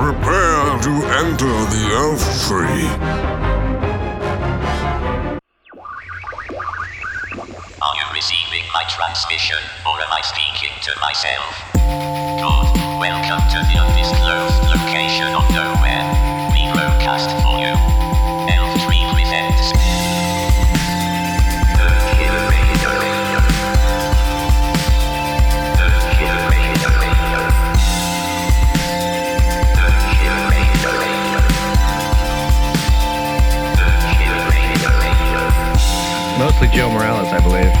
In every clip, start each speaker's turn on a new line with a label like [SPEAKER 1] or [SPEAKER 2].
[SPEAKER 1] Prepare to enter the Elf Tree.
[SPEAKER 2] Are you receiving my transmission, or am I speaking to myself? Good. Welcome to the undisclosed location of nowhere. We broadcast for you. Elf Tree presents. The Killer Radio. The Killer Radio. The Killer Radio. The Killer Radio.
[SPEAKER 3] Mostly Joe Morales, I believe.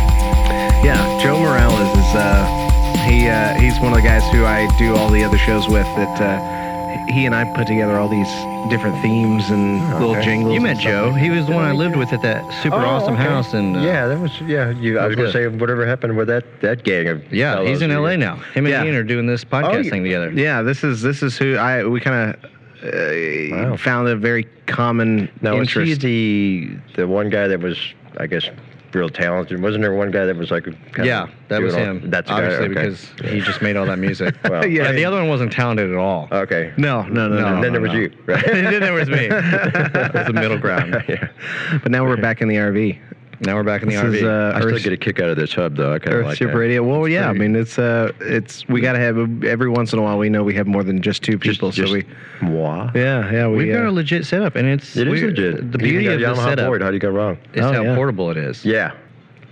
[SPEAKER 3] Yeah, Joe Morales is uh, he uh, he's one of the guys who I do all the other shows with. That uh, he and I put together all these different themes and little jingles.
[SPEAKER 4] You
[SPEAKER 3] and
[SPEAKER 4] met
[SPEAKER 3] stuff
[SPEAKER 4] Joe.
[SPEAKER 3] like
[SPEAKER 4] He was the one I lived with at that super
[SPEAKER 5] Oh,
[SPEAKER 4] awesome
[SPEAKER 5] okay.
[SPEAKER 4] house. And uh,
[SPEAKER 5] yeah, that was yeah. You, I was
[SPEAKER 4] that
[SPEAKER 5] gonna
[SPEAKER 4] was
[SPEAKER 5] say whatever happened with that that gang of
[SPEAKER 4] yeah,
[SPEAKER 5] fellows
[SPEAKER 4] he's in
[SPEAKER 5] that you-
[SPEAKER 4] LA now. Him and
[SPEAKER 3] Yeah.
[SPEAKER 4] Ian are doing this podcast
[SPEAKER 5] Oh, yeah.
[SPEAKER 4] thing together.
[SPEAKER 3] that. Yeah, this is this is who I we kind of. Uh,
[SPEAKER 5] Wow.
[SPEAKER 3] Found a very common
[SPEAKER 5] Now is he
[SPEAKER 3] interest.
[SPEAKER 5] the the one guy that was I guess real talented? Wasn't there one guy that was like kind
[SPEAKER 4] Yeah,
[SPEAKER 5] of
[SPEAKER 4] that was
[SPEAKER 5] doing all-
[SPEAKER 4] him.
[SPEAKER 5] That's the guy,
[SPEAKER 4] obviously
[SPEAKER 5] okay.
[SPEAKER 4] because he just made all that music.
[SPEAKER 5] Well,
[SPEAKER 4] Oh, yeah,
[SPEAKER 3] yeah.
[SPEAKER 4] the other one wasn't talented at all.
[SPEAKER 5] okay.
[SPEAKER 3] no, no, no, no.
[SPEAKER 5] and then
[SPEAKER 3] no,
[SPEAKER 5] there was
[SPEAKER 3] no.
[SPEAKER 5] you, right?
[SPEAKER 4] and then there was me. It's the middle ground.
[SPEAKER 3] But now we're back in the RV.
[SPEAKER 4] Now we're back in the
[SPEAKER 3] This
[SPEAKER 4] RV.
[SPEAKER 3] is, uh,
[SPEAKER 5] I still
[SPEAKER 3] Earth-
[SPEAKER 5] get a kick out of this hub though. I kind of
[SPEAKER 3] Earth
[SPEAKER 5] like
[SPEAKER 3] Super
[SPEAKER 5] that.
[SPEAKER 3] Radio. Well, yeah, I
[SPEAKER 5] pretty-
[SPEAKER 3] mean it's uh it's we gotta have every once in a while we know we have more than just two
[SPEAKER 5] Just,
[SPEAKER 3] people,
[SPEAKER 5] just
[SPEAKER 3] so we
[SPEAKER 5] moi.
[SPEAKER 3] yeah yeah we
[SPEAKER 4] We've got
[SPEAKER 3] uh,
[SPEAKER 4] a legit setup, and it's
[SPEAKER 5] It is
[SPEAKER 4] we're-
[SPEAKER 5] legit.
[SPEAKER 4] The
[SPEAKER 5] You
[SPEAKER 4] beauty
[SPEAKER 5] got
[SPEAKER 4] of
[SPEAKER 5] a
[SPEAKER 4] the
[SPEAKER 5] Yamaha
[SPEAKER 4] setup
[SPEAKER 5] board. How do you go wrong?
[SPEAKER 4] is
[SPEAKER 3] Oh,
[SPEAKER 4] how
[SPEAKER 3] yeah.
[SPEAKER 4] portable it is.
[SPEAKER 5] Yeah.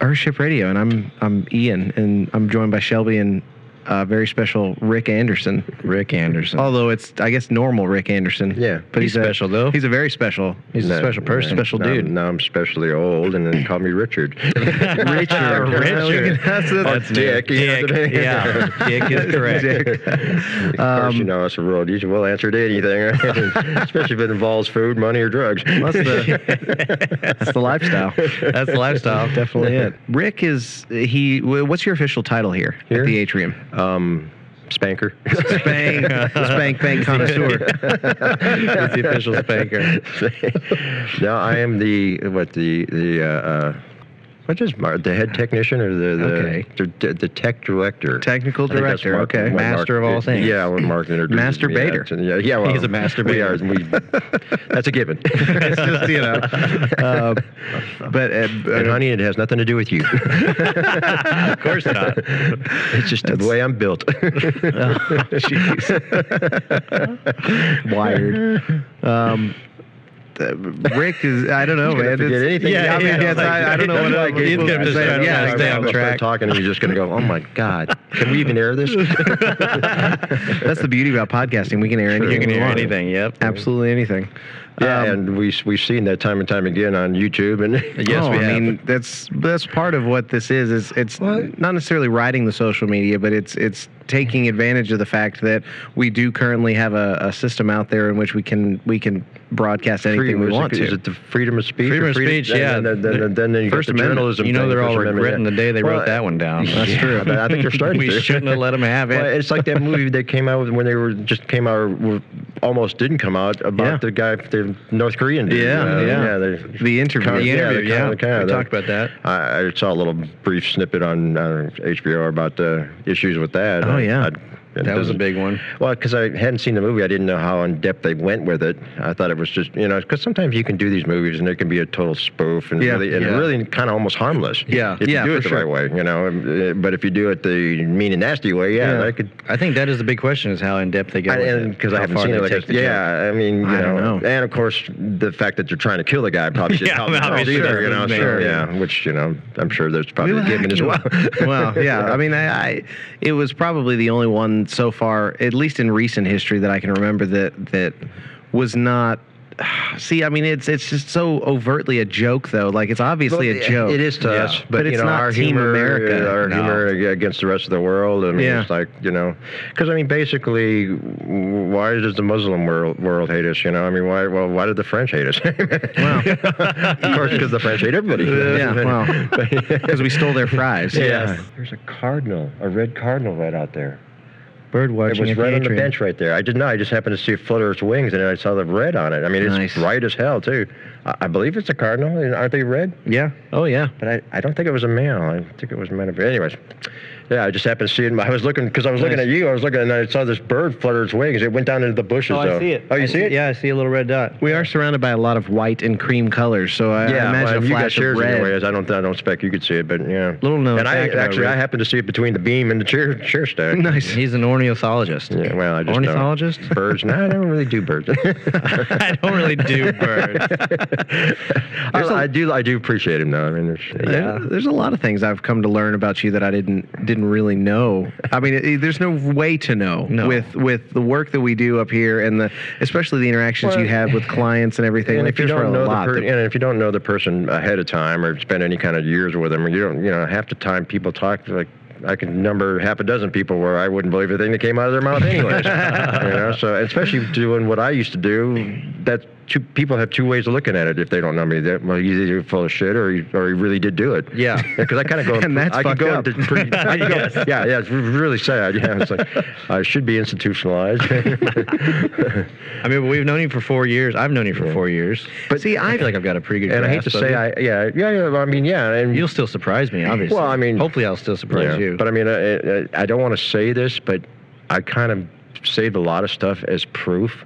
[SPEAKER 3] Earthship Radio, and I'm I'm Ian, and I'm joined by Shelby and uh, very special Rick Anderson.
[SPEAKER 4] Rick Anderson.
[SPEAKER 3] Although it's I guess normal Rick Anderson.
[SPEAKER 5] Yeah.
[SPEAKER 3] but
[SPEAKER 4] He's
[SPEAKER 3] he's, a-
[SPEAKER 4] special, though.
[SPEAKER 3] He's a very special.
[SPEAKER 4] He's a
[SPEAKER 5] No,
[SPEAKER 4] special person.
[SPEAKER 5] no,
[SPEAKER 3] Special
[SPEAKER 5] now I'm-
[SPEAKER 3] dude.
[SPEAKER 5] Now I'm especially old, and then call me Richard.
[SPEAKER 4] Richard. Richard.
[SPEAKER 3] That's the-
[SPEAKER 5] Or Dick. you know
[SPEAKER 4] Dick.
[SPEAKER 5] what I mean?
[SPEAKER 4] Yeah, Dick is correct.
[SPEAKER 5] Of course,
[SPEAKER 4] Um,
[SPEAKER 5] you know us world. You will answer to anything, right? especially if it involves food, money, or drugs.
[SPEAKER 3] That's the, that's the lifestyle.
[SPEAKER 4] That's the lifestyle.
[SPEAKER 3] Definitely it. Rick is he? wh- What's your official title here,
[SPEAKER 5] Here?
[SPEAKER 3] at the atrium?
[SPEAKER 5] Um, spanker.
[SPEAKER 3] Bang, spank, bang connoisseur.
[SPEAKER 4] He's the official spanker.
[SPEAKER 5] no, I am the what the the uh, uh, what is Mar- the head technician or the the,
[SPEAKER 3] Okay.
[SPEAKER 5] the, the tech director?
[SPEAKER 3] Technical
[SPEAKER 5] I think that's
[SPEAKER 3] director,
[SPEAKER 5] Mark-
[SPEAKER 3] okay.
[SPEAKER 5] what
[SPEAKER 4] Master of all things.
[SPEAKER 5] Yeah, what Mark introduced
[SPEAKER 3] Master
[SPEAKER 5] me
[SPEAKER 3] Bader.
[SPEAKER 5] as, and Yeah, yeah. Well,
[SPEAKER 4] He's a master
[SPEAKER 5] we
[SPEAKER 4] bader.
[SPEAKER 5] are- we- that's a given.
[SPEAKER 3] it's just you know, uh, but uh, b-
[SPEAKER 5] and honey, it has nothing to do with you.
[SPEAKER 4] Of course not.
[SPEAKER 5] it's just the way I'm built.
[SPEAKER 3] wired. Um, uh, Rick is, I don't know,
[SPEAKER 5] He's gonna
[SPEAKER 3] man.
[SPEAKER 5] forget
[SPEAKER 3] It's-
[SPEAKER 5] anything.
[SPEAKER 3] Yeah, I mean,
[SPEAKER 4] yeah,
[SPEAKER 3] yes,
[SPEAKER 4] like,
[SPEAKER 3] I, I don't know what
[SPEAKER 4] he's
[SPEAKER 3] else
[SPEAKER 4] gonna
[SPEAKER 3] people
[SPEAKER 4] just
[SPEAKER 3] can
[SPEAKER 4] try
[SPEAKER 3] say.
[SPEAKER 4] to
[SPEAKER 3] Yeah,
[SPEAKER 4] stay
[SPEAKER 3] stay
[SPEAKER 4] on
[SPEAKER 3] on
[SPEAKER 4] track.
[SPEAKER 3] track.
[SPEAKER 5] Start talking, and you're just going to go, "Oh my God, can we even air this?"
[SPEAKER 3] That's the beauty about podcasting. We can air anything.
[SPEAKER 4] You can
[SPEAKER 3] we
[SPEAKER 4] hear
[SPEAKER 3] want.
[SPEAKER 4] anything. Yep.
[SPEAKER 3] Absolutely anything.
[SPEAKER 5] yeah,
[SPEAKER 3] Um,
[SPEAKER 5] and we we've seen that time and time again on YouTube, and
[SPEAKER 4] Yes,
[SPEAKER 3] oh,
[SPEAKER 4] we
[SPEAKER 3] I
[SPEAKER 4] have.
[SPEAKER 3] mean that's that's part of what this is. Is it's not necessarily riding the social media, but it's it's taking advantage of the fact that we do currently have a, a system out there in which we can we can broadcast anything
[SPEAKER 5] Freedom-
[SPEAKER 3] we
[SPEAKER 5] is
[SPEAKER 3] want
[SPEAKER 5] it,
[SPEAKER 3] to.
[SPEAKER 5] Is it the freedom of speech?
[SPEAKER 4] Freedom
[SPEAKER 5] or
[SPEAKER 4] of speech,
[SPEAKER 5] and
[SPEAKER 4] yeah.
[SPEAKER 5] Then, then, then, then, you got
[SPEAKER 4] First
[SPEAKER 5] the
[SPEAKER 4] Amendment.
[SPEAKER 5] journalism
[SPEAKER 4] You know
[SPEAKER 5] thing,
[SPEAKER 4] they're
[SPEAKER 5] First
[SPEAKER 4] all
[SPEAKER 5] Amendment,
[SPEAKER 4] regretting
[SPEAKER 5] yeah.
[SPEAKER 4] the day they
[SPEAKER 5] Well,
[SPEAKER 4] wrote that one down.
[SPEAKER 5] That's true. I, I think they're starting
[SPEAKER 4] we
[SPEAKER 5] to.
[SPEAKER 4] shouldn't have let him have
[SPEAKER 5] Well,
[SPEAKER 4] it.
[SPEAKER 5] it's like that movie that came out when they were just came out, were- almost didn't come out about
[SPEAKER 3] Yeah.
[SPEAKER 5] the guy, the North Korean dude.
[SPEAKER 3] Yeah,
[SPEAKER 5] uh,
[SPEAKER 3] yeah.
[SPEAKER 5] yeah. they-
[SPEAKER 3] the interview.
[SPEAKER 5] Kind of,
[SPEAKER 4] The
[SPEAKER 5] yeah,
[SPEAKER 4] interview,
[SPEAKER 5] kind
[SPEAKER 4] yeah.
[SPEAKER 5] of- kind of
[SPEAKER 4] We
[SPEAKER 5] that.
[SPEAKER 4] talked about that.
[SPEAKER 5] I, I saw a little brief snippet on uh, HBO about the issues with that.
[SPEAKER 3] Oh, yeah.
[SPEAKER 5] I- it
[SPEAKER 4] That was a
[SPEAKER 5] doesn't-
[SPEAKER 4] big one.
[SPEAKER 5] Well, because I hadn't seen the movie, I didn't know how in depth they went with it. I thought it was just you know because sometimes you can do these movies and it can be a total spoof and
[SPEAKER 3] Yeah,
[SPEAKER 5] really and
[SPEAKER 4] yeah.
[SPEAKER 5] really kind of almost harmless.
[SPEAKER 3] Yeah,
[SPEAKER 5] if
[SPEAKER 3] yeah,
[SPEAKER 5] you do
[SPEAKER 3] for
[SPEAKER 5] it the
[SPEAKER 3] sure.
[SPEAKER 5] right way, you know. uh, But if you do it the mean and nasty way, yeah,
[SPEAKER 3] Yeah.
[SPEAKER 5] that could
[SPEAKER 4] I think that is the big question: is how in depth they go.
[SPEAKER 5] I-
[SPEAKER 4] with
[SPEAKER 5] and
[SPEAKER 4] it.
[SPEAKER 5] because I
[SPEAKER 4] How
[SPEAKER 5] haven't
[SPEAKER 4] far
[SPEAKER 5] seen
[SPEAKER 4] they
[SPEAKER 5] it, like,
[SPEAKER 4] take the joke.
[SPEAKER 5] yeah, I mean, you
[SPEAKER 3] I
[SPEAKER 5] know,
[SPEAKER 3] don't know.
[SPEAKER 5] and of course the fact that they're trying to kill the guy probably didn't
[SPEAKER 4] Yeah,
[SPEAKER 5] help themselves
[SPEAKER 4] obviously,
[SPEAKER 5] either,
[SPEAKER 4] that's
[SPEAKER 5] you
[SPEAKER 4] his
[SPEAKER 5] know, so,
[SPEAKER 4] name.
[SPEAKER 5] yeah, which you know, I'm sure there's
[SPEAKER 3] We
[SPEAKER 5] probably a
[SPEAKER 3] will
[SPEAKER 5] given
[SPEAKER 3] hack
[SPEAKER 5] as
[SPEAKER 3] you.
[SPEAKER 5] well.
[SPEAKER 3] well, yeah. I mean, I, I it was probably the only one so far, at least in recent history, that I can remember that that was not. See, I mean, it's it's just so overtly a joke, though. Like it's obviously a joke.
[SPEAKER 5] It is to
[SPEAKER 4] Yeah.
[SPEAKER 5] us, but,
[SPEAKER 3] uh, But
[SPEAKER 5] you
[SPEAKER 3] it's
[SPEAKER 5] know,
[SPEAKER 3] not
[SPEAKER 5] our
[SPEAKER 3] Team
[SPEAKER 5] humor, uh,
[SPEAKER 3] America.
[SPEAKER 5] our
[SPEAKER 4] No.
[SPEAKER 5] humor against the rest of the world. I mean,
[SPEAKER 3] Yeah.
[SPEAKER 5] it's like you know, because I mean, basically, w- why does the Muslim world world hate us? You know, I mean, why? Well, why did the French hate us? well, of course, because the French hate everybody.
[SPEAKER 3] yeah, well, because we stole their fries.
[SPEAKER 5] Yeah. There's a cardinal, a red cardinal right out there.
[SPEAKER 3] bird
[SPEAKER 5] It
[SPEAKER 3] watching.
[SPEAKER 5] was right on the bench right there. I did not. I just happened to see it flutter its wings, and then I saw the red on it. I mean, it's
[SPEAKER 3] Nice.
[SPEAKER 5] bright as hell too. I, I believe it's a cardinal. and Aren't they red?
[SPEAKER 3] Yeah. Oh yeah.
[SPEAKER 5] But I, I don't think it was a male. I think it was a man. Anyways, Yeah, I just happened to see it. in my- I was looking because I was looking
[SPEAKER 4] Nice.
[SPEAKER 5] at you. I was looking and I saw this bird flutter its wings. It went down into the bushes.
[SPEAKER 4] Oh,
[SPEAKER 5] though.
[SPEAKER 4] I see it.
[SPEAKER 5] Oh, you
[SPEAKER 4] I
[SPEAKER 5] see it?
[SPEAKER 4] Yeah, I see a little red dot.
[SPEAKER 3] We are surrounded by a lot of white and cream colors, so I, I
[SPEAKER 5] Yeah,
[SPEAKER 3] imagine
[SPEAKER 5] well,
[SPEAKER 3] a
[SPEAKER 5] you got
[SPEAKER 3] flash
[SPEAKER 5] shares
[SPEAKER 3] of red.
[SPEAKER 5] anyways. I don't, I don't expect you could see it, but yeah.
[SPEAKER 3] Little known
[SPEAKER 5] And I
[SPEAKER 3] fact about
[SPEAKER 5] actually,
[SPEAKER 3] Rick.
[SPEAKER 5] I happened to see it between the beam and the chair, chair stack.
[SPEAKER 3] Nice.
[SPEAKER 4] He's an ornithologist.
[SPEAKER 5] Yeah, well, I just don't.
[SPEAKER 3] Ornithologist?
[SPEAKER 5] Birds? No, I don't really do birds.
[SPEAKER 4] I don't really do birds.
[SPEAKER 5] I, I do, I do appreciate him though. I mean, it's-
[SPEAKER 3] There- There's a lot of things I've come to learn about you that I didn't didn't really know. I mean, it, there's no way to know
[SPEAKER 4] No.
[SPEAKER 3] with with the work that we do up here and the especially the interactions you
[SPEAKER 5] Well,
[SPEAKER 3] have with clients and everything.
[SPEAKER 5] and
[SPEAKER 3] like,
[SPEAKER 5] if you
[SPEAKER 3] there's
[SPEAKER 5] don't
[SPEAKER 3] probably a
[SPEAKER 5] know the
[SPEAKER 3] lot
[SPEAKER 5] per-
[SPEAKER 3] that-
[SPEAKER 5] and if you don't know the person ahead of time or spend any kind of years with them, you don't you know half the time people talk like I can number half a dozen people where I wouldn't believe a thing that came out of their mouth, anyways. you know, so especially doing what I used to do, that two people have two ways of looking at it if they don't know me. That well, he's either full of shit or he or he really did do it.
[SPEAKER 4] Yeah.
[SPEAKER 5] because I kind of go
[SPEAKER 3] And that's
[SPEAKER 5] I could
[SPEAKER 3] fucked
[SPEAKER 5] go
[SPEAKER 3] up.
[SPEAKER 5] into pretty, I could go, yeah, yeah, it's really sad. Yeah, it's like I should be institutionalized.
[SPEAKER 4] I mean, but we've known you for four years. I've known you for four years.
[SPEAKER 3] But see,
[SPEAKER 4] I
[SPEAKER 3] I
[SPEAKER 4] feel like I've got a pretty good.
[SPEAKER 5] and I hate to
[SPEAKER 4] grasp of
[SPEAKER 5] say,
[SPEAKER 4] you.
[SPEAKER 5] I yeah, yeah, yeah. I mean, yeah, and
[SPEAKER 4] you'll still surprise me, obviously.
[SPEAKER 5] Well, I mean-
[SPEAKER 4] hopefully, I'll still surprise
[SPEAKER 5] Yeah,
[SPEAKER 4] you.
[SPEAKER 5] But I mean, I, I, I don't want to say this, but I kind of saved a lot of stuff as proof,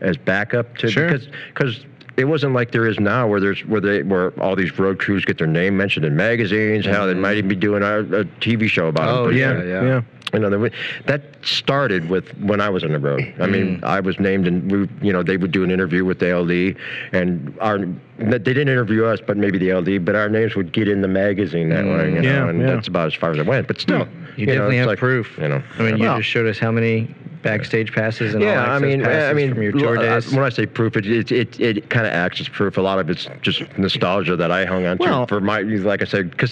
[SPEAKER 5] as backup to
[SPEAKER 4] Sure.
[SPEAKER 5] because because it wasn't like there is now where there's where they where all these road crews get their name mentioned in magazines, how they might even be doing a, a TV show about
[SPEAKER 4] Mm-hmm. Oh,
[SPEAKER 5] them. pretty
[SPEAKER 4] yeah,
[SPEAKER 5] soon.
[SPEAKER 4] yeah. Yeah.
[SPEAKER 5] You know, that, that started with when I was on the road. I mean,
[SPEAKER 4] Mm-hmm.
[SPEAKER 5] I was named, and we, you know, they would do an interview with the LD, and our they didn't interview us, but maybe the LD, but our names would get in the magazine that way.
[SPEAKER 4] Mm-hmm.
[SPEAKER 5] You
[SPEAKER 3] Yeah,
[SPEAKER 5] know, and
[SPEAKER 3] yeah.
[SPEAKER 5] that's about as far as I went. But still,
[SPEAKER 4] you, definitely
[SPEAKER 5] know, it's
[SPEAKER 4] have
[SPEAKER 5] like,
[SPEAKER 4] proof.
[SPEAKER 5] You know,
[SPEAKER 4] I mean,
[SPEAKER 5] Well,
[SPEAKER 4] you just showed us how many backstage passes and
[SPEAKER 5] yeah,
[SPEAKER 4] all
[SPEAKER 5] I mean,
[SPEAKER 4] passes
[SPEAKER 5] I mean,
[SPEAKER 4] from your tour
[SPEAKER 5] l- uh,
[SPEAKER 4] days.
[SPEAKER 5] when I say proof, it it, it, it kind of acts as proof. A lot of it's just nostalgia that I hung on to
[SPEAKER 3] Well-
[SPEAKER 5] for my, like I said, because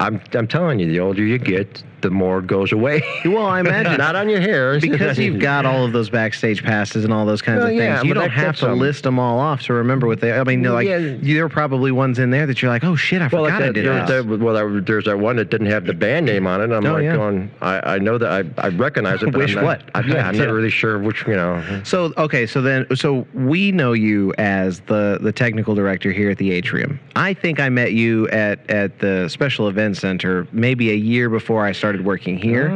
[SPEAKER 5] I'm I'm telling you, the older you get, the more goes away.
[SPEAKER 3] well, I imagine
[SPEAKER 5] Not on your hair,
[SPEAKER 3] because you've got all of those backstage passes and all those kinds
[SPEAKER 5] Well,
[SPEAKER 3] of things,
[SPEAKER 5] yeah,
[SPEAKER 3] you
[SPEAKER 5] but
[SPEAKER 3] don't
[SPEAKER 5] that-
[SPEAKER 3] have
[SPEAKER 5] that's,
[SPEAKER 3] to
[SPEAKER 5] um,
[SPEAKER 3] list them all off to remember what they. I mean, like
[SPEAKER 5] Yeah.
[SPEAKER 3] you- there are probably ones in there that you're like, oh shit, I forgot
[SPEAKER 5] Well, like
[SPEAKER 3] I
[SPEAKER 5] that,
[SPEAKER 3] did
[SPEAKER 5] there,
[SPEAKER 3] that.
[SPEAKER 5] there- well, there- there's that one that didn't have the band name on it. and I'm
[SPEAKER 3] Oh,
[SPEAKER 5] like
[SPEAKER 3] yeah.
[SPEAKER 5] going, I, I know that I, I recognize it, but
[SPEAKER 3] Wish
[SPEAKER 5] I'm not,
[SPEAKER 3] what?
[SPEAKER 5] I, yeah, I'm not really sure which, you know.
[SPEAKER 3] So okay, so then so we know you as the the technical director here at the atrium. I think I met you at at the special event center maybe a year before I started working here.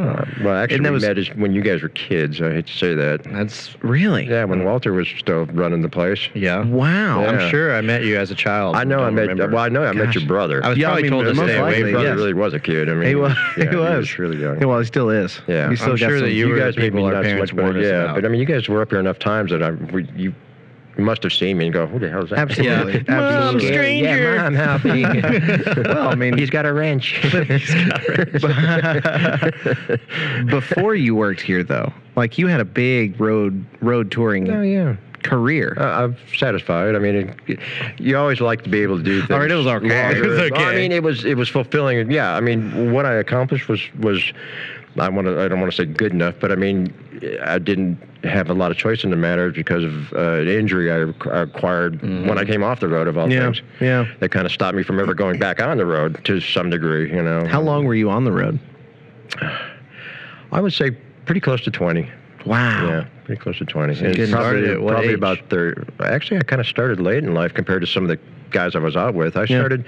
[SPEAKER 5] Well, actually,
[SPEAKER 3] And that
[SPEAKER 5] we
[SPEAKER 3] was-
[SPEAKER 5] met as, when you guys were kids. I hate to say that.
[SPEAKER 4] That's
[SPEAKER 3] Really?
[SPEAKER 5] Yeah, when Walter was still running the place.
[SPEAKER 4] yeah.
[SPEAKER 3] Wow.
[SPEAKER 5] Yeah.
[SPEAKER 4] I'm sure I met you as a child.
[SPEAKER 5] I know.
[SPEAKER 4] don't
[SPEAKER 5] I met.
[SPEAKER 4] remember.
[SPEAKER 5] Well, I know. I met your brother.
[SPEAKER 4] I was
[SPEAKER 3] Yeah, I
[SPEAKER 4] probably
[SPEAKER 3] mean,
[SPEAKER 4] told to
[SPEAKER 3] most
[SPEAKER 4] stay
[SPEAKER 5] Your
[SPEAKER 4] away
[SPEAKER 3] likely,
[SPEAKER 4] from
[SPEAKER 5] brother
[SPEAKER 3] yes.
[SPEAKER 4] you.
[SPEAKER 5] really was a kid. I mean,
[SPEAKER 3] He was.
[SPEAKER 5] Yeah,
[SPEAKER 3] he was.
[SPEAKER 5] really young.
[SPEAKER 3] Yeah, well, he still is.
[SPEAKER 5] Yeah.
[SPEAKER 3] He's still
[SPEAKER 4] I'm
[SPEAKER 3] got
[SPEAKER 4] sure
[SPEAKER 3] some-
[SPEAKER 4] that you were the
[SPEAKER 5] made
[SPEAKER 4] people
[SPEAKER 5] me
[SPEAKER 4] our
[SPEAKER 5] nuts
[SPEAKER 4] parents
[SPEAKER 5] much
[SPEAKER 4] warned
[SPEAKER 5] more-
[SPEAKER 4] us
[SPEAKER 5] Yeah,
[SPEAKER 4] about.
[SPEAKER 5] but I mean, you guys were up here enough times that I we, you you must have seen me and go, "Who the hell is that?"
[SPEAKER 3] Absolutely.
[SPEAKER 4] Yeah. Mom,
[SPEAKER 3] Absolutely.
[SPEAKER 4] stranger.
[SPEAKER 5] Yeah, mom, help me.
[SPEAKER 3] Well, I mean,
[SPEAKER 5] he's got a wrench.
[SPEAKER 3] before you worked here, though, like you had a big road road touring
[SPEAKER 5] oh yeah.
[SPEAKER 3] career.
[SPEAKER 5] I- Uh, I'm satisfied. I mean, it, you always like to be able to do things.
[SPEAKER 3] All right, it was okay.
[SPEAKER 5] longer.
[SPEAKER 3] It was
[SPEAKER 5] Well, I
[SPEAKER 4] okay.
[SPEAKER 5] mean, it was it was fulfilling. Yeah, I mean, what I accomplished was was I want to I don't want to say good enough, but I mean, I didn't have a lot of choice in the matter because of uh, an injury I ac- acquired when I came off the road of all
[SPEAKER 3] Mm-hmm. Yeah,
[SPEAKER 5] things.
[SPEAKER 3] yeah.
[SPEAKER 5] that kind of stopped me from ever going back on the road to some degree. You know,
[SPEAKER 3] How long were you on the road?
[SPEAKER 5] I would say pretty close to twenty.
[SPEAKER 3] Wow.
[SPEAKER 5] Yeah, pretty close to 20. And
[SPEAKER 4] good.
[SPEAKER 5] probably
[SPEAKER 4] Started at what
[SPEAKER 5] probably
[SPEAKER 4] age?
[SPEAKER 5] about 30. Actually, I kind of started late in life compared to some of the guys I was out with. I started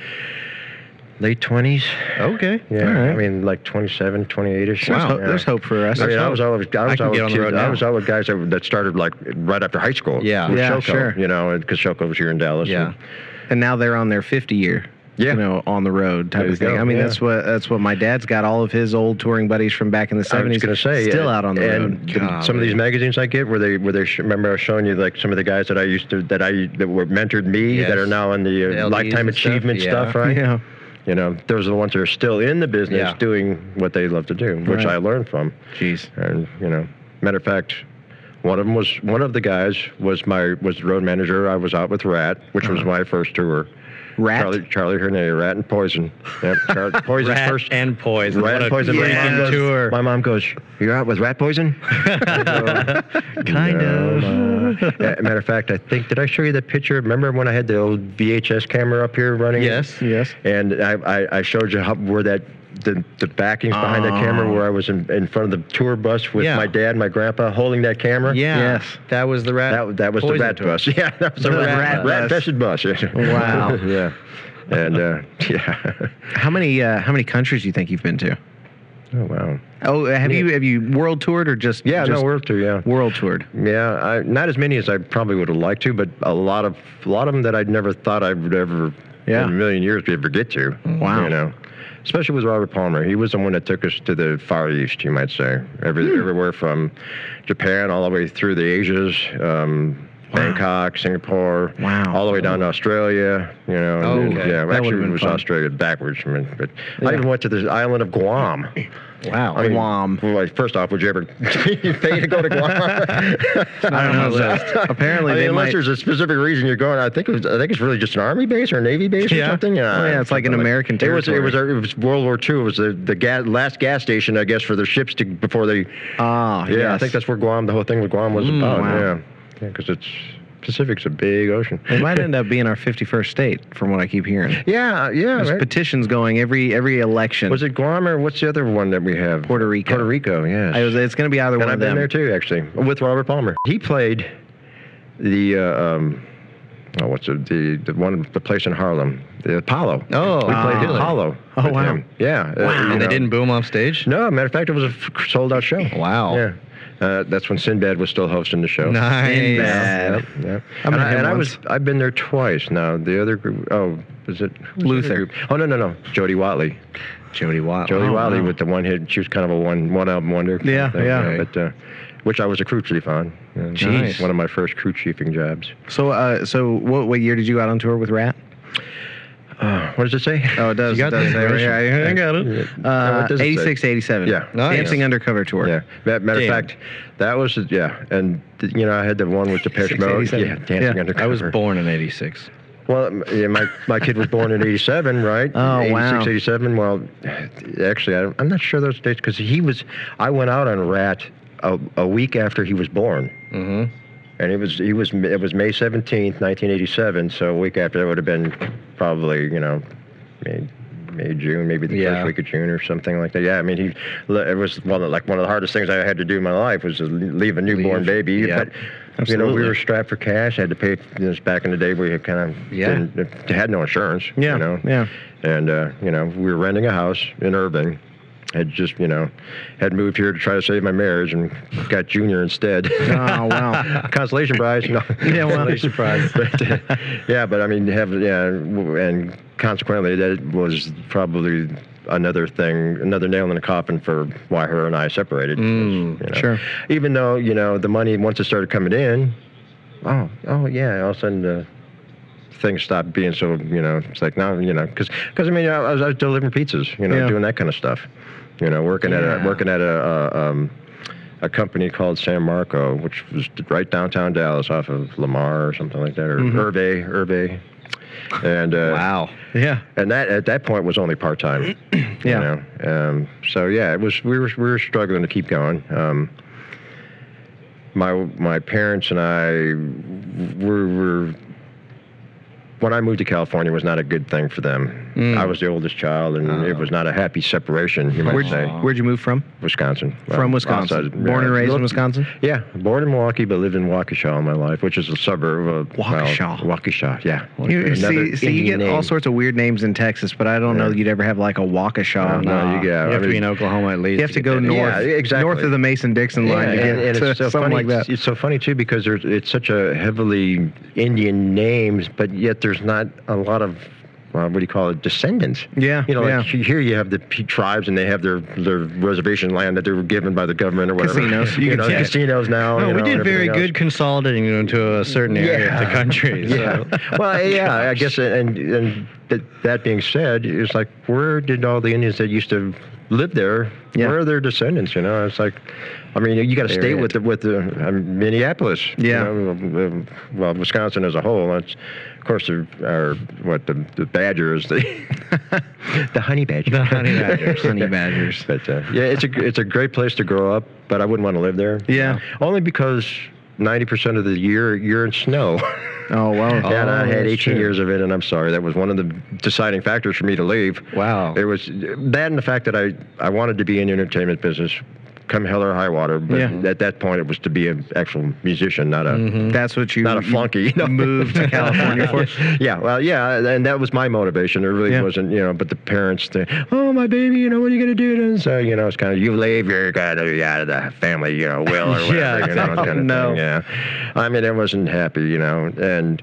[SPEAKER 5] late 20s.
[SPEAKER 4] Okay.
[SPEAKER 5] Yeah,
[SPEAKER 3] All right.
[SPEAKER 5] I mean, like 27, 28 ish.
[SPEAKER 3] There's, ho- there's hope for us.
[SPEAKER 5] I mean, I was always, I was
[SPEAKER 4] can
[SPEAKER 5] always,
[SPEAKER 4] get on the
[SPEAKER 5] kids-
[SPEAKER 4] road
[SPEAKER 5] I
[SPEAKER 4] now.
[SPEAKER 5] was always guys that, that started like right after high school.
[SPEAKER 4] Yeah.
[SPEAKER 5] with
[SPEAKER 3] Yeah,
[SPEAKER 5] Shoko,
[SPEAKER 3] sure.
[SPEAKER 5] You know, because Shoko was here in Dallas.
[SPEAKER 4] Yeah.
[SPEAKER 5] and-
[SPEAKER 3] and now they're on their 50 year
[SPEAKER 5] Yeah.
[SPEAKER 3] you know on the road type
[SPEAKER 5] There
[SPEAKER 3] of
[SPEAKER 5] you
[SPEAKER 3] thing
[SPEAKER 5] go,
[SPEAKER 3] i mean
[SPEAKER 5] yeah.
[SPEAKER 3] that's what that's what my dad's got all of his old touring buddies from back in the 70s
[SPEAKER 5] I was going to say
[SPEAKER 3] still
[SPEAKER 5] and-
[SPEAKER 3] out on the
[SPEAKER 5] and
[SPEAKER 3] road
[SPEAKER 5] the- some of these magazines I get where they where they sh- remember I was showing you like some of the guys that I used to that I that were mentored me
[SPEAKER 4] Yes.
[SPEAKER 5] that are now in the,
[SPEAKER 4] The
[SPEAKER 5] uh,
[SPEAKER 4] LDs
[SPEAKER 5] lifetime
[SPEAKER 4] and stuff,
[SPEAKER 5] achievement
[SPEAKER 4] yeah.
[SPEAKER 5] stuff, right?
[SPEAKER 3] yeah
[SPEAKER 5] You know, those are the ones that are still in the business
[SPEAKER 4] Yeah.
[SPEAKER 5] doing what they love to do, which
[SPEAKER 3] Right.
[SPEAKER 5] I learned from.
[SPEAKER 3] jeez
[SPEAKER 5] And you know, matter of fact, one of them was one of the guys was my was the road manager I was out with Rat, which
[SPEAKER 4] Uh-huh.
[SPEAKER 5] was my first tour.
[SPEAKER 3] rat
[SPEAKER 5] Charlie Charlie Hernandez, Rat and Poison. Yep, Char- Poison's
[SPEAKER 4] Rat
[SPEAKER 5] first
[SPEAKER 4] and poison.
[SPEAKER 5] Rat
[SPEAKER 4] What
[SPEAKER 5] and
[SPEAKER 4] a
[SPEAKER 5] Poison. My
[SPEAKER 4] freaking
[SPEAKER 5] mom goes-
[SPEAKER 4] tour.
[SPEAKER 5] My mom goes, "You're out with Rat Poison."
[SPEAKER 4] kind of.
[SPEAKER 5] of. matter of fact, I think did I show you that picture? Remember when I had the old VHS camera up here running?
[SPEAKER 4] Yes.
[SPEAKER 3] yes
[SPEAKER 5] And I, I, I showed you how, where that the, the backings behind that camera where I was in, in front of the tour bus with
[SPEAKER 4] Yeah.
[SPEAKER 5] my dad, and my grandpa holding that camera.
[SPEAKER 4] Yeah.
[SPEAKER 3] Yes.
[SPEAKER 4] That was the rat.
[SPEAKER 5] That that was the
[SPEAKER 4] poison
[SPEAKER 5] rat
[SPEAKER 4] tour.
[SPEAKER 5] bus. Yeah, that was the,
[SPEAKER 3] The rat
[SPEAKER 5] rat, rat
[SPEAKER 3] bus.
[SPEAKER 5] infested bus.
[SPEAKER 3] Wow.
[SPEAKER 5] yeah. And uh, yeah.
[SPEAKER 3] how many uh how many countries do you think you've been to
[SPEAKER 5] Oh wow.
[SPEAKER 3] Oh, have you have you world toured or just
[SPEAKER 5] Yeah,
[SPEAKER 3] just
[SPEAKER 5] no, we're up to yeah.
[SPEAKER 3] world toured?
[SPEAKER 5] Yeah, I, not as many as I probably would have liked to, but a lot of a lot of them that I'd never thought I would ever
[SPEAKER 3] Yeah.
[SPEAKER 5] in a million years be ever get to.
[SPEAKER 3] Wow.
[SPEAKER 5] You know, especially with Robert Palmer, he was the one that took us to the Far East, you might say, Every,
[SPEAKER 3] Hmm.
[SPEAKER 5] everywhere from Japan all the way through the Asias. Um, Bangkok, Singapore,
[SPEAKER 3] Wow.
[SPEAKER 5] all the way down to Australia, you know. and-
[SPEAKER 3] Okay. That
[SPEAKER 5] Yeah,
[SPEAKER 3] would've
[SPEAKER 5] actually,
[SPEAKER 3] been
[SPEAKER 5] it was
[SPEAKER 3] fun.
[SPEAKER 5] Australia backwards. I mean, but I even went to the island of Guam.
[SPEAKER 3] Wow,
[SPEAKER 5] I mean,
[SPEAKER 3] Guam.
[SPEAKER 5] well, like, first off, would you ever pay to go to Guam?
[SPEAKER 3] I don't know. that- Apparently,
[SPEAKER 5] I mean,
[SPEAKER 3] they
[SPEAKER 5] unless
[SPEAKER 3] might.
[SPEAKER 5] there's a specific reason you're going, I think it was, I think it's really just an army base or a navy base
[SPEAKER 3] Yeah.
[SPEAKER 5] or something.
[SPEAKER 3] Oh, yeah, it's like an
[SPEAKER 5] something
[SPEAKER 3] American
[SPEAKER 5] It was it was, it was World War II. It was the, the gas, last gas station, I guess, for their ships to before they.
[SPEAKER 3] Ah,
[SPEAKER 5] yeah, I
[SPEAKER 3] yes.
[SPEAKER 5] think that's where Guam. The whole thing with Guam was
[SPEAKER 3] Mm,
[SPEAKER 5] about.
[SPEAKER 3] wow.
[SPEAKER 5] Yeah, yeah, because it's Pacific's a big ocean.
[SPEAKER 3] It might end up being our 51st state, from what I keep hearing.
[SPEAKER 5] Yeah, yeah.
[SPEAKER 3] There's
[SPEAKER 5] right.
[SPEAKER 3] petitions going every every election.
[SPEAKER 5] Was it Guam or what's the other one that we have?
[SPEAKER 3] Puerto Rico.
[SPEAKER 5] Puerto Rico. Yes.
[SPEAKER 3] I was, it's going to be either one
[SPEAKER 5] and I've
[SPEAKER 3] of
[SPEAKER 5] been
[SPEAKER 3] them.
[SPEAKER 5] there too, actually, with Robert Palmer. He played the uh, um, oh, what's it, the the one the place in Harlem, the Apollo.
[SPEAKER 4] Oh,
[SPEAKER 5] we played the
[SPEAKER 4] really?
[SPEAKER 5] Apollo.
[SPEAKER 3] Oh,
[SPEAKER 5] with
[SPEAKER 3] wow.
[SPEAKER 5] him. Yeah. uh, you
[SPEAKER 4] And they
[SPEAKER 5] know.
[SPEAKER 4] didn't boom off stage?
[SPEAKER 5] No, matter of fact, it was a sold out show.
[SPEAKER 4] Wow.
[SPEAKER 5] Yeah. Uh, that's when Sinbad was still hosting the show.
[SPEAKER 4] Nice.
[SPEAKER 5] Yeah,
[SPEAKER 3] Sinbad.
[SPEAKER 5] yeah.
[SPEAKER 3] I met
[SPEAKER 5] And, I,
[SPEAKER 3] him
[SPEAKER 5] and I
[SPEAKER 3] once.
[SPEAKER 5] was I've been there twice now. The other group oh was it who was the other
[SPEAKER 3] Luther.
[SPEAKER 5] group? Oh no no no Jody Watley.
[SPEAKER 3] Jody Watt.
[SPEAKER 5] Jody
[SPEAKER 3] Oh,
[SPEAKER 5] Wiley
[SPEAKER 3] wow.
[SPEAKER 5] with the one hit. She was kind of a one one album wonder. kind of
[SPEAKER 3] Yeah,
[SPEAKER 5] thing,
[SPEAKER 3] yeah.
[SPEAKER 5] But uh, which I was a crew chief on. Yeah,
[SPEAKER 3] Jeez.
[SPEAKER 5] nice. One of my first crew chiefing jobs.
[SPEAKER 3] So, uh, so what, what year did you go out on tour with Rat?
[SPEAKER 5] Uh, what does it say?
[SPEAKER 3] Oh, it does.
[SPEAKER 4] You
[SPEAKER 3] it
[SPEAKER 4] got the
[SPEAKER 3] does say right here. I, I got it.
[SPEAKER 5] Yeah. No,
[SPEAKER 3] Uh,
[SPEAKER 5] it doesn't say.
[SPEAKER 3] 86 to 87.
[SPEAKER 5] Yeah.
[SPEAKER 4] Nice.
[SPEAKER 3] Dancing Undercover Tour.
[SPEAKER 5] Yeah. Ma- Matter of
[SPEAKER 4] Damn.
[SPEAKER 5] fact, that was yeah, and th- you know I had the one with Depeche Mode.
[SPEAKER 3] 687.
[SPEAKER 5] Yeah, dancing
[SPEAKER 3] Yeah.
[SPEAKER 5] undercover.
[SPEAKER 4] I was born in 86.
[SPEAKER 5] Well, m- yeah, my, my kid was born in 87, right?
[SPEAKER 3] Oh,
[SPEAKER 5] 86,
[SPEAKER 3] wow.
[SPEAKER 5] 87. Well, actually, I, I'm not sure those dates because he was, I went out on Rat a, a week after he was born. Mm-hmm. And it was, he was, it was May 17th, 1987. So a week after that would have been probably, you know, May, May, June, maybe the
[SPEAKER 4] Yeah.
[SPEAKER 5] first week of June or something like that. Yeah. I mean, he, le- it was one of, like one of the hardest things I had to do in my life was to leave a newborn
[SPEAKER 4] Leave.
[SPEAKER 5] baby.
[SPEAKER 4] Yeah.
[SPEAKER 5] But, you know,
[SPEAKER 4] Absolutely.
[SPEAKER 5] we were strapped for cash. had to pay. This back in the day, we had kind of
[SPEAKER 4] Yeah.
[SPEAKER 5] didn't, had no insurance.
[SPEAKER 3] Yeah,
[SPEAKER 5] you know?
[SPEAKER 3] yeah.
[SPEAKER 5] And uh, you know, we were renting a house in Irving. Had just you know, had moved here to try to save my marriage and got Junior instead.
[SPEAKER 3] Oh, wow.
[SPEAKER 5] Consolation prize. No.
[SPEAKER 3] Yeah, well.
[SPEAKER 5] Consolation prize. but, uh, yeah, but I mean, have yeah, w- and consequently, that was probably another thing, another nail in the coffin for why her and I separated.
[SPEAKER 4] Mm.
[SPEAKER 5] you know.
[SPEAKER 3] sure.
[SPEAKER 5] Even though you know the money once it started coming in, oh oh yeah, all of a sudden the things stopped being so you know it's like now you know because I mean I was, I was delivering pizzas you know
[SPEAKER 3] Yeah.
[SPEAKER 5] doing that kind of stuff, you know working at
[SPEAKER 3] Yeah.
[SPEAKER 5] a working at a. Uh, um, a company called San Marco, which was right downtown Dallas, off of Lamar or something like that, or
[SPEAKER 3] Mm-hmm.
[SPEAKER 5] Irvay, Irvay, and uh,
[SPEAKER 4] Wow.
[SPEAKER 3] Yeah.
[SPEAKER 5] and that at that point was only part time.
[SPEAKER 3] Yeah.
[SPEAKER 5] You know? um, so yeah, it was we were we were struggling to keep going. Um, my my parents and I were, were when I moved to California was not a good thing for them.
[SPEAKER 3] Hmm.
[SPEAKER 5] I was the oldest child, and
[SPEAKER 3] Oh.
[SPEAKER 5] it was not a happy separation. You might
[SPEAKER 3] Mm. Where'd,
[SPEAKER 5] say
[SPEAKER 3] where'd you move from?
[SPEAKER 5] Wisconsin. Well,
[SPEAKER 3] from Wisconsin.
[SPEAKER 5] outside-
[SPEAKER 3] Born
[SPEAKER 5] yeah.
[SPEAKER 3] and raised
[SPEAKER 5] Look-
[SPEAKER 3] in Wisconsin?
[SPEAKER 5] Yeah, born in Milwaukee, but lived in Waukesha all my life, which is a suburb of well,
[SPEAKER 3] Waukesha.
[SPEAKER 5] Waukesha, yeah.
[SPEAKER 3] You, see,
[SPEAKER 5] Another
[SPEAKER 3] see, you
[SPEAKER 5] Indian
[SPEAKER 3] get all
[SPEAKER 5] name.
[SPEAKER 3] sorts of weird names in Texas, but I don't know
[SPEAKER 5] Yeah.
[SPEAKER 3] you'd ever have like a Waukesha.
[SPEAKER 5] No, you get-
[SPEAKER 4] you
[SPEAKER 5] I
[SPEAKER 4] have to
[SPEAKER 5] mean-
[SPEAKER 4] be in Oklahoma at least.
[SPEAKER 3] You have to
[SPEAKER 4] get
[SPEAKER 3] go
[SPEAKER 4] that.
[SPEAKER 3] north,
[SPEAKER 5] Yeah, exactly.
[SPEAKER 3] north of the Mason-Dicson line to
[SPEAKER 5] Yeah,
[SPEAKER 3] get
[SPEAKER 5] and, and
[SPEAKER 3] to
[SPEAKER 5] it's so
[SPEAKER 3] something
[SPEAKER 5] funny.
[SPEAKER 3] like that.
[SPEAKER 5] It's, it's so funny too because there's it's such a heavily Indian names, but yet there's not a lot of uh, what do you call it descendants.
[SPEAKER 3] Yeah,
[SPEAKER 5] you know, like
[SPEAKER 3] yeah.
[SPEAKER 5] here you have the p- tribes and they have their their reservation land that they were given by the government or whatever.
[SPEAKER 3] Casinos.
[SPEAKER 5] you,
[SPEAKER 3] You can
[SPEAKER 5] know,
[SPEAKER 3] check.
[SPEAKER 5] casinos now.
[SPEAKER 4] No,
[SPEAKER 5] you
[SPEAKER 4] we
[SPEAKER 5] know,
[SPEAKER 4] did
[SPEAKER 5] and
[SPEAKER 4] very
[SPEAKER 5] everything else.
[SPEAKER 4] good consolidating into a certain area of
[SPEAKER 5] Yeah.
[SPEAKER 4] the country. So.
[SPEAKER 5] Yeah. Well, yeah, I guess, and and that, that being said, it's like where did all the Indians that used to live there?
[SPEAKER 3] Yeah.
[SPEAKER 5] Where are their descendants? You know, it's like, I mean, you got to stay
[SPEAKER 4] it.
[SPEAKER 5] with the with the I mean, Minneapolis. you
[SPEAKER 3] Yeah.
[SPEAKER 5] know, um, well, Wisconsin as a whole, that's of course our, our what the the badger is the the honey badger.
[SPEAKER 4] The honey badgers.
[SPEAKER 3] Honey badgers.
[SPEAKER 5] But uh, yeah, it's a it's a great place to grow up, but I wouldn't want to live there.
[SPEAKER 3] Yeah.
[SPEAKER 5] Only because ninety percent of the year you're in snow.
[SPEAKER 3] Oh well.
[SPEAKER 5] and I had
[SPEAKER 4] that's
[SPEAKER 5] 18
[SPEAKER 4] true.
[SPEAKER 5] years of it, and I'm sorry. That was one of the deciding factors for me to leave.
[SPEAKER 4] Wow.
[SPEAKER 5] It was that and the fact that I, I wanted to be in the entertainment business, come hell or high water. But
[SPEAKER 4] Yeah. Mm.
[SPEAKER 5] at that point, it was to be an actual musician, not a
[SPEAKER 3] mm-hmm.
[SPEAKER 4] Mm-hmm.
[SPEAKER 3] That's what you
[SPEAKER 5] not a flunky. You know?
[SPEAKER 3] moved to California for.
[SPEAKER 5] yeah, well, yeah, and that was my motivation. There really
[SPEAKER 4] Yeah.
[SPEAKER 5] wasn't, you know. But the parents, they, oh my baby, you know, what are you gonna do? then?" so you know, it's kind of you leave your kind of out of the family, you know, will or whatever,
[SPEAKER 4] Yeah,
[SPEAKER 5] you know,
[SPEAKER 4] oh,
[SPEAKER 5] kind of
[SPEAKER 4] no.
[SPEAKER 5] thing. Yeah, I mean, I wasn't happy, you know, and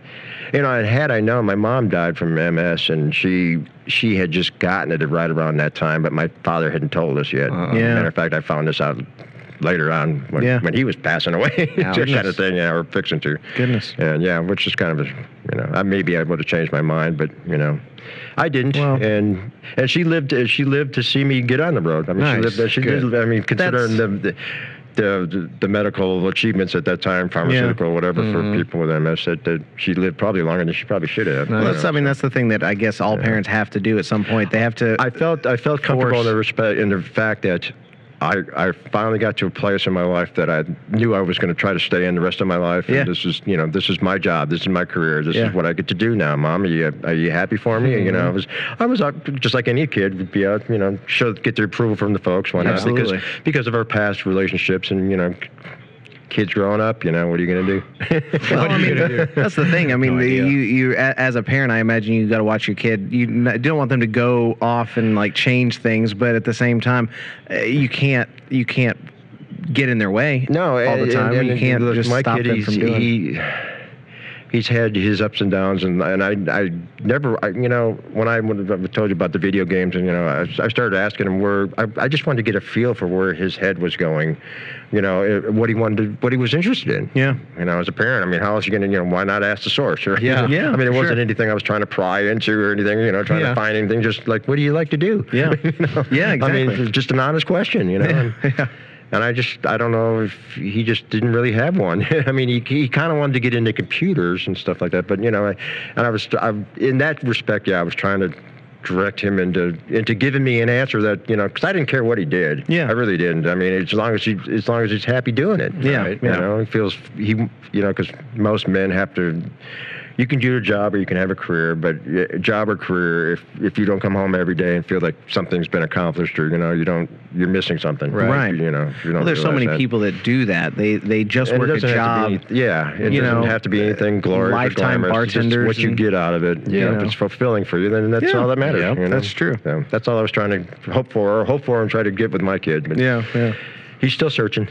[SPEAKER 5] you know, and had I known, my mom died from MS, and she she had just gotten it right around that time, but my father hadn't told us yet.
[SPEAKER 4] Uh-huh. Yeah.
[SPEAKER 5] Oh, matter of fact, I found this out. Later on, when,
[SPEAKER 4] Yeah.
[SPEAKER 5] when he was passing away, just kind
[SPEAKER 4] Goodness.
[SPEAKER 5] of thing, yeah, or fixing to.
[SPEAKER 4] Goodness.
[SPEAKER 5] And yeah, which is kind of, a, you know, I, maybe I would have changed my mind, but you know, I didn't.
[SPEAKER 4] Well-
[SPEAKER 5] and and she lived. uh, She lived to see me get on the road. I mean,
[SPEAKER 4] Nice.
[SPEAKER 5] she lived. She
[SPEAKER 4] Good.
[SPEAKER 5] did. I mean, considering the,
[SPEAKER 4] That's-
[SPEAKER 5] the the the medical achievements at that time, pharmaceutical, whatever,
[SPEAKER 4] Mm-hmm.
[SPEAKER 5] for people with MS, that, that she lived probably longer than she probably should have. you
[SPEAKER 3] Well, that's,
[SPEAKER 5] know.
[SPEAKER 3] I mean, that's the thing that I guess all parents have to do at some point. They have to.
[SPEAKER 5] I felt I felt comfortable in the respect in the fact that I, I finally got to a place in my life that I knew I was going to try to stay in the rest of my life.
[SPEAKER 4] Yeah.
[SPEAKER 5] And this is you know this is my job. This is my career. This
[SPEAKER 4] Yeah. Mm-hmm.
[SPEAKER 5] is what I get to do now. Mom, are you, are you happy for me? You know I was I was out, just like any kid would be out. You know show get the approval from the folks. Why not?
[SPEAKER 4] Absolutely.
[SPEAKER 5] Because because of our past relationships and you know kids growing up. You know what are you going to do?
[SPEAKER 3] Well, I mean, that's the thing. I mean, the,
[SPEAKER 4] idea.
[SPEAKER 3] you you a- as a parent, I imagine you got to watch your kid. You n- don't want them to go off and like change things, but at the same time, uh, you can't you can't get in their way. all
[SPEAKER 5] No, and-
[SPEAKER 3] the time.
[SPEAKER 5] and-
[SPEAKER 3] you
[SPEAKER 5] and
[SPEAKER 3] can't
[SPEAKER 5] look,
[SPEAKER 3] just
[SPEAKER 5] my
[SPEAKER 3] stop
[SPEAKER 5] kid,
[SPEAKER 3] them
[SPEAKER 5] he's-
[SPEAKER 3] from doing. it.
[SPEAKER 5] He, he's had his ups and downs, and and I I never I, you know when I, when I told you about the video games, and you know I, I started asking him where I, I just wanted to get a feel for where his head was going, you know eh, what he wanted, to, what he was interested in.
[SPEAKER 4] Yeah.
[SPEAKER 5] You know, as a parent, I mean, how else you gonna, you know, why not ask the source? Right?
[SPEAKER 4] Yeah. Yeah,
[SPEAKER 5] I mean, it
[SPEAKER 4] for
[SPEAKER 5] wasn't
[SPEAKER 4] sure.
[SPEAKER 5] anything I was trying to pry into or anything. You know, trying
[SPEAKER 4] Yeah.
[SPEAKER 5] to find anything. Just like, what do you like to do?
[SPEAKER 4] Yeah.
[SPEAKER 5] You know?
[SPEAKER 4] Yeah,
[SPEAKER 5] I mean,
[SPEAKER 4] exactly.
[SPEAKER 5] it's just an honest question. You know. And- and I just, I don't know if he just didn't really have one. I mean, he, he kind of wanted to get into computers and stuff like that, but you know, I, and I was, I, in that respect, yeah, I was trying to direct him into into giving me an answer that you know, because I didn't care what he did.
[SPEAKER 4] Yeah.
[SPEAKER 5] I really didn't. I mean, as long as he, as long as he's happy doing it.
[SPEAKER 4] Yeah,
[SPEAKER 5] right?
[SPEAKER 4] yeah.
[SPEAKER 5] You know, he feels he, you know, because most men have to. You can do a job or you can have a career, but a job or career, if, if you don't come home every day and feel like something's been accomplished or you know you don't you're missing something,
[SPEAKER 3] Right.
[SPEAKER 5] You know, you don't
[SPEAKER 3] Well, there's so
[SPEAKER 5] realize
[SPEAKER 3] many
[SPEAKER 5] that.
[SPEAKER 3] people that do do that. They they just
[SPEAKER 5] And it
[SPEAKER 3] work a
[SPEAKER 5] doesn't have
[SPEAKER 3] job.
[SPEAKER 5] to be- yeah, it
[SPEAKER 3] you
[SPEAKER 5] doesn't
[SPEAKER 3] know, uh,
[SPEAKER 5] have to be anything glorious.
[SPEAKER 3] lifetime
[SPEAKER 5] or glamorous. It's just
[SPEAKER 3] bartenders
[SPEAKER 5] what you
[SPEAKER 3] and-
[SPEAKER 5] get out of it, you
[SPEAKER 3] You
[SPEAKER 5] know,
[SPEAKER 3] know.
[SPEAKER 5] if it's fulfilling for you, then that's
[SPEAKER 4] Yeah.
[SPEAKER 5] all that matters.
[SPEAKER 4] Yep,
[SPEAKER 5] you know?
[SPEAKER 4] that's true.
[SPEAKER 5] So that's all I was trying to hope for, or hope for, and try to get with my kid. But
[SPEAKER 4] Yeah. Yeah.
[SPEAKER 5] he's still searching.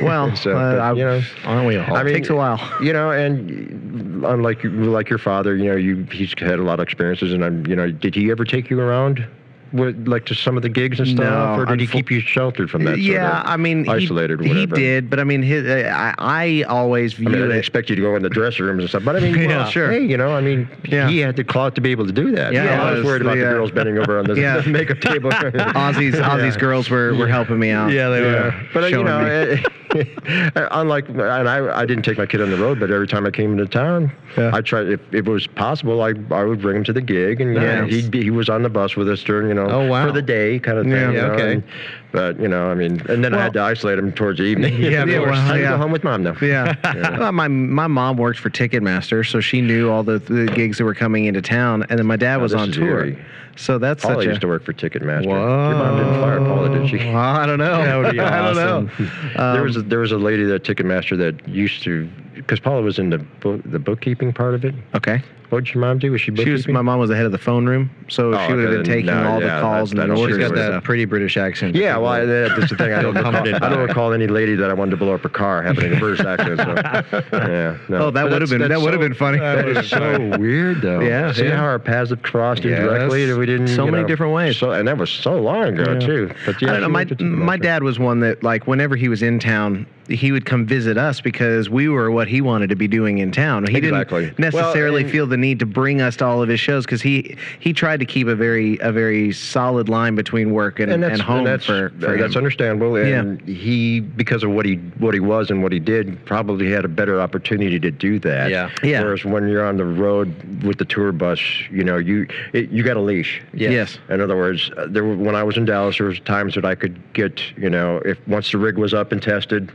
[SPEAKER 3] Well,
[SPEAKER 5] So,
[SPEAKER 3] uh,
[SPEAKER 5] but,
[SPEAKER 3] I-
[SPEAKER 5] you know,
[SPEAKER 4] Aren't we all?
[SPEAKER 5] I mean,
[SPEAKER 3] takes a while.
[SPEAKER 5] You know, and unlike you- like your father, you know, you he's had a lot of experiences, and I'm, you know, did he ever take you around? With, like to some of the gigs and stuff,
[SPEAKER 3] No,
[SPEAKER 5] or did he
[SPEAKER 3] unfo-
[SPEAKER 5] keep you sheltered from that? sort
[SPEAKER 3] yeah,
[SPEAKER 5] of
[SPEAKER 3] I mean, he-
[SPEAKER 5] isolated. or
[SPEAKER 3] He,
[SPEAKER 5] whatever?
[SPEAKER 3] did, but I mean, his, eh, I, I always view
[SPEAKER 5] I mean, I
[SPEAKER 3] it
[SPEAKER 5] didn't expect you to go in the dressing rooms and stuff, but I mean, well,
[SPEAKER 4] Yeah,
[SPEAKER 3] sure.
[SPEAKER 5] Hey, you know, I mean,
[SPEAKER 3] Yeah.
[SPEAKER 5] he had the clout to be able to do that.
[SPEAKER 3] Yeah,
[SPEAKER 5] You know, I was
[SPEAKER 3] it was
[SPEAKER 5] worried about
[SPEAKER 3] the,
[SPEAKER 5] the
[SPEAKER 3] uh,
[SPEAKER 5] girls bending over on the
[SPEAKER 3] Yeah.
[SPEAKER 5] makeup table.
[SPEAKER 3] Ozzy's Ozzy's girls were, were helping me out.
[SPEAKER 4] Yeah, they were.
[SPEAKER 5] But uh, you
[SPEAKER 3] Showing
[SPEAKER 5] know,
[SPEAKER 3] me.
[SPEAKER 5] eh, unlike and I, I didn't take my kid on the road, but every time I came into town,
[SPEAKER 4] Yeah.
[SPEAKER 5] I tried. If, if it was possible, I I would bring him to the gig, and you know,
[SPEAKER 3] Nice.
[SPEAKER 5] he'd be, he was on the bus with us during you know
[SPEAKER 4] Oh, wow.
[SPEAKER 5] for the day kind of thing.
[SPEAKER 4] Yeah,
[SPEAKER 5] you know,
[SPEAKER 4] okay.
[SPEAKER 5] and- but you know, I mean, and then I had to isolate him towards the evening.
[SPEAKER 3] Yeah,
[SPEAKER 5] Of
[SPEAKER 3] well,
[SPEAKER 5] course. I had to
[SPEAKER 3] yeah.
[SPEAKER 5] go home with mom now.
[SPEAKER 3] Yeah. Well, my my mom worked for Ticketmaster, so she knew all the, the gigs that were coming into town, and then my dad was
[SPEAKER 5] Oh, this
[SPEAKER 3] on
[SPEAKER 5] is
[SPEAKER 3] tour.
[SPEAKER 5] eerie.
[SPEAKER 3] So that's
[SPEAKER 5] Paula
[SPEAKER 3] such a.
[SPEAKER 5] used to work for Ticketmaster. Your mom didn't fire Paula, did she?
[SPEAKER 3] Well, I don't know.
[SPEAKER 4] That would be
[SPEAKER 3] I don't
[SPEAKER 4] awesome.
[SPEAKER 3] know. Um,
[SPEAKER 5] there was a, there was a lady that Ticketmaster that used to because Paula was in the book, the bookkeeping part of it.
[SPEAKER 3] okay.
[SPEAKER 5] What did your mom do? Was she
[SPEAKER 3] She
[SPEAKER 5] bookkeeping?
[SPEAKER 3] was. My mom was the head of the phone room, so
[SPEAKER 5] Oh,
[SPEAKER 3] she would have
[SPEAKER 5] okay,
[SPEAKER 3] been
[SPEAKER 5] then,
[SPEAKER 3] taking
[SPEAKER 5] no,
[SPEAKER 3] all
[SPEAKER 5] yeah,
[SPEAKER 3] the calls
[SPEAKER 5] that-
[SPEAKER 3] and
[SPEAKER 5] that-
[SPEAKER 3] the
[SPEAKER 5] she's
[SPEAKER 3] orders.
[SPEAKER 4] She's got
[SPEAKER 3] and
[SPEAKER 4] that
[SPEAKER 3] stuff.
[SPEAKER 4] pretty British accent.
[SPEAKER 5] yeah, well, I, that's the thing. I don't recall,
[SPEAKER 4] confident by.
[SPEAKER 5] I don't recall any lady that I wanted to blow up her car having a British accent. So, yeah. No.
[SPEAKER 3] Oh, that would have
[SPEAKER 5] But that's-
[SPEAKER 3] been
[SPEAKER 5] that's
[SPEAKER 3] that would have
[SPEAKER 5] so- uh,
[SPEAKER 3] been funny.
[SPEAKER 5] That is so weird, though.
[SPEAKER 3] Yeah,
[SPEAKER 5] See
[SPEAKER 3] yeah.
[SPEAKER 5] how our paths have crossed
[SPEAKER 4] Yes.
[SPEAKER 5] indirectly that we didn't.
[SPEAKER 3] So
[SPEAKER 5] you
[SPEAKER 3] many
[SPEAKER 5] know,
[SPEAKER 3] different ways.
[SPEAKER 5] So, and that was so long ago
[SPEAKER 4] Yeah.
[SPEAKER 5] too. But yeah,
[SPEAKER 3] I don't know.
[SPEAKER 5] she
[SPEAKER 3] My
[SPEAKER 5] worked at
[SPEAKER 3] my
[SPEAKER 5] Ticketmaster.
[SPEAKER 3] dad was one that like whenever he was in town, he would come visit us because we were what he wanted to be doing in town. He
[SPEAKER 5] Exactly.
[SPEAKER 3] didn't necessarily
[SPEAKER 5] Well, and-
[SPEAKER 3] feel the need to bring us to all of his shows because he he tried to keep a very a very solid line between work and, and, home
[SPEAKER 5] that's,
[SPEAKER 3] for, for
[SPEAKER 5] that's
[SPEAKER 3] him.
[SPEAKER 5] understandable. And he, because of what he what he was and what he did, probably had a better opportunity to do that.
[SPEAKER 4] Yeah.
[SPEAKER 3] Yeah.
[SPEAKER 5] Whereas when you're on the road with the tour bus, you know, you it, you got a leash.
[SPEAKER 3] Yes. Yes.
[SPEAKER 5] In other words, uh, there were, when I was in Dallas, there was times that I could get, you know, if once the rig was up and tested.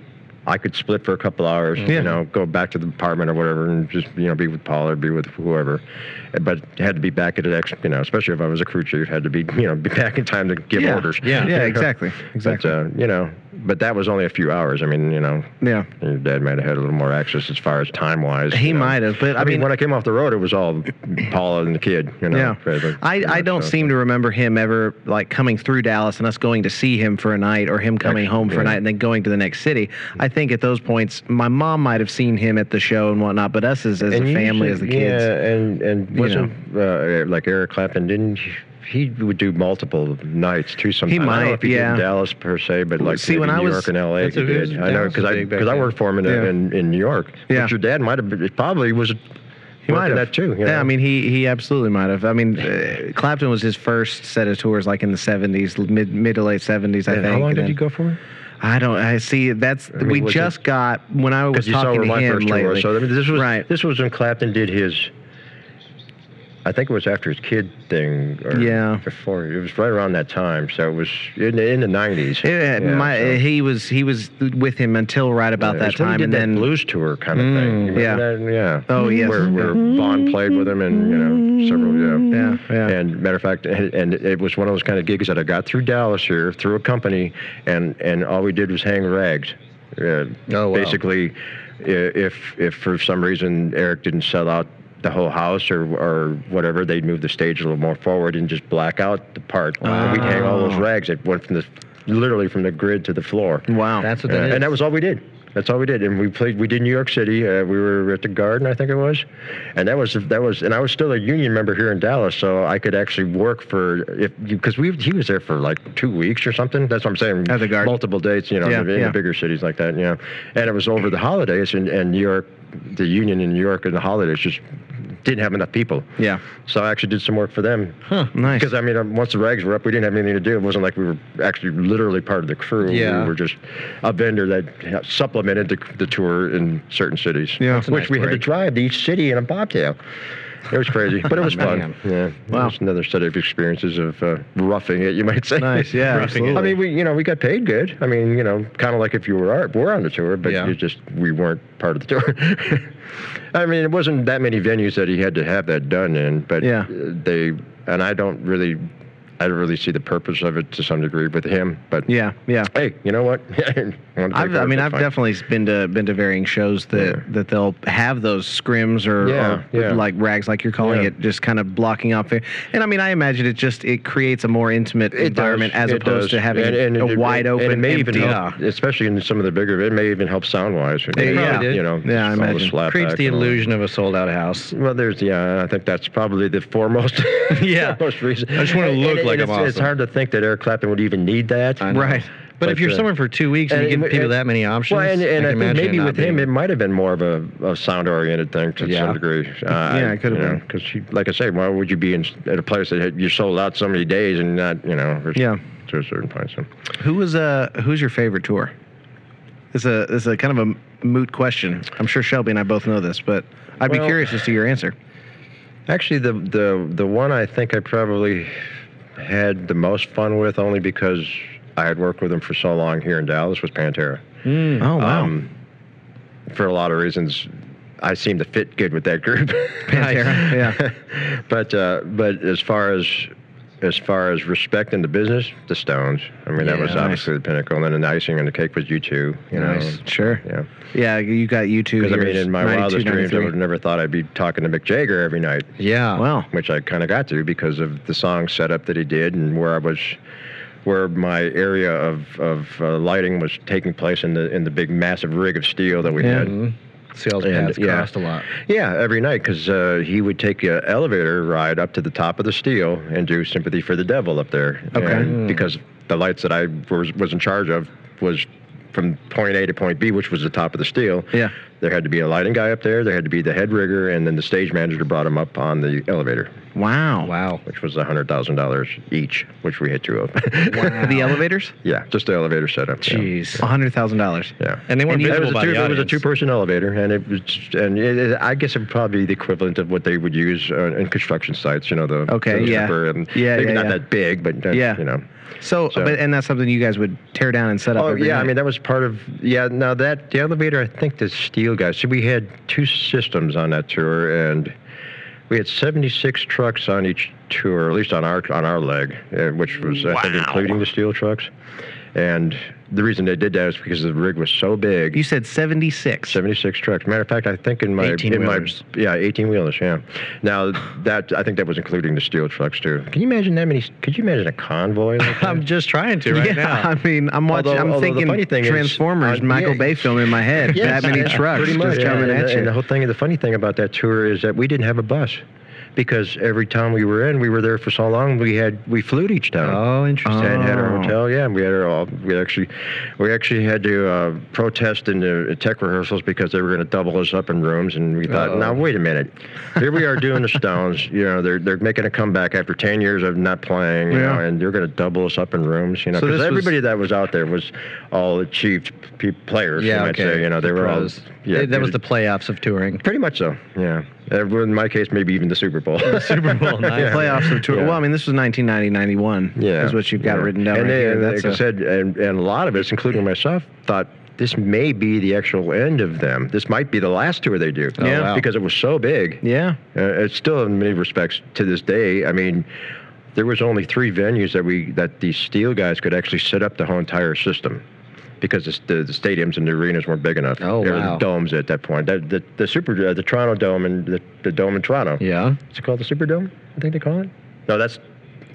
[SPEAKER 5] I could split for a couple hours,
[SPEAKER 4] Yeah.
[SPEAKER 5] you know, go back to the apartment or whatever, and just you know be with Paul or be with whoever, Uh, but had to be back at the next, you know, especially if I was a crew chief, had to be you know be back in time to give
[SPEAKER 3] yeah.
[SPEAKER 5] orders.
[SPEAKER 3] Yeah.
[SPEAKER 5] You know?
[SPEAKER 3] exactly. Exactly.
[SPEAKER 5] But, uh, you know, but that was only a few hours. I mean, you know,
[SPEAKER 3] Yeah.
[SPEAKER 5] your dad might have had a little more access as far as time wise.
[SPEAKER 3] He might have, but I
[SPEAKER 5] I, mean,
[SPEAKER 3] mean-
[SPEAKER 5] when I came off the road, it was all Paula and the kid. You know,
[SPEAKER 3] Yeah,
[SPEAKER 5] but, uh, like,
[SPEAKER 3] I,
[SPEAKER 5] you know,
[SPEAKER 3] I don't
[SPEAKER 5] so-
[SPEAKER 3] seem to remember him ever like coming through Dallas and us going to see him for a night or him coming home for a
[SPEAKER 5] yeah.
[SPEAKER 3] night and then going to the next city.
[SPEAKER 5] Hmm.
[SPEAKER 3] I think at those points, my mom might have seen him at the show and whatnot, but us as, as a
[SPEAKER 5] And
[SPEAKER 3] family,
[SPEAKER 5] usually-
[SPEAKER 3] as the kids,
[SPEAKER 5] Yeah, and and
[SPEAKER 3] you
[SPEAKER 5] wasn't uh, like Eric Clapton didn't. He would do multiple nights too. Sometimes I don't
[SPEAKER 3] might,
[SPEAKER 5] know if he
[SPEAKER 3] yeah.
[SPEAKER 5] did in Dallas per se, but like
[SPEAKER 3] See,
[SPEAKER 5] maybe
[SPEAKER 3] when I
[SPEAKER 5] New
[SPEAKER 3] was-
[SPEAKER 5] York and L.A.
[SPEAKER 4] That's
[SPEAKER 5] he
[SPEAKER 4] a- it was-
[SPEAKER 5] did. I know
[SPEAKER 4] Dallas was
[SPEAKER 5] because I
[SPEAKER 4] big back
[SPEAKER 5] because I
[SPEAKER 4] then.
[SPEAKER 5] worked for him in,
[SPEAKER 3] Yeah.
[SPEAKER 5] in, in New York.
[SPEAKER 3] Yeah.
[SPEAKER 5] But your dad might have been- probably was.
[SPEAKER 3] He might have
[SPEAKER 5] that too. you
[SPEAKER 3] Yeah,
[SPEAKER 5] know?
[SPEAKER 3] I mean, he he absolutely might have. I mean, uh, Clapton was his first set of tours, like in the seventies, mid mid to late seventies, I
[SPEAKER 5] And
[SPEAKER 3] think.
[SPEAKER 5] how long
[SPEAKER 3] and
[SPEAKER 5] did
[SPEAKER 3] then-
[SPEAKER 5] you go for? him?
[SPEAKER 3] I don't. I see. That's
[SPEAKER 5] mean,
[SPEAKER 3] we
[SPEAKER 5] was it-
[SPEAKER 3] just got when I was
[SPEAKER 5] Because you saw
[SPEAKER 3] talking
[SPEAKER 5] where
[SPEAKER 3] to
[SPEAKER 5] my
[SPEAKER 3] him
[SPEAKER 5] first tour
[SPEAKER 3] lately.
[SPEAKER 5] was. So I mean, this was
[SPEAKER 3] right.
[SPEAKER 5] this was when Clapton did his. I think it was after his kid thing, or
[SPEAKER 3] Yeah.
[SPEAKER 5] before. It was right around that time, so it was in the, in the nineties.
[SPEAKER 3] Yeah, my, he was he was with him until right about
[SPEAKER 5] Uh,
[SPEAKER 3] that time, and then Mm,
[SPEAKER 5] blues tour kind of thing. You remember
[SPEAKER 3] yeah.
[SPEAKER 5] that? yeah.
[SPEAKER 3] Oh, yes.
[SPEAKER 5] Where, where Vaughn played with him, and you know several. Yeah.
[SPEAKER 3] Yeah, yeah.
[SPEAKER 5] And matter of fact, and, and it was one of those kind of gigs that I got through Dallas here through a company, and and all we did was hang rags. Uh,
[SPEAKER 4] Oh, wow.
[SPEAKER 5] Basically, i- if if for some reason Eric didn't sell out the whole house or or whatever, they'd move the stage a little more forward and just black out the part. And We'd hang all those
[SPEAKER 3] Ah.
[SPEAKER 5] rags. It went from the literally from the grid to the floor.
[SPEAKER 3] wow,
[SPEAKER 4] That's what
[SPEAKER 5] Yeah,
[SPEAKER 4] that is.
[SPEAKER 5] Uh, and that was all we did. That's all we did, and we played. We did New York City. Uh, we were at the Garden, I think it was, and that was that was. And I was still a union member here in Dallas, so I could actually work for if because we he was there for like two weeks or something. That's what I'm saying.
[SPEAKER 3] At the Garden.
[SPEAKER 5] multiple dates, you know,
[SPEAKER 3] Yeah,
[SPEAKER 5] in, the, in
[SPEAKER 3] yeah.
[SPEAKER 5] the bigger cities like that, you know. And it was over the holidays, and and New York, the union in New York in the holidays just didn't have enough people.
[SPEAKER 3] yeah,
[SPEAKER 5] So I actually did some work for them.
[SPEAKER 3] nice.
[SPEAKER 5] Because I mean, um, once the rags were up, we didn't have anything to do. It wasn't like we were actually literally part of the crew.
[SPEAKER 4] Yeah.
[SPEAKER 5] We were just a vendor that supplemented the, the tour in certain cities.
[SPEAKER 3] Yeah. That's
[SPEAKER 5] which
[SPEAKER 3] a
[SPEAKER 4] nice
[SPEAKER 5] we had to
[SPEAKER 4] break.
[SPEAKER 5] drive to each city in a bobtail. It was crazy, but it was fun.
[SPEAKER 4] Man.
[SPEAKER 5] Yeah,
[SPEAKER 3] Wow.
[SPEAKER 5] it was another set of experiences of uh, roughing it, you might say.
[SPEAKER 3] Nice, yeah, Roughing it.
[SPEAKER 5] I mean, we you know we got paid good. I mean, you know, kind of like if you were art, we're on the tour, but
[SPEAKER 4] Yeah.
[SPEAKER 5] you just we weren't part of the tour. I mean, it wasn't that many venues that he had to have that done in, but
[SPEAKER 3] Yeah.
[SPEAKER 5] they and I don't really, I don't really see the purpose of it to some degree with him. But
[SPEAKER 3] yeah, yeah.
[SPEAKER 5] hey, you know what? Wanna take
[SPEAKER 3] I've,
[SPEAKER 5] over,
[SPEAKER 3] I mean,
[SPEAKER 5] it's
[SPEAKER 3] I've
[SPEAKER 5] fine.
[SPEAKER 3] definitely been to been to varying shows that
[SPEAKER 5] Yeah.
[SPEAKER 3] that they'll have those scrims or,
[SPEAKER 5] Yeah,
[SPEAKER 3] or
[SPEAKER 5] yeah.
[SPEAKER 3] like rags, like you're calling
[SPEAKER 5] Yeah.
[SPEAKER 3] it, just kind of blocking off. it. And I mean, I imagine it just it creates a more intimate
[SPEAKER 5] It
[SPEAKER 3] environment
[SPEAKER 5] does,
[SPEAKER 3] as
[SPEAKER 5] it
[SPEAKER 3] opposed
[SPEAKER 5] does.
[SPEAKER 3] to having
[SPEAKER 5] And- and
[SPEAKER 3] a
[SPEAKER 5] it-
[SPEAKER 3] wide
[SPEAKER 5] and
[SPEAKER 3] open
[SPEAKER 5] it may
[SPEAKER 3] empty.
[SPEAKER 5] even help, especially in some of the bigger. It may even help sound wise.
[SPEAKER 3] yeah.
[SPEAKER 5] you know,
[SPEAKER 3] Yeah, I
[SPEAKER 5] all the
[SPEAKER 3] imagine.
[SPEAKER 5] slapback
[SPEAKER 4] creates the
[SPEAKER 5] and all that.
[SPEAKER 4] illusion of a sold out house.
[SPEAKER 5] Well, there's yeah. I think that's probably the foremost.
[SPEAKER 4] Yeah.
[SPEAKER 5] foremost reason.
[SPEAKER 4] I just wanna
[SPEAKER 5] And-
[SPEAKER 4] look
[SPEAKER 5] and
[SPEAKER 4] like
[SPEAKER 5] it's,
[SPEAKER 4] I'm
[SPEAKER 5] It's
[SPEAKER 4] awesome.
[SPEAKER 5] hard to think that Eric Clapton would even need that.
[SPEAKER 4] I know.
[SPEAKER 3] Right.
[SPEAKER 4] But, if you're
[SPEAKER 5] uh,
[SPEAKER 4] somewhere for two weeks and, you give people that many options,
[SPEAKER 5] Well, and, and I,
[SPEAKER 4] I, can
[SPEAKER 5] think
[SPEAKER 4] imagine
[SPEAKER 5] maybe
[SPEAKER 4] it
[SPEAKER 5] with
[SPEAKER 4] not
[SPEAKER 5] him, it
[SPEAKER 4] being-
[SPEAKER 5] might have been more of a, a sound-oriented thing to
[SPEAKER 4] Yeah.
[SPEAKER 5] some degree. Uh,
[SPEAKER 3] Yeah, it could have been.
[SPEAKER 5] Because, like I say, why would you be in, at a place that had- you sold out so many days and not, you know, or-
[SPEAKER 3] Yeah.
[SPEAKER 5] to a certain point? So.
[SPEAKER 3] Who was uh who's your favorite tour? It's a it's a kind of a moot question. I'm sure Shelby and I both know this, but I'd be
[SPEAKER 5] Well-
[SPEAKER 3] curious as to your answer.
[SPEAKER 5] Actually, the the the one I think I probably had the most fun with, only because I had worked with him for so long here in Dallas, was Pantera.
[SPEAKER 4] Mm.
[SPEAKER 3] oh wow.
[SPEAKER 5] Um, for a lot of reasons, I seem to fit good with that group.
[SPEAKER 3] Pantera, yeah.
[SPEAKER 5] but uh, but as far as as far as respect in the business, the Stones. I mean, that
[SPEAKER 3] Yeah,
[SPEAKER 5] was
[SPEAKER 3] nice.
[SPEAKER 5] obviously the pinnacle, and then the icing on the cake was you two. You
[SPEAKER 3] Nice.
[SPEAKER 5] know,
[SPEAKER 3] Sure.
[SPEAKER 5] yeah.
[SPEAKER 3] Yeah, you got you two.
[SPEAKER 5] Because I mean,
[SPEAKER 3] years,
[SPEAKER 5] in my
[SPEAKER 3] 92,
[SPEAKER 5] wildest dreams, I
[SPEAKER 3] 93.
[SPEAKER 5] would have never thought I'd be talking to Mick Jagger every night
[SPEAKER 4] yeah.
[SPEAKER 3] Wow.
[SPEAKER 5] which I kind of got to because of the song setup that he did and where I was, where my area of of uh, lighting was taking place in the in the big massive rig of steel that we
[SPEAKER 3] Yeah.
[SPEAKER 5] had.
[SPEAKER 4] Mhm. Sales
[SPEAKER 5] And,
[SPEAKER 4] paths
[SPEAKER 5] yeah.
[SPEAKER 4] cost a lot.
[SPEAKER 5] Yeah, every night because uh, he would take an elevator ride up to the top of the steel and do "Sympathy for the Devil" up there.
[SPEAKER 3] Okay.
[SPEAKER 5] And because the lights that I was was in charge of was from point A to point B, which was the top of the steel.
[SPEAKER 3] Yeah.
[SPEAKER 5] There had to be a lighting guy up there. There had to be the head rigger, and then the stage manager brought him up on the elevator
[SPEAKER 3] Wow.
[SPEAKER 4] Wow.
[SPEAKER 5] which was hundred thousand dollars each, which we hit two of.
[SPEAKER 3] The elevators?
[SPEAKER 5] yeah, just the elevator setup. yeah.
[SPEAKER 4] Jeez.
[SPEAKER 3] hundred thousand dollars.
[SPEAKER 5] Yeah.
[SPEAKER 4] And they weren't
[SPEAKER 3] And you-
[SPEAKER 5] It was,
[SPEAKER 4] visible
[SPEAKER 5] a
[SPEAKER 4] by the
[SPEAKER 5] two, it was a
[SPEAKER 4] audience.
[SPEAKER 5] two-person elevator, and it was, and it, it- I guess it would probably be the equivalent of what they would use uh, in construction sites. You know, the
[SPEAKER 3] Okay,
[SPEAKER 5] the
[SPEAKER 3] yeah.
[SPEAKER 5] zipper and
[SPEAKER 3] Yeah,
[SPEAKER 5] maybe
[SPEAKER 3] yeah,
[SPEAKER 5] not
[SPEAKER 3] yeah.
[SPEAKER 5] that big, but uh,
[SPEAKER 3] Yeah.
[SPEAKER 5] you know.
[SPEAKER 3] So,
[SPEAKER 5] So-
[SPEAKER 3] but and that's something you guys would tear down and set up.
[SPEAKER 5] Oh
[SPEAKER 3] every
[SPEAKER 5] yeah, I
[SPEAKER 3] night.
[SPEAKER 5] mean that was part of yeah. Now that the elevator, I think the steel guys. So we had two systems on that tour, and we had 76 trucks on each tour, at least on our on our leg, uh, which was I think including the steel trucks, and the reason they did that is because the rig was so big.
[SPEAKER 4] You said 76.
[SPEAKER 5] 76 trucks. Matter of fact, I think in my
[SPEAKER 4] 18
[SPEAKER 5] in my
[SPEAKER 4] wheelers.
[SPEAKER 5] yeah, 18 wheelers, yeah. Now that I think that was including the steel trucks too. Can you imagine that many? Could you imagine a convoy? Like that?
[SPEAKER 4] I'm just trying to right
[SPEAKER 3] yeah,
[SPEAKER 4] now.
[SPEAKER 3] I mean, I'm watching.
[SPEAKER 5] Although-
[SPEAKER 3] I'm
[SPEAKER 5] although the
[SPEAKER 3] thinking
[SPEAKER 5] funny thing is,
[SPEAKER 3] Transformers,
[SPEAKER 5] uh,
[SPEAKER 3] Michael
[SPEAKER 5] yeah.
[SPEAKER 3] Bay film in my head.
[SPEAKER 5] Yes,
[SPEAKER 3] that many
[SPEAKER 5] yeah,
[SPEAKER 3] trucks
[SPEAKER 5] pretty much,
[SPEAKER 3] just
[SPEAKER 5] yeah.
[SPEAKER 3] coming
[SPEAKER 5] and,
[SPEAKER 3] at
[SPEAKER 5] and the
[SPEAKER 3] you.
[SPEAKER 5] whole thing, the funny thing about that tour is that we didn't have a bus, because every town we were in, we were there for so long. We had we flew to each town.
[SPEAKER 4] Oh, interesting.
[SPEAKER 5] And had our
[SPEAKER 3] Oh.
[SPEAKER 5] hotel, yeah, and we had our all. We actually, we actually had to uh, protest in the tech rehearsals because they were going to double us up in rooms, and we thought,
[SPEAKER 4] Uh-oh.
[SPEAKER 5] now wait a minute, here we are doing the Stones. You know, they're they're making a comeback after ten years of not playing, you
[SPEAKER 3] Yeah.
[SPEAKER 5] know, and they're going to double us up in rooms, you know,
[SPEAKER 4] So
[SPEAKER 5] because
[SPEAKER 4] this was-
[SPEAKER 5] everybody that was out there was all achieved pe- players. you might say, you know, they were all
[SPEAKER 4] Pros.
[SPEAKER 5] yeah,
[SPEAKER 4] They- that was
[SPEAKER 5] pretty-
[SPEAKER 4] the playoffs of touring.
[SPEAKER 5] Pretty much so. Yeah. Uh, well, In my case, maybe even the Super Bowl.
[SPEAKER 4] Super Bowl
[SPEAKER 5] Yeah.
[SPEAKER 3] Playoffs of tour.
[SPEAKER 5] Yeah.
[SPEAKER 3] Well, I mean, this was 1990, 91.
[SPEAKER 5] yeah.
[SPEAKER 3] is what you've got
[SPEAKER 5] Yeah.
[SPEAKER 3] written down
[SPEAKER 5] And
[SPEAKER 3] right
[SPEAKER 5] they-
[SPEAKER 3] here.
[SPEAKER 5] and
[SPEAKER 3] That's
[SPEAKER 5] like I
[SPEAKER 3] a-
[SPEAKER 5] said, and, and a lot of us, including myself, thought this may be the actual end of them. This might be the last tour they do.
[SPEAKER 3] Oh, Yeah. wow.
[SPEAKER 5] Because it was so big.
[SPEAKER 3] yeah.
[SPEAKER 5] Uh, it's still in many respects to this day. I mean, there was only three venues that we that these steel guys could actually set up the whole entire system. Because the, the, the stadiums and the arenas weren't big enough.
[SPEAKER 4] Oh,
[SPEAKER 5] They were
[SPEAKER 4] wow.
[SPEAKER 5] domes at that point. The, the, the super uh, the Toronto Dome and the, the dome in Toronto.
[SPEAKER 4] Yeah.
[SPEAKER 5] Is it called the Superdome? I think they call it. No, that's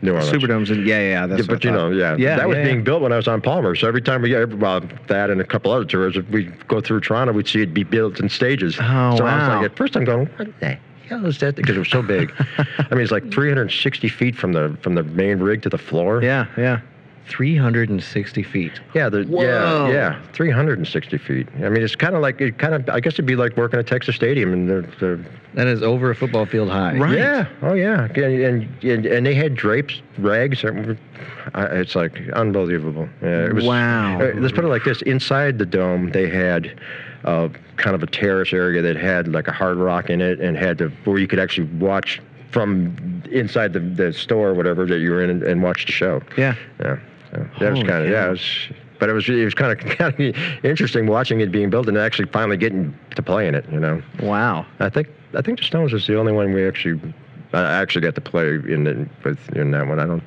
[SPEAKER 5] New Orleans.
[SPEAKER 3] Superdome's in. Yeah, yeah, yeah. That's
[SPEAKER 5] Yeah,
[SPEAKER 3] what
[SPEAKER 5] but
[SPEAKER 3] I
[SPEAKER 5] you
[SPEAKER 3] thought.
[SPEAKER 5] know, yeah,
[SPEAKER 3] Yeah,
[SPEAKER 5] that was
[SPEAKER 3] yeah,
[SPEAKER 5] being
[SPEAKER 3] yeah.
[SPEAKER 5] built when I was on Palmer. So every time we got well, that and a couple other tours, if we go through Toronto, we'd see it be built in stages.
[SPEAKER 3] Oh,
[SPEAKER 5] so I
[SPEAKER 3] wow.
[SPEAKER 5] was like, at first I'm going, what the hell is that? Because it was so big. I mean, it's like 360 feet from the from the main rig to the floor.
[SPEAKER 3] Yeah, yeah.
[SPEAKER 4] 360 feet.
[SPEAKER 5] yeah, the, yeah,
[SPEAKER 3] Whoa.
[SPEAKER 5] yeah, 360 feet. I mean, it's kind of like it kind of. I guess it'd be like working at Texas Stadium and the, the
[SPEAKER 4] That is over a football field high.
[SPEAKER 3] Right.
[SPEAKER 5] Yeah. Oh, yeah. And and, and, and they had drapes, rags. that were- I- It's like unbelievable. Yeah, it was,
[SPEAKER 3] Wow.
[SPEAKER 5] Uh, Let's put it like this: inside the dome, they had uh, kind of a terrace area that had like a hard rock in it, and had the where you could actually watch from inside the, the store or whatever that you were in and, and watch the show.
[SPEAKER 3] Yeah.
[SPEAKER 5] Yeah. So that was
[SPEAKER 3] Holy
[SPEAKER 5] kind of yeah.
[SPEAKER 3] cow.
[SPEAKER 5] It was, but it was it was kind of kind of interesting watching it being built and actually finally getting to play in it. You know.
[SPEAKER 3] Wow.
[SPEAKER 5] I think I think the Stones was the only one we actually I actually got to play in the, with in that one. I don't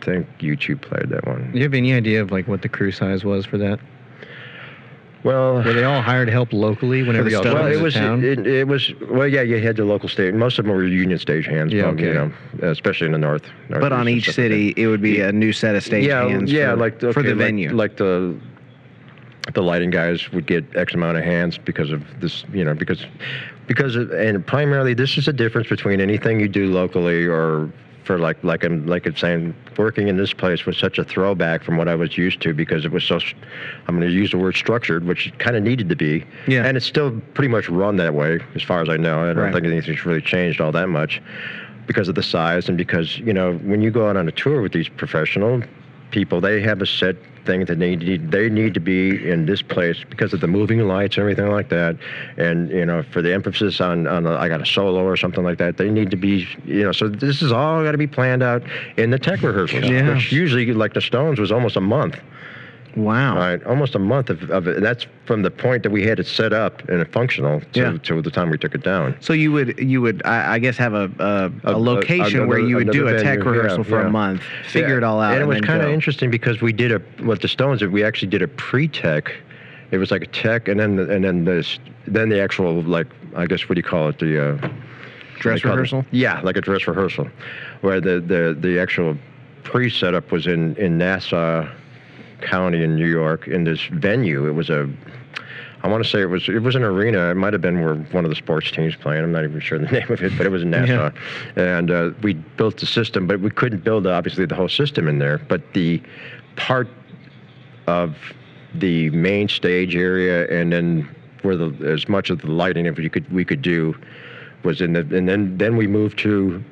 [SPEAKER 5] think you two played that one.
[SPEAKER 4] Do you have any idea of like what the crew size was for that?
[SPEAKER 5] Well,
[SPEAKER 4] Were they all hired help locally whenever
[SPEAKER 3] the
[SPEAKER 4] y'all
[SPEAKER 3] Stones?
[SPEAKER 5] well,
[SPEAKER 4] came
[SPEAKER 5] it
[SPEAKER 4] to
[SPEAKER 5] was
[SPEAKER 4] town?
[SPEAKER 5] it, it was well yeah you had the local stage. Most of them were union stage hands.
[SPEAKER 4] Yeah,
[SPEAKER 5] but, you
[SPEAKER 4] okay.
[SPEAKER 5] know, uh, especially in the north.
[SPEAKER 3] But on each city, it would be a new set of stage
[SPEAKER 5] yeah,
[SPEAKER 3] hands
[SPEAKER 5] yeah,
[SPEAKER 3] for,
[SPEAKER 5] like okay,
[SPEAKER 3] for the
[SPEAKER 5] like-
[SPEAKER 3] venue.
[SPEAKER 5] like the the lighting guys would get X amount of hands because of this, you know, because because of, and primarily this is the difference between anything you do locally or for like like I'm like it's saying working in this place was such a throwback from what I was used to because it was so s- I'm going to use the word structured, which it kind of needed to be,
[SPEAKER 3] Yeah.
[SPEAKER 5] and it's still pretty much run that way as far as I know. I don't
[SPEAKER 3] Right.
[SPEAKER 5] think anything's really changed all that much because of the size and because you know when you go out on a tour with these professional people they have a set thing that they need they need to be in this place because of the moving lights and everything like that and you know for the emphasis on on a, I got a solo or something like that they need to be you know so this is all got to be planned out in the tech rehearsals
[SPEAKER 3] Yeah.
[SPEAKER 5] which usually like the Stones was almost a month
[SPEAKER 3] wow.
[SPEAKER 5] right almost a month of, of it. that's from the point that we had it set up and functional to,
[SPEAKER 3] Yeah.
[SPEAKER 5] to the time we took it down
[SPEAKER 3] So you would you would I, I guess have a a, a,
[SPEAKER 5] A- a-
[SPEAKER 3] location where
[SPEAKER 5] another-
[SPEAKER 3] you would do a
[SPEAKER 5] another
[SPEAKER 3] tech
[SPEAKER 5] venue, yeah,
[SPEAKER 3] rehearsal for
[SPEAKER 5] yeah.
[SPEAKER 3] a month, figure
[SPEAKER 5] Yeah.
[SPEAKER 3] it all out, Uh,
[SPEAKER 5] And it
[SPEAKER 3] and
[SPEAKER 5] was
[SPEAKER 3] then
[SPEAKER 5] kind of
[SPEAKER 3] go.
[SPEAKER 5] interesting because we did a what the Stones did. We actually did a pre-tech. It was like a tech, and then the, and then this then the actual like I guess what do you call it the uh,
[SPEAKER 3] Dress
[SPEAKER 5] they call it-
[SPEAKER 3] rehearsal?
[SPEAKER 5] yeah, like a dress rehearsal, where the the the actual pre-setup was in in Nassau County in New York in this venue. It was a I want to say it was it was an arena. It might have been where one of the sports teams playing. I'm not even sure the name of it, but it was in Nassau, and uh, we built the system, but we couldn't build obviously the whole system in there. But the part of the main stage area, and then where the as much of the lighting if you could we could do was in the and then then we moved to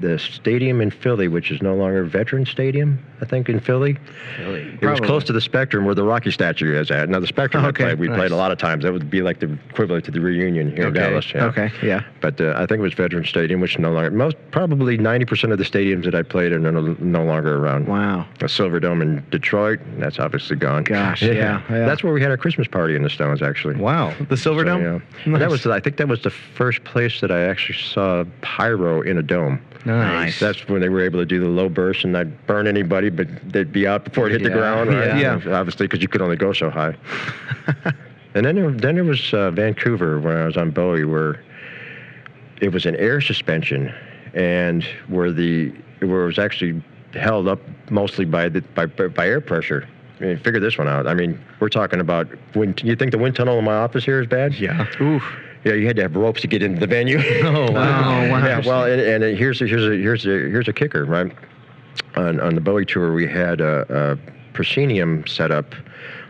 [SPEAKER 5] the stadium in Philly, which is no longer Veteran Stadium, I think in Philly. It was
[SPEAKER 3] Probably.
[SPEAKER 5] close to the Spectrum where the Rocky statue is at. Now the Spectrum
[SPEAKER 3] Okay,
[SPEAKER 5] I played, we
[SPEAKER 3] nice.
[SPEAKER 5] played a lot of times. That would be like the equivalent to the reunion here in
[SPEAKER 3] Okay,
[SPEAKER 5] Dallas. yeah.
[SPEAKER 3] okay, yeah.
[SPEAKER 5] But uh, I think it was Veteran Stadium, which no longer most probably 90% of the stadiums that I played are no, no longer around.
[SPEAKER 3] Wow.
[SPEAKER 5] A Silver Dome in Detroit, that's obviously gone.
[SPEAKER 3] Gosh, yeah, yeah.
[SPEAKER 5] That's where we had our Christmas party in the Stones, actually.
[SPEAKER 4] Wow.
[SPEAKER 3] The Silver
[SPEAKER 5] So,
[SPEAKER 3] Dome.
[SPEAKER 5] yeah.
[SPEAKER 3] Nice.
[SPEAKER 5] That was I think that was the first place that I actually saw pyro in a dome.
[SPEAKER 3] Nice.
[SPEAKER 5] That's when they were able to do the low burst and not burn anybody, but they'd be out before it hit
[SPEAKER 4] Yeah.
[SPEAKER 5] the ground. Right?
[SPEAKER 3] Yeah.
[SPEAKER 5] Obviously, because you could only go so high. and then there, then there was uh, Vancouver when I was on Bowie, where it was an air suspension, and where the where it was actually held up mostly by the by by air pressure. I mean, figure this one out. I mean, we're talking about wind. You think the wind tunnel in my office here is bad?
[SPEAKER 4] Yeah.
[SPEAKER 5] Yeah, you had to have ropes to get into the venue.
[SPEAKER 4] Oh, wow.
[SPEAKER 3] wow.
[SPEAKER 5] Yeah, well, and, and it- here's a, here's a, here's a, here's a kicker, right? On on the Bowie tour, we had a, a proscenium set up,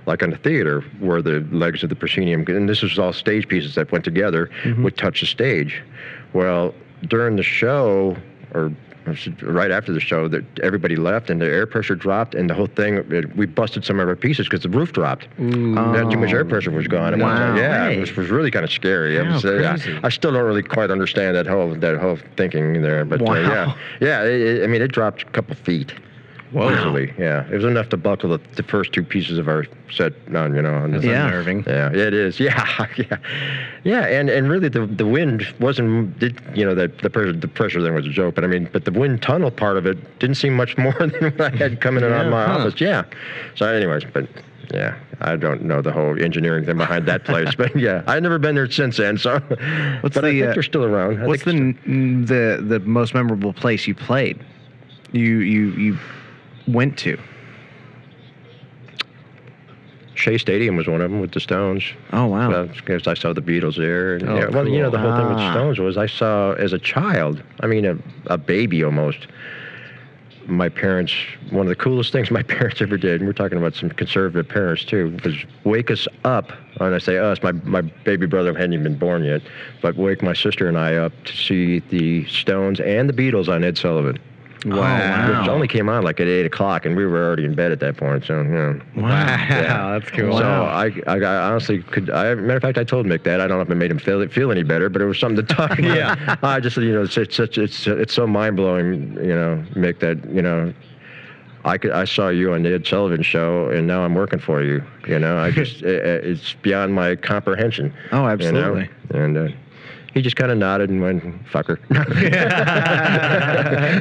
[SPEAKER 5] like on a theater, where the legs of the proscenium, and this was all stage pieces that went together, would touch the stage. Well, during the show, or right after the show, that everybody left and the air pressure dropped, and the whole thing, it, we busted some of our pieces because the roof dropped. Not too much
[SPEAKER 3] Um,
[SPEAKER 5] air pressure was gone. It was,
[SPEAKER 3] Wow.
[SPEAKER 5] yeah,
[SPEAKER 4] Hey.
[SPEAKER 5] it was, was really kind of scary. It
[SPEAKER 4] Wow,
[SPEAKER 5] was, uh, yeah,
[SPEAKER 4] crazy.
[SPEAKER 5] I still don't really quite understand that whole that whole thinking there, but
[SPEAKER 3] Wow.
[SPEAKER 5] uh, yeah, yeah. It, it- I mean, it dropped a couple feet.
[SPEAKER 4] Whoa.
[SPEAKER 5] Easily, yeah. It was enough to buckle the, the first two pieces of our set on, you know. On the,
[SPEAKER 4] That's
[SPEAKER 3] Yeah.
[SPEAKER 4] unnerving.
[SPEAKER 5] yeah, it is. Yeah, yeah, yeah. And and really, the the wind wasn't. Did, you know that the pressure the pressure thing was a joke, but I mean, but the wind tunnel part of it didn't seem much more than what I had coming in
[SPEAKER 4] Yeah,
[SPEAKER 5] on my
[SPEAKER 4] huh.
[SPEAKER 5] office. Yeah. So, anyways, but yeah, I don't know the whole engineering thing behind that place, but yeah, I've never been there since then. So,
[SPEAKER 3] What's
[SPEAKER 5] but I
[SPEAKER 3] the,
[SPEAKER 5] think
[SPEAKER 3] uh,
[SPEAKER 5] they're still around. I
[SPEAKER 3] What's the
[SPEAKER 5] think
[SPEAKER 3] n- the the most memorable place you played? You you you went to?
[SPEAKER 5] Shea Stadium was one of them with the Stones.
[SPEAKER 3] Oh wow!
[SPEAKER 5] Well, because I saw the Beatles there. And,
[SPEAKER 4] Oh,
[SPEAKER 5] yeah, well, you know,
[SPEAKER 4] cool.
[SPEAKER 5] the whole thing with
[SPEAKER 3] Ah.
[SPEAKER 5] Stones was I saw as a child, I mean, a, a baby almost. My parents, one of the coolest things my parents ever did, and we're talking about some conservative parents too, was wake us up. And I say us, my, my baby brother hadn't even been born yet, but wake my sister and I up to see the Stones and the Beatles on Ed Sullivan.
[SPEAKER 3] Oh, wow!
[SPEAKER 4] Oh,
[SPEAKER 5] Which only came on like at 8 o'clock, and we were already in bed at that point, so, yeah.
[SPEAKER 3] wow!
[SPEAKER 4] Yeah, that's cool.
[SPEAKER 5] So
[SPEAKER 3] Wow.
[SPEAKER 5] I, I, I honestly could. I, matter of fact, I told Mick that. I don't know if it made him feel feel any better, but it was something to talk about.
[SPEAKER 4] Yeah.
[SPEAKER 5] I just, you know, it's it's such it's it's so mind blowing, you know, Mick, that you know, I could I saw you on the Ed Sullivan show, and now I'm working for you. You know, I just it, it- it's beyond my comprehension.
[SPEAKER 3] Oh,
[SPEAKER 5] you know?
[SPEAKER 3] absolutely.
[SPEAKER 5] And. Uh, he just kind of nodded and went, "Fucker."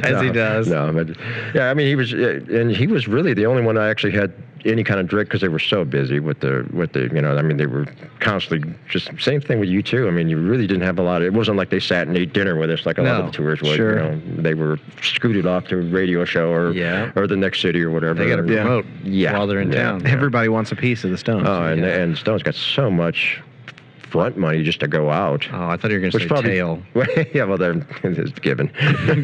[SPEAKER 4] As he
[SPEAKER 5] No,
[SPEAKER 4] does.
[SPEAKER 5] No, but yeah, I mean, he was, uh, and he was really the only one I actually had any kind of drink because they were so busy with the, with the, you know, I mean, they were constantly just same thing with you too. I mean, you really didn't have a lot. Of, it wasn't like they sat and ate dinner with us like a lot
[SPEAKER 4] No,
[SPEAKER 5] of the tours would.
[SPEAKER 3] sure.
[SPEAKER 5] You know, they were scooted off to a radio show or
[SPEAKER 4] Yeah.
[SPEAKER 5] or the next city or whatever.
[SPEAKER 4] They got to
[SPEAKER 5] And-
[SPEAKER 4] promote
[SPEAKER 5] Yeah.
[SPEAKER 4] while they're in
[SPEAKER 5] Yeah.
[SPEAKER 4] town.
[SPEAKER 3] Everybody wants a piece of the Stones.
[SPEAKER 5] Oh, and
[SPEAKER 4] Yeah.
[SPEAKER 5] and Stone's got so much front money just to go out.
[SPEAKER 4] Oh, I thought you were going to say tail.
[SPEAKER 5] yeah, well, they're it's given.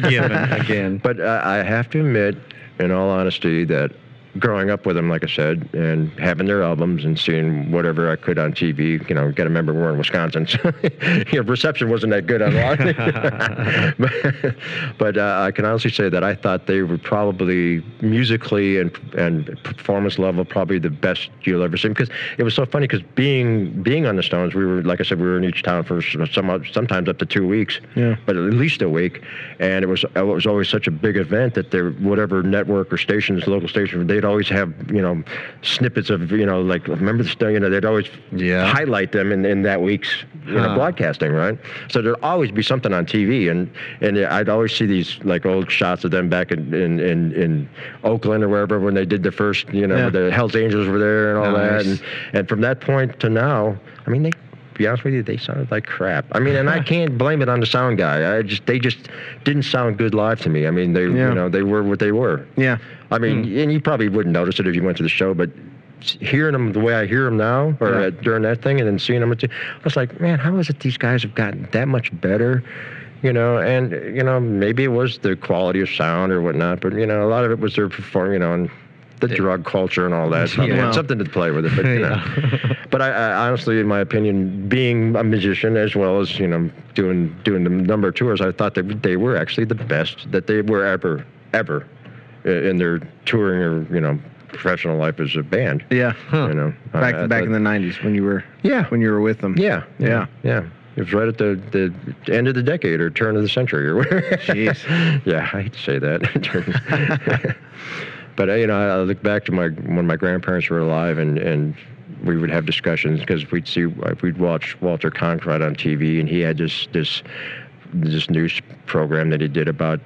[SPEAKER 4] Given again.
[SPEAKER 5] But uh, I, I have to admit, in all honesty, that growing up with them, like I said, and having their albums and seeing whatever I could on TV, you know, got to remember we're in Wisconsin, so you know, reception wasn't that good on a lot. but but uh, I can honestly say that I thought they were probably musically and and performance level probably the best you'll ever see because it was so funny because being being on the Stones, we were like I said, we were in each town for some sometimes up to two weeks
[SPEAKER 3] Yeah.
[SPEAKER 5] but at least a week. And it was it was always such a big event that there whatever network or stations, local stations, they'd always have you know snippets of you know like remember the story. You know they'd always
[SPEAKER 4] Yeah.
[SPEAKER 5] highlight them in, in that week's you know,
[SPEAKER 4] Huh.
[SPEAKER 5] broadcasting, right? So there'd always be something on TV, and and I'd always see these like old shots of them back in in, in, in Oakland or wherever when they did the first you know
[SPEAKER 4] Yeah.
[SPEAKER 5] the Hell's Angels were there and all
[SPEAKER 4] Nice.
[SPEAKER 5] that, and and from that point to now, I mean they be honest with you, they sounded like crap. I mean, and I can't blame it on the sound guy. I just they just didn't sound good live to me. I mean, they
[SPEAKER 3] Yeah.
[SPEAKER 5] you know they were what they were.
[SPEAKER 3] yeah.
[SPEAKER 5] I mean,
[SPEAKER 3] Hmm.
[SPEAKER 5] and you probably wouldn't notice it if you went to the show, but s- hearing them the way I hear them now, or
[SPEAKER 3] Yeah.
[SPEAKER 5] uh, during that thing, and then seeing them, at the- I was like, man, how is it these guys have gotten that much better? You know, and you know, maybe it was the quality of sound or whatnot, but you know, a lot of it was their perform, you know, and the drug culture and all that. I mean,
[SPEAKER 3] Yeah.
[SPEAKER 5] it's something to play with it, but you know. but I, I honestly, in my opinion, being a musician as well as you know doing doing the number of tours, I thought that they were actually the best that they were ever ever i- in their uh, touring or you know professional life as a band.
[SPEAKER 3] Yeah.
[SPEAKER 5] You know, Uh,
[SPEAKER 3] Back
[SPEAKER 5] I- I
[SPEAKER 3] back in
[SPEAKER 5] thought-
[SPEAKER 3] the '90s when you were
[SPEAKER 5] yeah
[SPEAKER 3] when you were with
[SPEAKER 4] Um,
[SPEAKER 3] them.
[SPEAKER 5] yeah
[SPEAKER 3] Yeah.
[SPEAKER 5] yeah. It was right at the, the end of the decade or turn of the century or whatever.
[SPEAKER 3] Jeez.
[SPEAKER 5] yeah, I hate to say that. but uh, you know, I, I look back to my when my grandparents were alive, and and we would have discussions because we'd see uh, we'd watch Walter Cronkite on TV, and he had this this this news program that he did about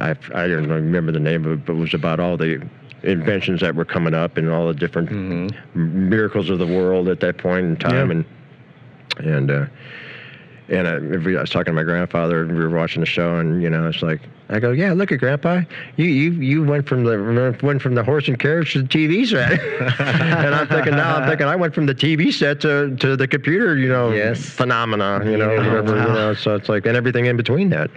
[SPEAKER 5] I, I don't remember the name of it, but it was about all the inventions that were coming up and all the different m- miracles of the world at that point in time.
[SPEAKER 4] Yeah.
[SPEAKER 5] And and uh, and I, we- I was talking to my grandfather, and we were watching the show, and you know, it's like I go, yeah, look at Grandpa, you you you went from the went from the horse and carriage to the TV set, and I'm thinking now, I'm thinking I went from the TV set to, to the computer, you know,
[SPEAKER 4] Yes.
[SPEAKER 5] phenomena, you know, whatever, you know, so it's like and everything in between that,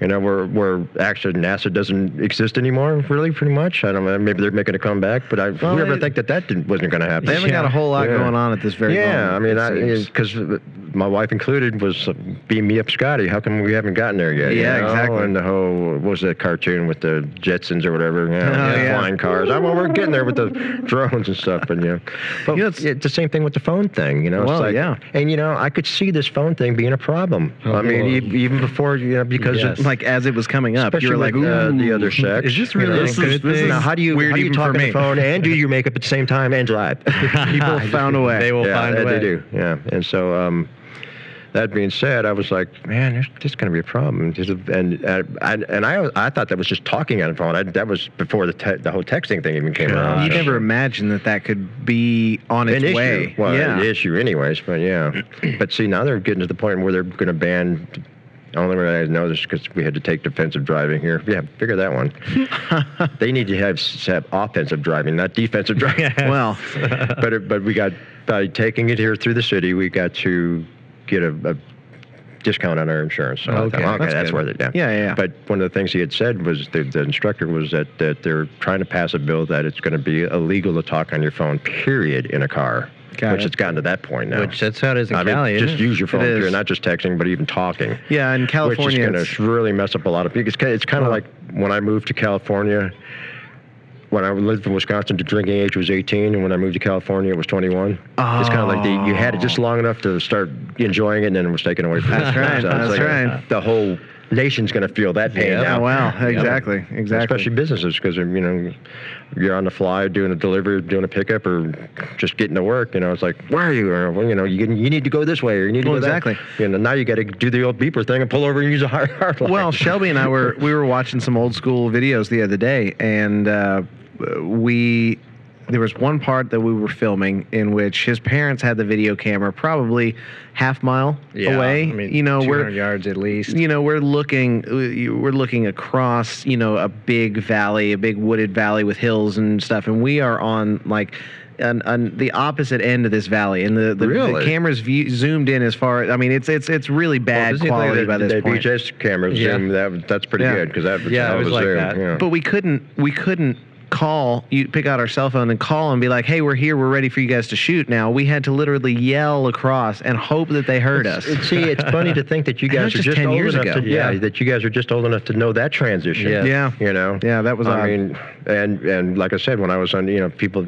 [SPEAKER 5] you know, where where actually NASA doesn't exist anymore, really, pretty much. I don't know, maybe they're making a comeback, but I
[SPEAKER 3] Well,
[SPEAKER 5] whoever
[SPEAKER 3] they-
[SPEAKER 5] think that that didn't, wasn't going to happen.
[SPEAKER 3] They haven't got a whole lot
[SPEAKER 5] Yeah.
[SPEAKER 3] going on at this very
[SPEAKER 5] Yeah,
[SPEAKER 3] moment.
[SPEAKER 5] I mean,
[SPEAKER 3] it
[SPEAKER 5] I
[SPEAKER 3] seems.
[SPEAKER 5] because my wife included was uh, beam me up, Scotty. How come we haven't gotten there yet? you
[SPEAKER 3] Yeah,
[SPEAKER 5] know?
[SPEAKER 3] exactly.
[SPEAKER 5] And the whole what was that cartoon with the Jetsons or whatever? You
[SPEAKER 3] Oh,
[SPEAKER 5] know, the
[SPEAKER 3] yeah.
[SPEAKER 5] flying cars. I mean, we're getting there with the drones and stuff, and you know, but
[SPEAKER 3] You know, it's-
[SPEAKER 5] it's, the same thing with the phone thing. You know,
[SPEAKER 3] Well,
[SPEAKER 5] it's like,
[SPEAKER 3] yeah.
[SPEAKER 5] And you know, I could see this phone thing being a problem.
[SPEAKER 4] Oh,
[SPEAKER 5] I mean,
[SPEAKER 4] Lord.
[SPEAKER 5] e- even before you know, because
[SPEAKER 4] Yes.
[SPEAKER 5] it's like.
[SPEAKER 3] like as it was coming up, you were like,
[SPEAKER 5] with, uh, the
[SPEAKER 3] "Ooh."
[SPEAKER 5] other sex.
[SPEAKER 6] Is this really a
[SPEAKER 5] this
[SPEAKER 6] good
[SPEAKER 5] is- this is-
[SPEAKER 6] thing?
[SPEAKER 5] Now, how do you,
[SPEAKER 6] Weird
[SPEAKER 5] how do you
[SPEAKER 6] even
[SPEAKER 5] talk
[SPEAKER 6] for
[SPEAKER 5] on the
[SPEAKER 6] me.
[SPEAKER 5] phone and do your makeup at the same time and drive?
[SPEAKER 3] People found a way.
[SPEAKER 4] They will
[SPEAKER 5] yeah,
[SPEAKER 4] find a
[SPEAKER 5] that
[SPEAKER 4] way.
[SPEAKER 5] They do. Yeah. And so, um, that being said, I was like, man, there's, there's going to be a problem. There's a- And uh, I, and I, I thought that was just talking on the phone. I, that was before the te- the whole texting thing even came around.
[SPEAKER 3] You
[SPEAKER 5] So-
[SPEAKER 3] never imagined that that could be on its
[SPEAKER 5] an issue.
[SPEAKER 3] way.
[SPEAKER 5] Well,
[SPEAKER 3] yeah.
[SPEAKER 5] an issue, anyways. But yeah, but see, now they're getting to the point where they're going to ban. The only way I know this because we had to take defensive driving here. Yeah, figure that one. they need to have, s- have offensive driving, not defensive driving.
[SPEAKER 3] Well,
[SPEAKER 5] but it, but we got by taking it here through the city, we got to get a. a Discount on our insurance.
[SPEAKER 3] Oh,
[SPEAKER 5] So I thought,
[SPEAKER 4] Okay,
[SPEAKER 5] okay,
[SPEAKER 4] that's
[SPEAKER 5] that's,
[SPEAKER 4] good.
[SPEAKER 5] worth it. Yeah.
[SPEAKER 3] Yeah, yeah, yeah.
[SPEAKER 5] But one of the things he had said was the, the instructor was that, that they're trying to pass a bill that it's going to be illegal to talk on your phone, period, in a car.
[SPEAKER 3] Got
[SPEAKER 5] which
[SPEAKER 3] it.
[SPEAKER 5] it's gotten to that point now.
[SPEAKER 4] Which that's how it is in
[SPEAKER 5] I mean,
[SPEAKER 4] Cali.
[SPEAKER 5] just
[SPEAKER 4] isn't it?
[SPEAKER 5] use your phone,
[SPEAKER 3] It is.
[SPEAKER 5] period, not just texting, but even talking.
[SPEAKER 3] yeah, in California,
[SPEAKER 5] Which
[SPEAKER 3] it's-
[SPEAKER 5] is going to really mess up a lot of people. It's kind, it's kind of like when I moved to California. When I lived in Wisconsin, the drinking age was 18, and when I moved to California, it was 21. It's kind of like the, you had it just long enough to start enjoying it, and then it was taken away from you.
[SPEAKER 3] Oh. That's right,
[SPEAKER 5] So it's
[SPEAKER 3] that's
[SPEAKER 5] like
[SPEAKER 3] right.
[SPEAKER 5] The whole nation's going to feel that pain
[SPEAKER 4] Yeah.
[SPEAKER 5] now.
[SPEAKER 3] Oh, wow.
[SPEAKER 5] You know?
[SPEAKER 3] Exactly, exactly.
[SPEAKER 5] Especially businesses, because you know, you're on the fly doing a delivery, doing a pickup, or just getting to work. You know, it's like, why are you? Or, well, you know, you, you need to go this way, or you need to
[SPEAKER 3] Well,
[SPEAKER 5] go that-
[SPEAKER 3] exactly.
[SPEAKER 5] You know, now you got to do the old beeper thing and pull over and use a hard, hard line.
[SPEAKER 3] Well, Shelby and I were we were watching some old school videos the other day, and uh, we there was one part that we were filming in which his parents had the video camera probably half mile
[SPEAKER 4] Yeah,
[SPEAKER 3] away.
[SPEAKER 4] I mean,
[SPEAKER 3] you know,
[SPEAKER 4] 200
[SPEAKER 3] we're
[SPEAKER 4] yards at least.
[SPEAKER 3] you know we're looking we're looking across you know a big valley a big wooded valley with hills and stuff and we are on like on, on the opposite end of this valley and the the, the
[SPEAKER 5] Really?
[SPEAKER 3] camera's view, zoomed in as far i mean it's it's it's really bad
[SPEAKER 5] Well,
[SPEAKER 3] quality
[SPEAKER 5] the,
[SPEAKER 3] by this
[SPEAKER 5] the
[SPEAKER 3] point
[SPEAKER 5] VHS cameras,
[SPEAKER 4] Yeah.
[SPEAKER 5] zoom, that, that's pretty
[SPEAKER 3] Yeah.
[SPEAKER 5] good because that,
[SPEAKER 4] Yeah,
[SPEAKER 5] that
[SPEAKER 4] it was like
[SPEAKER 5] there.
[SPEAKER 4] that.
[SPEAKER 5] yeah.
[SPEAKER 3] but we couldn't we couldn't call you pick out our cell phone and call and be like hey we're here we're ready for you guys to shoot now we had to literally yell across and hope that they heard us
[SPEAKER 5] It's- See, it's funny to think that you
[SPEAKER 3] was
[SPEAKER 5] guys are
[SPEAKER 3] just
[SPEAKER 5] just
[SPEAKER 3] 10
[SPEAKER 5] old
[SPEAKER 3] years
[SPEAKER 5] enough
[SPEAKER 3] ago.
[SPEAKER 5] to yeah,
[SPEAKER 4] Yeah.
[SPEAKER 5] that you guys are just old enough to know that transition.
[SPEAKER 4] Yeah.
[SPEAKER 3] Yeah.
[SPEAKER 5] you know.
[SPEAKER 3] Yeah, that was
[SPEAKER 5] I
[SPEAKER 3] odd.
[SPEAKER 5] mean, and and like I said, when I was on, you know, people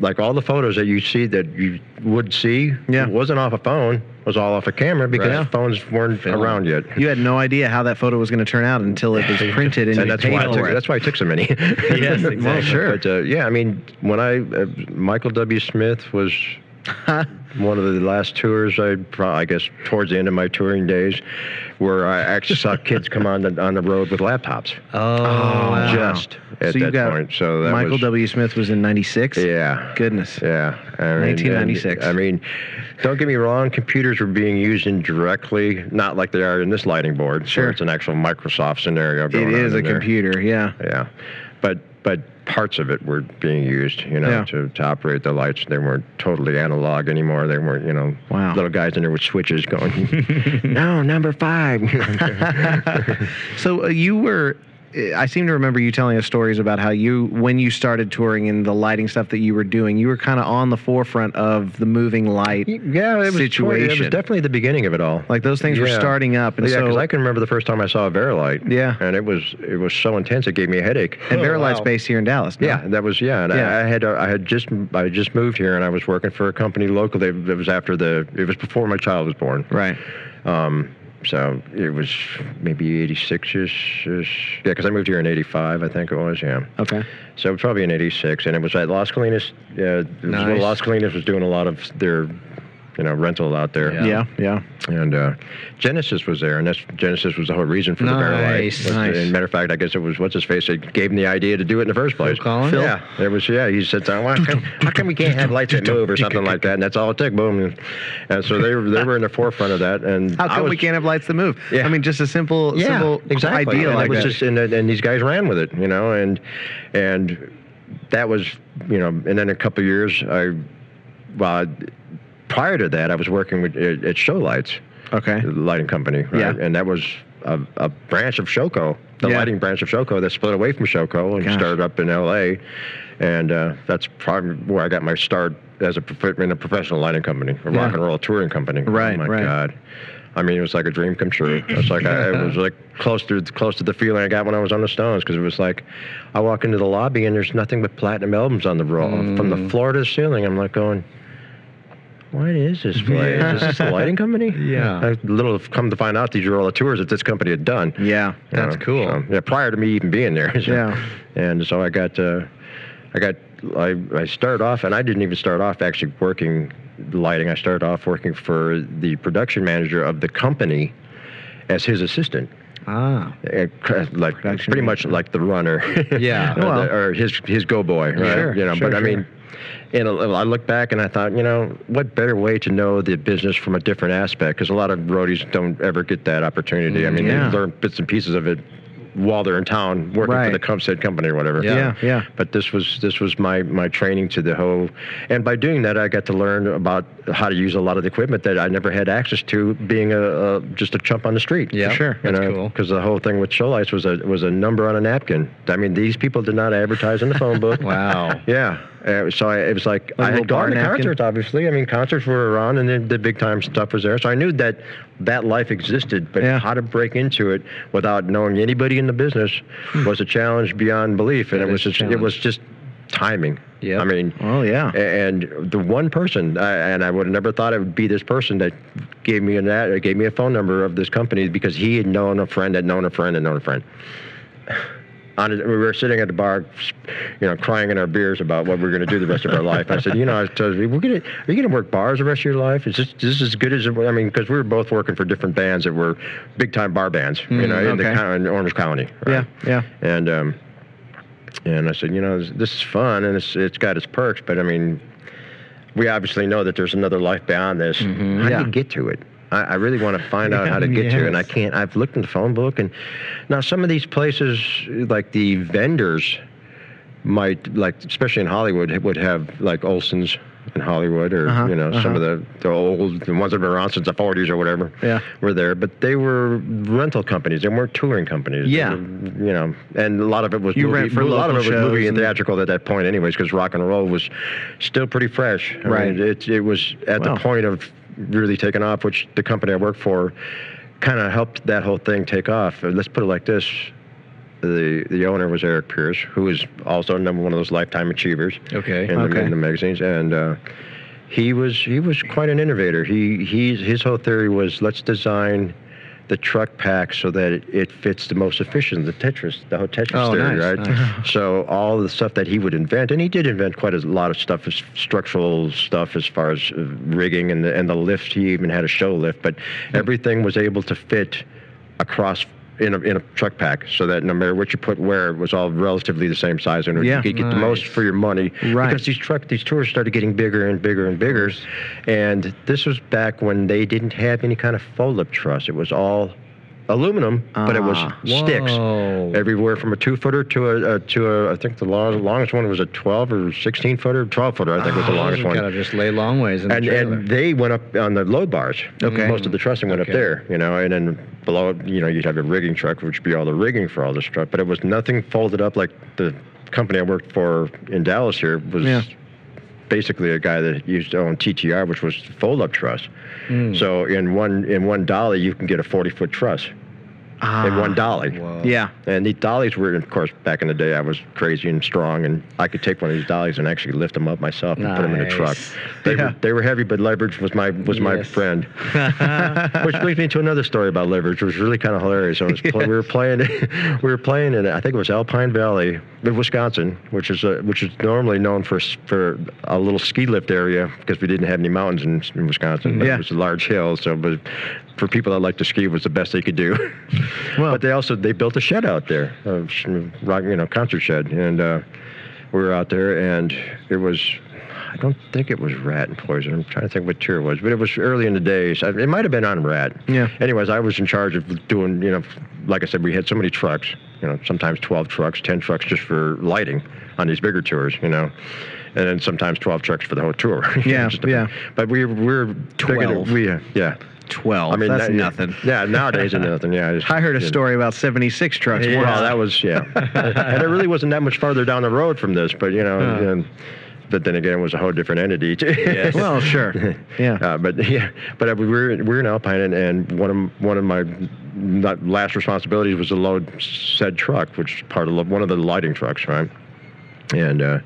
[SPEAKER 5] like all the photos that you see that you would see
[SPEAKER 3] Yeah.
[SPEAKER 5] wasn't off a phone, was all off a camera because
[SPEAKER 4] Right.
[SPEAKER 5] phones weren't around yet.
[SPEAKER 3] you had no idea how that photo was going to turn out until it was printed and,
[SPEAKER 5] and
[SPEAKER 3] you
[SPEAKER 5] that's
[SPEAKER 3] paid
[SPEAKER 5] why, I
[SPEAKER 3] for
[SPEAKER 5] took,
[SPEAKER 3] it.
[SPEAKER 5] that's why I took so many.
[SPEAKER 4] Yes,
[SPEAKER 5] Well,
[SPEAKER 4] exactly.
[SPEAKER 5] sure. But uh, yeah, I mean, when I uh, Michael W. Smith was one of the last tours I, pro- I guess, towards the end of my touring days, where I actually saw kids come on the on the road with laptops.
[SPEAKER 4] Oh,
[SPEAKER 3] wow.
[SPEAKER 5] Just at
[SPEAKER 3] Ah. so you
[SPEAKER 5] that
[SPEAKER 3] got
[SPEAKER 5] point. So that
[SPEAKER 3] Michael
[SPEAKER 5] was,
[SPEAKER 3] W. Smith was in '96.
[SPEAKER 5] Yeah.
[SPEAKER 3] Goodness.
[SPEAKER 5] Yeah, I mean,
[SPEAKER 3] 1996.
[SPEAKER 5] and- I mean, don't get me wrong. Computers were being used indirectly, not like they are in this lighting board.
[SPEAKER 3] Sure.
[SPEAKER 5] so it's an actual Microsoft scenario.
[SPEAKER 3] It
[SPEAKER 5] going on
[SPEAKER 3] is a
[SPEAKER 5] in there.
[SPEAKER 3] computer. Yeah.
[SPEAKER 5] Yeah, but but parts of it were being used, you know,
[SPEAKER 3] Yeah.
[SPEAKER 5] to, to operate the lights. They weren't totally analog anymore. They weren't, you know,
[SPEAKER 3] Wow.
[SPEAKER 5] little guys in there with switches going, no, number five.
[SPEAKER 3] So uh, you were. uh, I seem to remember you telling us stories about how you, when you started touring and the lighting stuff that you were doing, you were kind of on the forefront of the moving light.
[SPEAKER 5] yeah, it was
[SPEAKER 3] Situation.
[SPEAKER 5] It was definitely the beginning of it all.
[SPEAKER 3] Like those things were
[SPEAKER 5] Yeah.
[SPEAKER 3] starting up, and
[SPEAKER 5] yeah, because
[SPEAKER 3] so
[SPEAKER 5] I can remember the first time I saw a Verilight.
[SPEAKER 3] Yeah.
[SPEAKER 5] and it was it was so intense it gave me a headache.
[SPEAKER 3] and Verilight's based here in Dallas. no?
[SPEAKER 5] Oh, Yeah, Uh, that was yeah. And
[SPEAKER 3] Yeah.
[SPEAKER 5] I, I had uh, I had just I had just moved here, and I was working for a company locally. It was after the it was before my child was born.
[SPEAKER 3] Right.
[SPEAKER 5] Um, so it was maybe 86 ish. ish. Yeah, because I moved here in 85, I think it was. Yeah.
[SPEAKER 3] Okay.
[SPEAKER 5] So probably in 86. And it was at Las Colinas. Uh, it was when
[SPEAKER 4] Nice.
[SPEAKER 5] Las Colinas was doing a lot of their you know rental out there.
[SPEAKER 4] Yeah.
[SPEAKER 3] Yeah, yeah.
[SPEAKER 5] And uh, Genesis was there, and that's Genesis was the whole reason for the Barrel
[SPEAKER 4] Nice,
[SPEAKER 5] Life.
[SPEAKER 4] nice.
[SPEAKER 5] And matter of fact, I guess it was what's his face that gave him the idea to do it in the first place.
[SPEAKER 4] Collins? Phil?
[SPEAKER 5] Yeah, there was. Yeah, he said, "Well, how come, how come we can't have lights that move or something like that?" And that's all it took. Boom. And so they were- they were in the forefront of that. And
[SPEAKER 3] How
[SPEAKER 5] I
[SPEAKER 3] come
[SPEAKER 5] was-
[SPEAKER 3] we can't have lights that move?
[SPEAKER 5] Yeah.
[SPEAKER 3] I mean, just a simple, simple idea
[SPEAKER 5] and
[SPEAKER 3] like
[SPEAKER 5] it was
[SPEAKER 3] that.
[SPEAKER 5] just and, and these guys ran with it, you know, and and that was you know, and then a couple of years I, well, prior to that I was working with at, at Show Lights,
[SPEAKER 3] okay.
[SPEAKER 5] the lighting company, right?
[SPEAKER 3] Yeah.
[SPEAKER 5] and that was a, a branch of Showco, the
[SPEAKER 3] Yeah.
[SPEAKER 5] lighting branch of Showco that split away from Showco and
[SPEAKER 3] Gosh.
[SPEAKER 5] started up in L.A., and uh, that's probably where I got my start as a prof- in a professional lighting company, a
[SPEAKER 3] Yeah.
[SPEAKER 5] rock and roll touring company.
[SPEAKER 3] Right,
[SPEAKER 5] oh my
[SPEAKER 3] right.
[SPEAKER 5] God. I mean, it was like a dream come true. It's like I, it was like close to close to the feeling I got when I was on the Stones because it was like I walk into the lobby and there's nothing but platinum albums on the roll from
[SPEAKER 3] Mm.
[SPEAKER 5] the floor to the ceiling. I'm like going, what is this place? is this a lighting company?
[SPEAKER 4] Yeah.
[SPEAKER 5] I little come to find out these are all the tours that this company had done.
[SPEAKER 3] Yeah.
[SPEAKER 5] You
[SPEAKER 4] That's cool.
[SPEAKER 5] so, yeah, prior to me even being there. so-
[SPEAKER 3] Yeah.
[SPEAKER 5] And so I got, uh, I got, I, I started off, and I didn't even start off actually working lighting. I started off working for the production manager of the company as his assistant.
[SPEAKER 3] Ah.
[SPEAKER 5] Uh, cr- like
[SPEAKER 3] Production
[SPEAKER 5] pretty much like the runner.
[SPEAKER 4] Yeah.
[SPEAKER 5] or, the-
[SPEAKER 3] Well.
[SPEAKER 5] or his his go boy. Right?
[SPEAKER 3] Sure,
[SPEAKER 5] You know,
[SPEAKER 3] sure,
[SPEAKER 5] but I
[SPEAKER 3] sure.
[SPEAKER 5] mean, and a- I look back and I thought, you know, what better way to know the business from a different aspect? Because a lot of roadies don't ever get that opportunity. I mean,
[SPEAKER 3] Mm, Yeah.
[SPEAKER 5] they learn bits and pieces of it while they're in town working
[SPEAKER 3] Right.
[SPEAKER 5] for the com- said company or whatever.
[SPEAKER 4] Yeah.
[SPEAKER 3] Yeah, yeah.
[SPEAKER 5] But this was this was my my training to the whole, and by doing that, I got to learn about how to use a lot of the equipment that I never had access to, being a, a just a chump on the street.
[SPEAKER 4] Yeah, Sure.
[SPEAKER 5] You
[SPEAKER 4] that's
[SPEAKER 5] know,
[SPEAKER 4] cool.
[SPEAKER 5] Because the whole thing with show lights was a was a number on a napkin. I mean, these people did not advertise in the phone book.
[SPEAKER 4] Wow.
[SPEAKER 5] Yeah. Uh, so I, it was like,
[SPEAKER 3] Like a
[SPEAKER 5] I
[SPEAKER 3] little
[SPEAKER 5] had gone
[SPEAKER 3] bar
[SPEAKER 5] to
[SPEAKER 3] napkin?
[SPEAKER 5] concerts, obviously. I mean, concerts were around, and then the big time stuff was there. So I knew that that life existed, but
[SPEAKER 3] Yeah.
[SPEAKER 5] how to break into it without knowing anybody in the business was a challenge beyond belief, and
[SPEAKER 4] Hmm. That
[SPEAKER 5] it was
[SPEAKER 4] is a
[SPEAKER 5] just, it
[SPEAKER 4] challenge.
[SPEAKER 5] was just timing.
[SPEAKER 4] Yep.
[SPEAKER 5] I mean,
[SPEAKER 3] Well, yeah.
[SPEAKER 5] and the one person, I, and I would have never thought it would be this person that gave me an ad, or gave me a phone number of this company because he had known a friend, had known a friend, had known a friend. On it, we were sitting at the bar, you know, crying in our beers about what we were going to do the rest of our life. I said, you know, I told you, we're gonna, are you going to work bars the rest of your life? Is this, this as good as it, I mean, because we were both working for different bands that were big time bar bands, you know, in,
[SPEAKER 3] okay.
[SPEAKER 5] the, coun- in Orange County.
[SPEAKER 3] Yeah,
[SPEAKER 5] right?
[SPEAKER 3] yeah.
[SPEAKER 5] And um, and I said, you know, this, this is fun and it's it's got its perks, but I mean, we obviously know that there's another life beyond this. How
[SPEAKER 3] Mm-hmm. Yeah.
[SPEAKER 5] do you get to it? I, I really want to find out how to get to it, and I
[SPEAKER 3] Yes.
[SPEAKER 5] can't. I've looked in the phone book, and now some of these places, like the vendors, might like, especially in Hollywood, would have like Olson's in Hollywood, or
[SPEAKER 3] Uh-huh,
[SPEAKER 5] you know, some of
[SPEAKER 3] uh-huh.
[SPEAKER 5] the the old the ones that have been around since the 40s or whatever.
[SPEAKER 3] Yeah.
[SPEAKER 5] were there, but they were rental companies. They weren't touring companies. They
[SPEAKER 3] Yeah.
[SPEAKER 5] were, you know, and a lot of it was
[SPEAKER 3] You
[SPEAKER 5] movie,
[SPEAKER 3] rent for
[SPEAKER 5] a lot of it
[SPEAKER 3] local
[SPEAKER 5] was movie
[SPEAKER 3] shows and-
[SPEAKER 5] and theatrical at that point, anyways, because rock and roll was still pretty fresh. I
[SPEAKER 3] Right.
[SPEAKER 5] mean, it it was at
[SPEAKER 3] Wow.
[SPEAKER 5] the point of really taking off, which the company I worked for kind of helped that whole thing take off. Uh, Let's put it like this. The, the owner was Eric Pierce, who was also number one of those lifetime achievers
[SPEAKER 4] Okay.
[SPEAKER 5] in,
[SPEAKER 3] Okay.
[SPEAKER 5] the, in the magazines, and uh, he was he was quite an innovator. He he's, his whole theory was let's design the truck pack so that it, it fits the most efficient the Tetris the whole Tetris
[SPEAKER 4] Oh,
[SPEAKER 5] theory,
[SPEAKER 4] nice,
[SPEAKER 5] right? so all the stuff that he would invent, and he did invent quite a lot of stuff, as structural stuff as far as uh, rigging and the and the lift. He even had a show lift, but
[SPEAKER 3] Hmm.
[SPEAKER 5] everything was able to fit across. In a, in a truck pack, so that no matter what you put where, it was all relatively the same size, and
[SPEAKER 3] Yeah.
[SPEAKER 5] you could get the most
[SPEAKER 4] Nice.
[SPEAKER 5] for your money.
[SPEAKER 3] Right.
[SPEAKER 5] Because these truck these tours started getting bigger and bigger and bigger. And this was back when they didn't have any kind of faux lip truss. It was all aluminum, but it was
[SPEAKER 3] Ah.
[SPEAKER 5] sticks.
[SPEAKER 4] Whoa.
[SPEAKER 5] Everywhere from a two footer to a, a to a I think the long, longest one was a twelve or sixteen footer, twelve footer I think was the longest one.
[SPEAKER 4] Ah, Gotta just lay long ways in the
[SPEAKER 5] And,
[SPEAKER 4] trailer.
[SPEAKER 5] and they went up on the load bars.
[SPEAKER 3] Okay.
[SPEAKER 5] Most of the trussing went
[SPEAKER 4] Okay.
[SPEAKER 5] up there, you know, and then below, it, you know, you'd have a rigging truck, which would be all the rigging for all this truck. But it was nothing folded up like the company I worked for in Dallas here was
[SPEAKER 3] Yeah.
[SPEAKER 5] basically a guy that used to own TTR, which was fold up truss.
[SPEAKER 4] Hmm.
[SPEAKER 5] So in one in one dolly, you can get a 40 foot truss in
[SPEAKER 3] Ah.
[SPEAKER 5] one dolly.
[SPEAKER 4] Ah. Whoa.
[SPEAKER 3] Yeah.
[SPEAKER 5] And these dollies were, of course, back in the day, I was crazy and strong, and I could take one of these dollies and actually lift them up myself and put them in a truck.
[SPEAKER 4] Nice.
[SPEAKER 5] They,
[SPEAKER 3] Yeah.
[SPEAKER 5] were, they were heavy, but leverage was my was my
[SPEAKER 4] Yes.
[SPEAKER 5] friend. which brings me to another story about leverage, which was really kind of hilarious. I was play- we were playing, we were playing in I think it was Alpine Valley the Wisconsin, which is uh which is normally known for s- for a little ski lift area because we didn't have any mountains in, in Wisconsin. But
[SPEAKER 3] Yeah.
[SPEAKER 5] It was a large hill, so but for people that like to ski, it was the best they could do.
[SPEAKER 3] Well-
[SPEAKER 5] but they also they built a shed out there, a sh- rock you know concert shed, and uh, we were out there, and it was. I don't think it was rat and poison. I'm trying to think what tier it was, but it was early in the day. So it might have been on rat.
[SPEAKER 3] Yeah.
[SPEAKER 5] Anyways, I was in charge of doing, you know, like I said, we had so many trucks, you know, sometimes 12 trucks, 10 trucks just for lighting on these bigger tours, you know, and then sometimes 12 trucks for the whole tour.
[SPEAKER 3] Yeah,
[SPEAKER 5] Just depend-
[SPEAKER 3] yeah.
[SPEAKER 5] But we we're bigger than-
[SPEAKER 3] 12.
[SPEAKER 5] We, yeah.
[SPEAKER 3] Twelve.
[SPEAKER 5] I mean,
[SPEAKER 3] that's
[SPEAKER 5] that-
[SPEAKER 3] nothing.
[SPEAKER 5] Yeah, nowadays it's nothing. Yeah. it's-
[SPEAKER 3] I heard a
[SPEAKER 5] yeah.
[SPEAKER 3] story about seventy-six trucks.
[SPEAKER 5] Yeah,
[SPEAKER 3] once.
[SPEAKER 5] that was yeah, and it really wasn't that much farther down the road from this, but you know,
[SPEAKER 3] Huh.
[SPEAKER 5] and, but then again, it was a whole different entity. Too.
[SPEAKER 3] Well, sure. Yeah.
[SPEAKER 5] Uh, but yeah, but uh, we were we were in Alpine, and, and one of one of my not last responsibilities was to load said truck, which is part of the- one of the lighting trucks, right? And uh,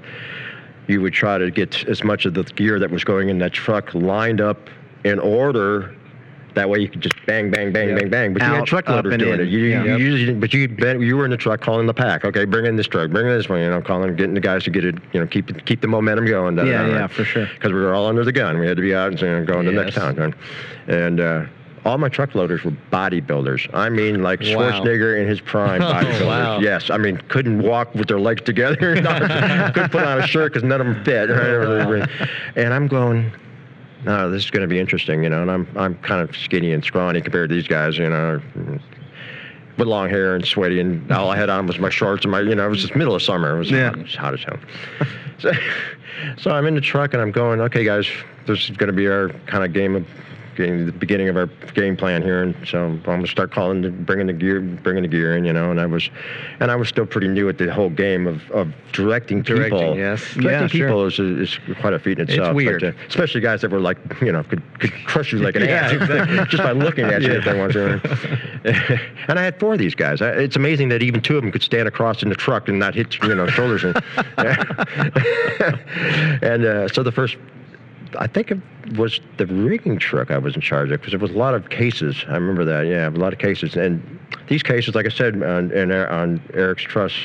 [SPEAKER 5] you would try to get as much of the gear that was going in that truck lined up in order. That way you could just bang, bang, bang, bang, bang. But you
[SPEAKER 3] Out,
[SPEAKER 5] had truck
[SPEAKER 3] up,
[SPEAKER 5] loaders
[SPEAKER 3] and
[SPEAKER 5] doing
[SPEAKER 3] in.
[SPEAKER 5] it. You,
[SPEAKER 3] Yeah.
[SPEAKER 5] you
[SPEAKER 3] Yep.
[SPEAKER 5] usually, didn't- but you been, you were in the truck calling the pack. Okay, bring in this truck, bring in this one. You know, calling, getting the guys to get it. You know, keep it- keep the momentum going. da, da,
[SPEAKER 3] Yeah,
[SPEAKER 5] da,
[SPEAKER 3] yeah,
[SPEAKER 5] right?
[SPEAKER 3] for sure.
[SPEAKER 5] because we were all under the gun. We had to be out and you know, going to the next
[SPEAKER 4] Yes.
[SPEAKER 5] town. right? And uh, all my truck loaders were bodybuilders. I mean, like
[SPEAKER 4] Wow. Oh,
[SPEAKER 5] Schwarzenegger in his prime bodybuilders.
[SPEAKER 4] wow.
[SPEAKER 5] Yes, I mean, couldn't walk with their legs together. couldn't put on a shirt because none of them fit. right? and I'm going, no, this is going to be interesting, you know. And I'm I'm kind of skinny and scrawny compared to these guys, you know. With long hair and sweaty, and all I had on was my shorts and my, you know, it was just middle of summer. It was,
[SPEAKER 3] Yeah.
[SPEAKER 5] hot, it was hot as hell. So, so I'm in the truck and I'm going, okay, guys, this is going to be our kind of game of game, the beginning of our game plan here. And so I'm going to start calling, the, bringing the gear, bringing the gear in, you know. And I was, and I was still pretty new at the whole game of, of directing people.
[SPEAKER 4] Directing, yes.
[SPEAKER 5] Directing
[SPEAKER 3] Yeah, sure.
[SPEAKER 5] people is, is quite a feat in
[SPEAKER 4] It's
[SPEAKER 5] itself. but,
[SPEAKER 4] weird.
[SPEAKER 5] uh, especially guys that were like, you know, could, could crush you like an
[SPEAKER 4] Yeah,
[SPEAKER 5] ass just by looking at you if they want to. and I had four of these guys. I, it's amazing that even two of them could stand across in the truck and not hit you know shoulders. And, and uh, so the first. I think it was the rigging truck I was in charge of because there was a lot of cases. I remember that. Yeah, a lot of cases, and these cases, like I said, on, in, on Eric's trust,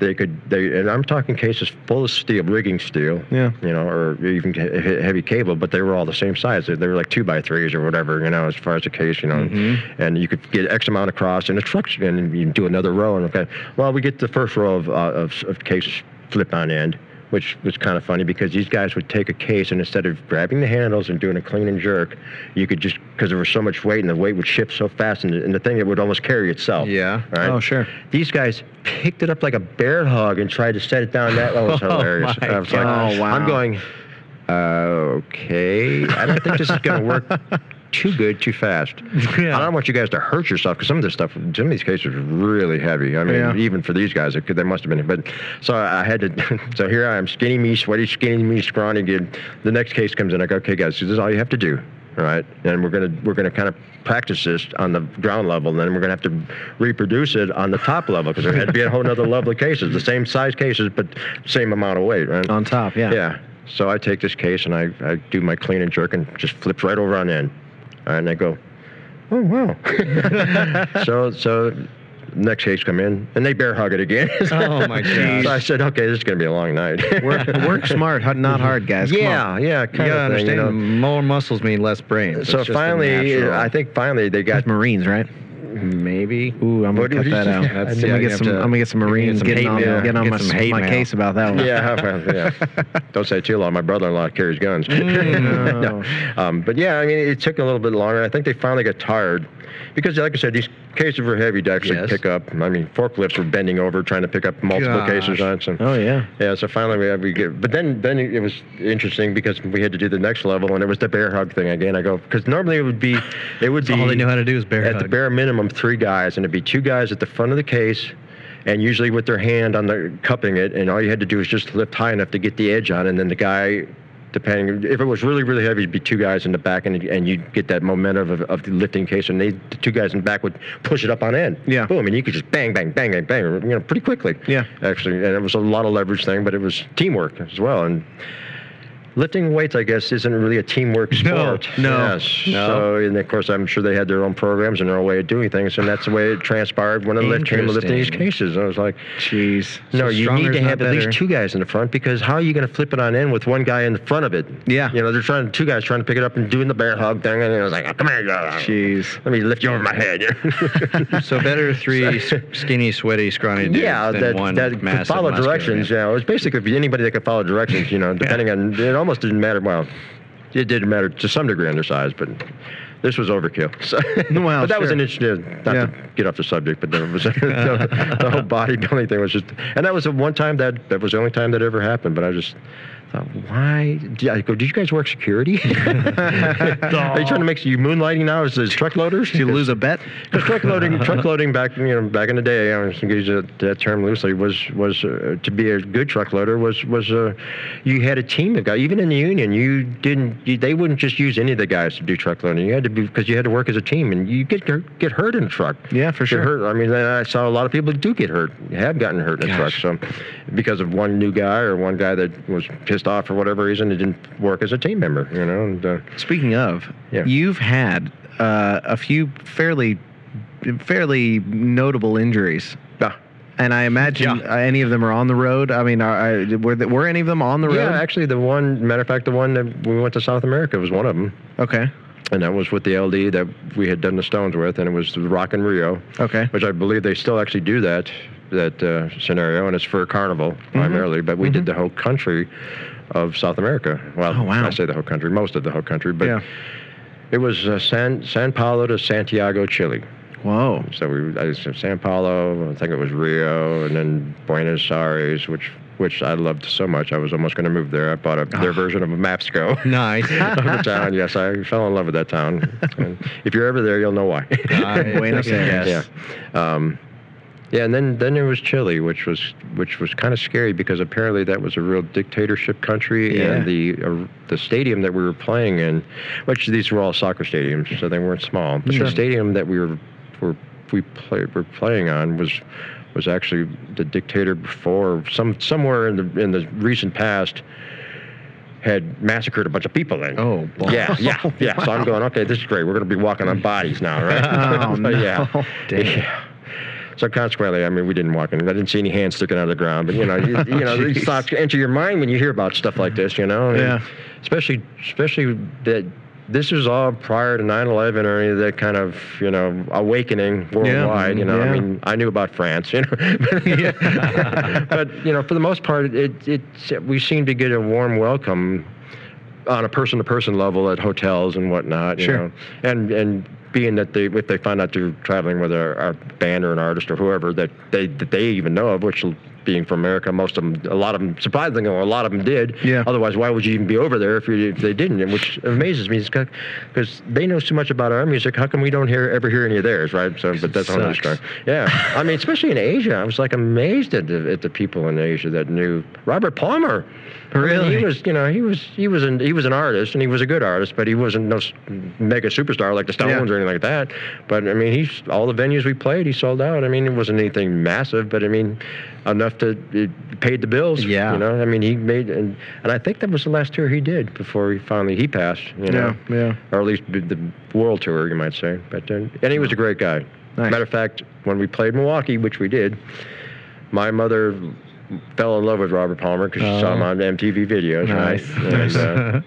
[SPEAKER 5] they could. They and I'm talking cases full of steel, rigging steel
[SPEAKER 3] Yeah.
[SPEAKER 5] you know, or even he- he- heavy cable, but they were all the same size. They, they were like two by threes or whatever, you know, as far as the case, you know, and you could get X amount across in a truck, and you do another row, and okay, well, we get the first row of uh, of, of cases flip on end. Which was kind of funny because these guys would take a case and instead of grabbing the handles and doing a clean and jerk, you could just because there was so much weight and the weight would shift so fast and the, and the thing it would almost carry itself.
[SPEAKER 4] Yeah.
[SPEAKER 5] Right?
[SPEAKER 3] Oh, sure.
[SPEAKER 5] These guys picked it up like a bear hog and tried to set it down. That was
[SPEAKER 4] Oh,
[SPEAKER 5] hilarious.
[SPEAKER 4] my
[SPEAKER 5] I was like,
[SPEAKER 3] gosh. Oh, wow.
[SPEAKER 5] I'm going, uh, okay. I don't think this is going to work too good, too fast. I don't want you guys to hurt yourself because some of this stuff, some of these cases are really heavy. I mean,
[SPEAKER 3] Yeah.
[SPEAKER 5] even for these guys, it could, they must have been. But so I had to, so here I am, skinny me, sweaty, skinny me, scrawny. Again. The next case comes in, I go, okay, guys, this is all you have to do. All right, and we're gonna we're gonna kind of practice this on the ground level, and then we're gonna have to reproduce it on the top level because there had to be a whole other level of cases, the same size cases, but same amount of weight, right?
[SPEAKER 3] on top. Yeah.
[SPEAKER 5] Yeah. So I take this case and I, I do my clean and jerk and just flips right over on end. All right, and I go, oh wow. so so next case come in and they bear hug it again.
[SPEAKER 4] Oh, my gosh.
[SPEAKER 5] So I said, okay, this is gonna be a long night.
[SPEAKER 3] Work, work smart, hu- not hard, guys. Come on.
[SPEAKER 5] yeah, yeah,
[SPEAKER 4] You
[SPEAKER 5] kind
[SPEAKER 4] gotta
[SPEAKER 5] of thing,
[SPEAKER 4] understand,
[SPEAKER 5] you know.
[SPEAKER 4] more muscles mean less brains. It's
[SPEAKER 5] So
[SPEAKER 4] just a
[SPEAKER 5] finally, uh,
[SPEAKER 4] natural-
[SPEAKER 5] I think finally they got
[SPEAKER 3] That's Marines, right?
[SPEAKER 4] maybe.
[SPEAKER 3] Ooh, I'm
[SPEAKER 5] What
[SPEAKER 3] gonna cut that
[SPEAKER 5] did you
[SPEAKER 3] out.
[SPEAKER 5] say?
[SPEAKER 3] I'm
[SPEAKER 4] That's- yeah,
[SPEAKER 3] gonna
[SPEAKER 4] you
[SPEAKER 3] get
[SPEAKER 4] have
[SPEAKER 3] some.
[SPEAKER 4] to-
[SPEAKER 3] I'm gonna get some
[SPEAKER 4] you can get
[SPEAKER 3] Marines
[SPEAKER 4] some
[SPEAKER 3] getting
[SPEAKER 4] hate
[SPEAKER 3] on,
[SPEAKER 4] mail.
[SPEAKER 3] getting on
[SPEAKER 4] Get
[SPEAKER 3] my,
[SPEAKER 4] some hate
[SPEAKER 3] my
[SPEAKER 4] mail.
[SPEAKER 3] case about that one.
[SPEAKER 5] yeah, well, yeah. Don't say it too long. My brother-in-law carries guns.
[SPEAKER 3] Mm.
[SPEAKER 5] Yeah. Um, but yeah, I mean, it took a little bit longer. I think they finally got tired because, like I said, these cases were heavy to actually
[SPEAKER 4] Yes.
[SPEAKER 5] pick up. I mean, forklifts were bending over trying to pick up multiple
[SPEAKER 4] Gosh.
[SPEAKER 5] cases on it. So,
[SPEAKER 3] Oh yeah.
[SPEAKER 5] yeah, so finally we had we get, but then then it was interesting because we had to do the next level and it was the bear hug thing again. I go because normally it would be, it would be
[SPEAKER 4] all they know how to do is bear
[SPEAKER 5] at the
[SPEAKER 4] hug.
[SPEAKER 5] bare minimum three guys, and it'd be two guys at the front of the case, and usually with their hand on the cupping it, and all you had to do was just lift high enough to get the edge on, and then the guy, depending if it was really really heavy, it'd be two guys in the back, and and you'd get that momentum of, of the lifting case, and they the two guys in the back would push it up on end.
[SPEAKER 3] Yeah.
[SPEAKER 5] Boom, and you could just bang bang bang bang bang, you know, pretty quickly.
[SPEAKER 3] Yeah.
[SPEAKER 5] Actually, and it was a lot of leverage thing, but it was teamwork as well, and lifting weights, I guess, isn't really a teamwork sport.
[SPEAKER 3] no,
[SPEAKER 5] Yes.
[SPEAKER 3] no.
[SPEAKER 5] So, and of course, I'm sure they had their own programs and their own way of doing things, and that's the way it transpired when I lift came to lift in these
[SPEAKER 4] Interesting.
[SPEAKER 5] cases. I was like,
[SPEAKER 3] Jeez.
[SPEAKER 5] no,
[SPEAKER 4] So
[SPEAKER 5] you
[SPEAKER 4] stronger
[SPEAKER 5] need to
[SPEAKER 4] is not
[SPEAKER 5] have at least
[SPEAKER 4] better.
[SPEAKER 5] two guys in the front because how are you going to flip it on in with one guy in the front of it?
[SPEAKER 3] Yeah.
[SPEAKER 5] You know, they're trying, two guys trying to pick it up and doing the bear hug thing, and it was like, oh, come here, you
[SPEAKER 3] Jeez.
[SPEAKER 5] let me lift you over my head.
[SPEAKER 4] So better three s- skinny, sweaty, scrawny dudes
[SPEAKER 5] yeah,
[SPEAKER 4] than
[SPEAKER 5] that,
[SPEAKER 4] one
[SPEAKER 5] that could
[SPEAKER 4] massive
[SPEAKER 5] follow
[SPEAKER 4] muscular
[SPEAKER 5] directions.
[SPEAKER 4] man.
[SPEAKER 5] Yeah, it was basically for anybody that could follow directions, you know, depending on, it almost didn't matter. Well, it didn't matter to some degree on their size, but this was overkill. So,
[SPEAKER 3] Wow,
[SPEAKER 5] but that was
[SPEAKER 3] sure.
[SPEAKER 5] an interesting, not
[SPEAKER 3] Yeah.
[SPEAKER 5] to get off the subject, but that was, the, the whole bodybuilding thing was just, and that was the one time that, that was the only time that ever happened, but I just, thought, why? Did, I go, did you guys work security? Are you trying to make you moonlighting now as, as truck loaders?
[SPEAKER 3] Did you lose a bet?
[SPEAKER 5] Because truck loading, truck loading back you know back in the day, I was going to use that, that term loosely. Was was uh, to be a good truck loader was was uh, you had a team of guys. Even in the union, you didn't you, they wouldn't just use any of the guys to do truck loading. You had to be because you had to work as a team, and you get hurt- get hurt in a truck.
[SPEAKER 3] Yeah, for
[SPEAKER 5] Get
[SPEAKER 3] sure.
[SPEAKER 5] Hurt. I mean, I saw a lot of people do get hurt, have gotten hurt in a truck.
[SPEAKER 3] Gosh.
[SPEAKER 5] So because of one new guy or one guy that was pissed off for whatever reason, it didn't work as a team member. You know. And, uh,
[SPEAKER 3] Speaking of,
[SPEAKER 5] Yeah.
[SPEAKER 3] you've had uh, a few fairly, fairly notable injuries,
[SPEAKER 5] yeah.
[SPEAKER 3] and I imagine
[SPEAKER 5] Yeah.
[SPEAKER 3] uh, any of them are on the road. I mean, are, are, were, the, were any of them on the road?
[SPEAKER 5] Yeah, actually, the one matter of fact, the one that we went to South America was one of them,
[SPEAKER 3] okay.
[SPEAKER 5] and that was with the LD that we had done the Stones with, and it was the Rock and Rio,
[SPEAKER 3] Okay.
[SPEAKER 5] which I believe they still actually do that that uh, scenario, and it's for a carnival
[SPEAKER 3] Mm-hmm.
[SPEAKER 5] primarily. But we did the whole country of South America. Well,
[SPEAKER 3] Oh, wow.
[SPEAKER 5] I say the whole country, most of the whole country, but
[SPEAKER 3] yeah.
[SPEAKER 5] it was uh, San San Paulo to Santiago, Chile.
[SPEAKER 3] Whoa.
[SPEAKER 5] So we I was in San Paulo, I think it was Rio, and then Buenos Aires, which which I loved so much. I was almost going to move there. I bought a,
[SPEAKER 3] Ah.
[SPEAKER 5] their version of a Mapsco.
[SPEAKER 4] Nice.
[SPEAKER 5] of a town. Yes, I fell in love with that town. And if you're ever there, you'll know why.
[SPEAKER 3] Buenos Aires.
[SPEAKER 5] yeah. Um, yeah, and then then there was Chile, which was which was kind of scary because apparently that was a real dictatorship country,
[SPEAKER 3] Yeah.
[SPEAKER 5] and the uh, the stadium that we were playing in, which these were all soccer stadiums, so they weren't small. But the stadium that we were were we play, were playing on was was actually the dictator before some somewhere in the in the recent past had massacred a bunch of people in.
[SPEAKER 4] Oh, boy.
[SPEAKER 5] Yeah, yeah, yeah. So I'm going, okay, this is great. We're going to be walking on bodies now, right?
[SPEAKER 3] Oh,
[SPEAKER 5] So,
[SPEAKER 3] no.
[SPEAKER 5] Yeah.
[SPEAKER 3] Damn.
[SPEAKER 5] Yeah. So consequently, I mean, we didn't walk in. I didn't see any hands sticking out of the ground. But you know, you, you know, these
[SPEAKER 3] Jeez.
[SPEAKER 5] thoughts enter your mind when you hear about stuff like this. You know, And
[SPEAKER 3] Yeah.
[SPEAKER 5] Especially, especially that this was all prior to 9/11 or any of that kind of you know awakening worldwide. You know,
[SPEAKER 3] yeah.
[SPEAKER 5] I mean, I knew about France. You know, but you know, for the most part, it it we seem to get a warm welcome on a person-to-person level at hotels and whatnot. You
[SPEAKER 3] Sure.
[SPEAKER 5] Know? And and being that they if they find out they're traveling with a, a band or an artist or whoever that they that they even know of, which being from America, most of them, a lot of them, surprisingly, a lot of them did.
[SPEAKER 3] Yeah.
[SPEAKER 5] Otherwise, why would you even be over there if, you, if they didn't? And which amazes me, because they know so much about our music. How come we don't hear ever hear any of theirs, right? So, but that's another
[SPEAKER 4] Sucks.
[SPEAKER 5] story. Yeah, I mean, especially in Asia, I was like amazed at the, at the people in Asia that knew Robert Palmer. I mean,
[SPEAKER 3] Really?
[SPEAKER 5] he was, you know, he was he was an he was an artist and he was a good artist, but he wasn't no s- mega superstar like the Stones
[SPEAKER 3] Yeah.
[SPEAKER 5] or anything like that. But I mean, he's all the venues we played, he sold out. I mean, it wasn't anything massive, but I mean, enough to it paid the bills.
[SPEAKER 4] Yeah.
[SPEAKER 5] you know, I mean, he made and and I think that was the last tour he did before he finally he passed. You know,
[SPEAKER 3] Yeah, yeah.
[SPEAKER 5] or at least the- the world tour, you might say. But uh, and he was a great guy.
[SPEAKER 3] Nice.
[SPEAKER 5] Matter of fact, when we played Milwaukee, which we did, my mother fell in love with Robert Palmer because she saw him on MTV videos,
[SPEAKER 4] Nice.
[SPEAKER 5] right?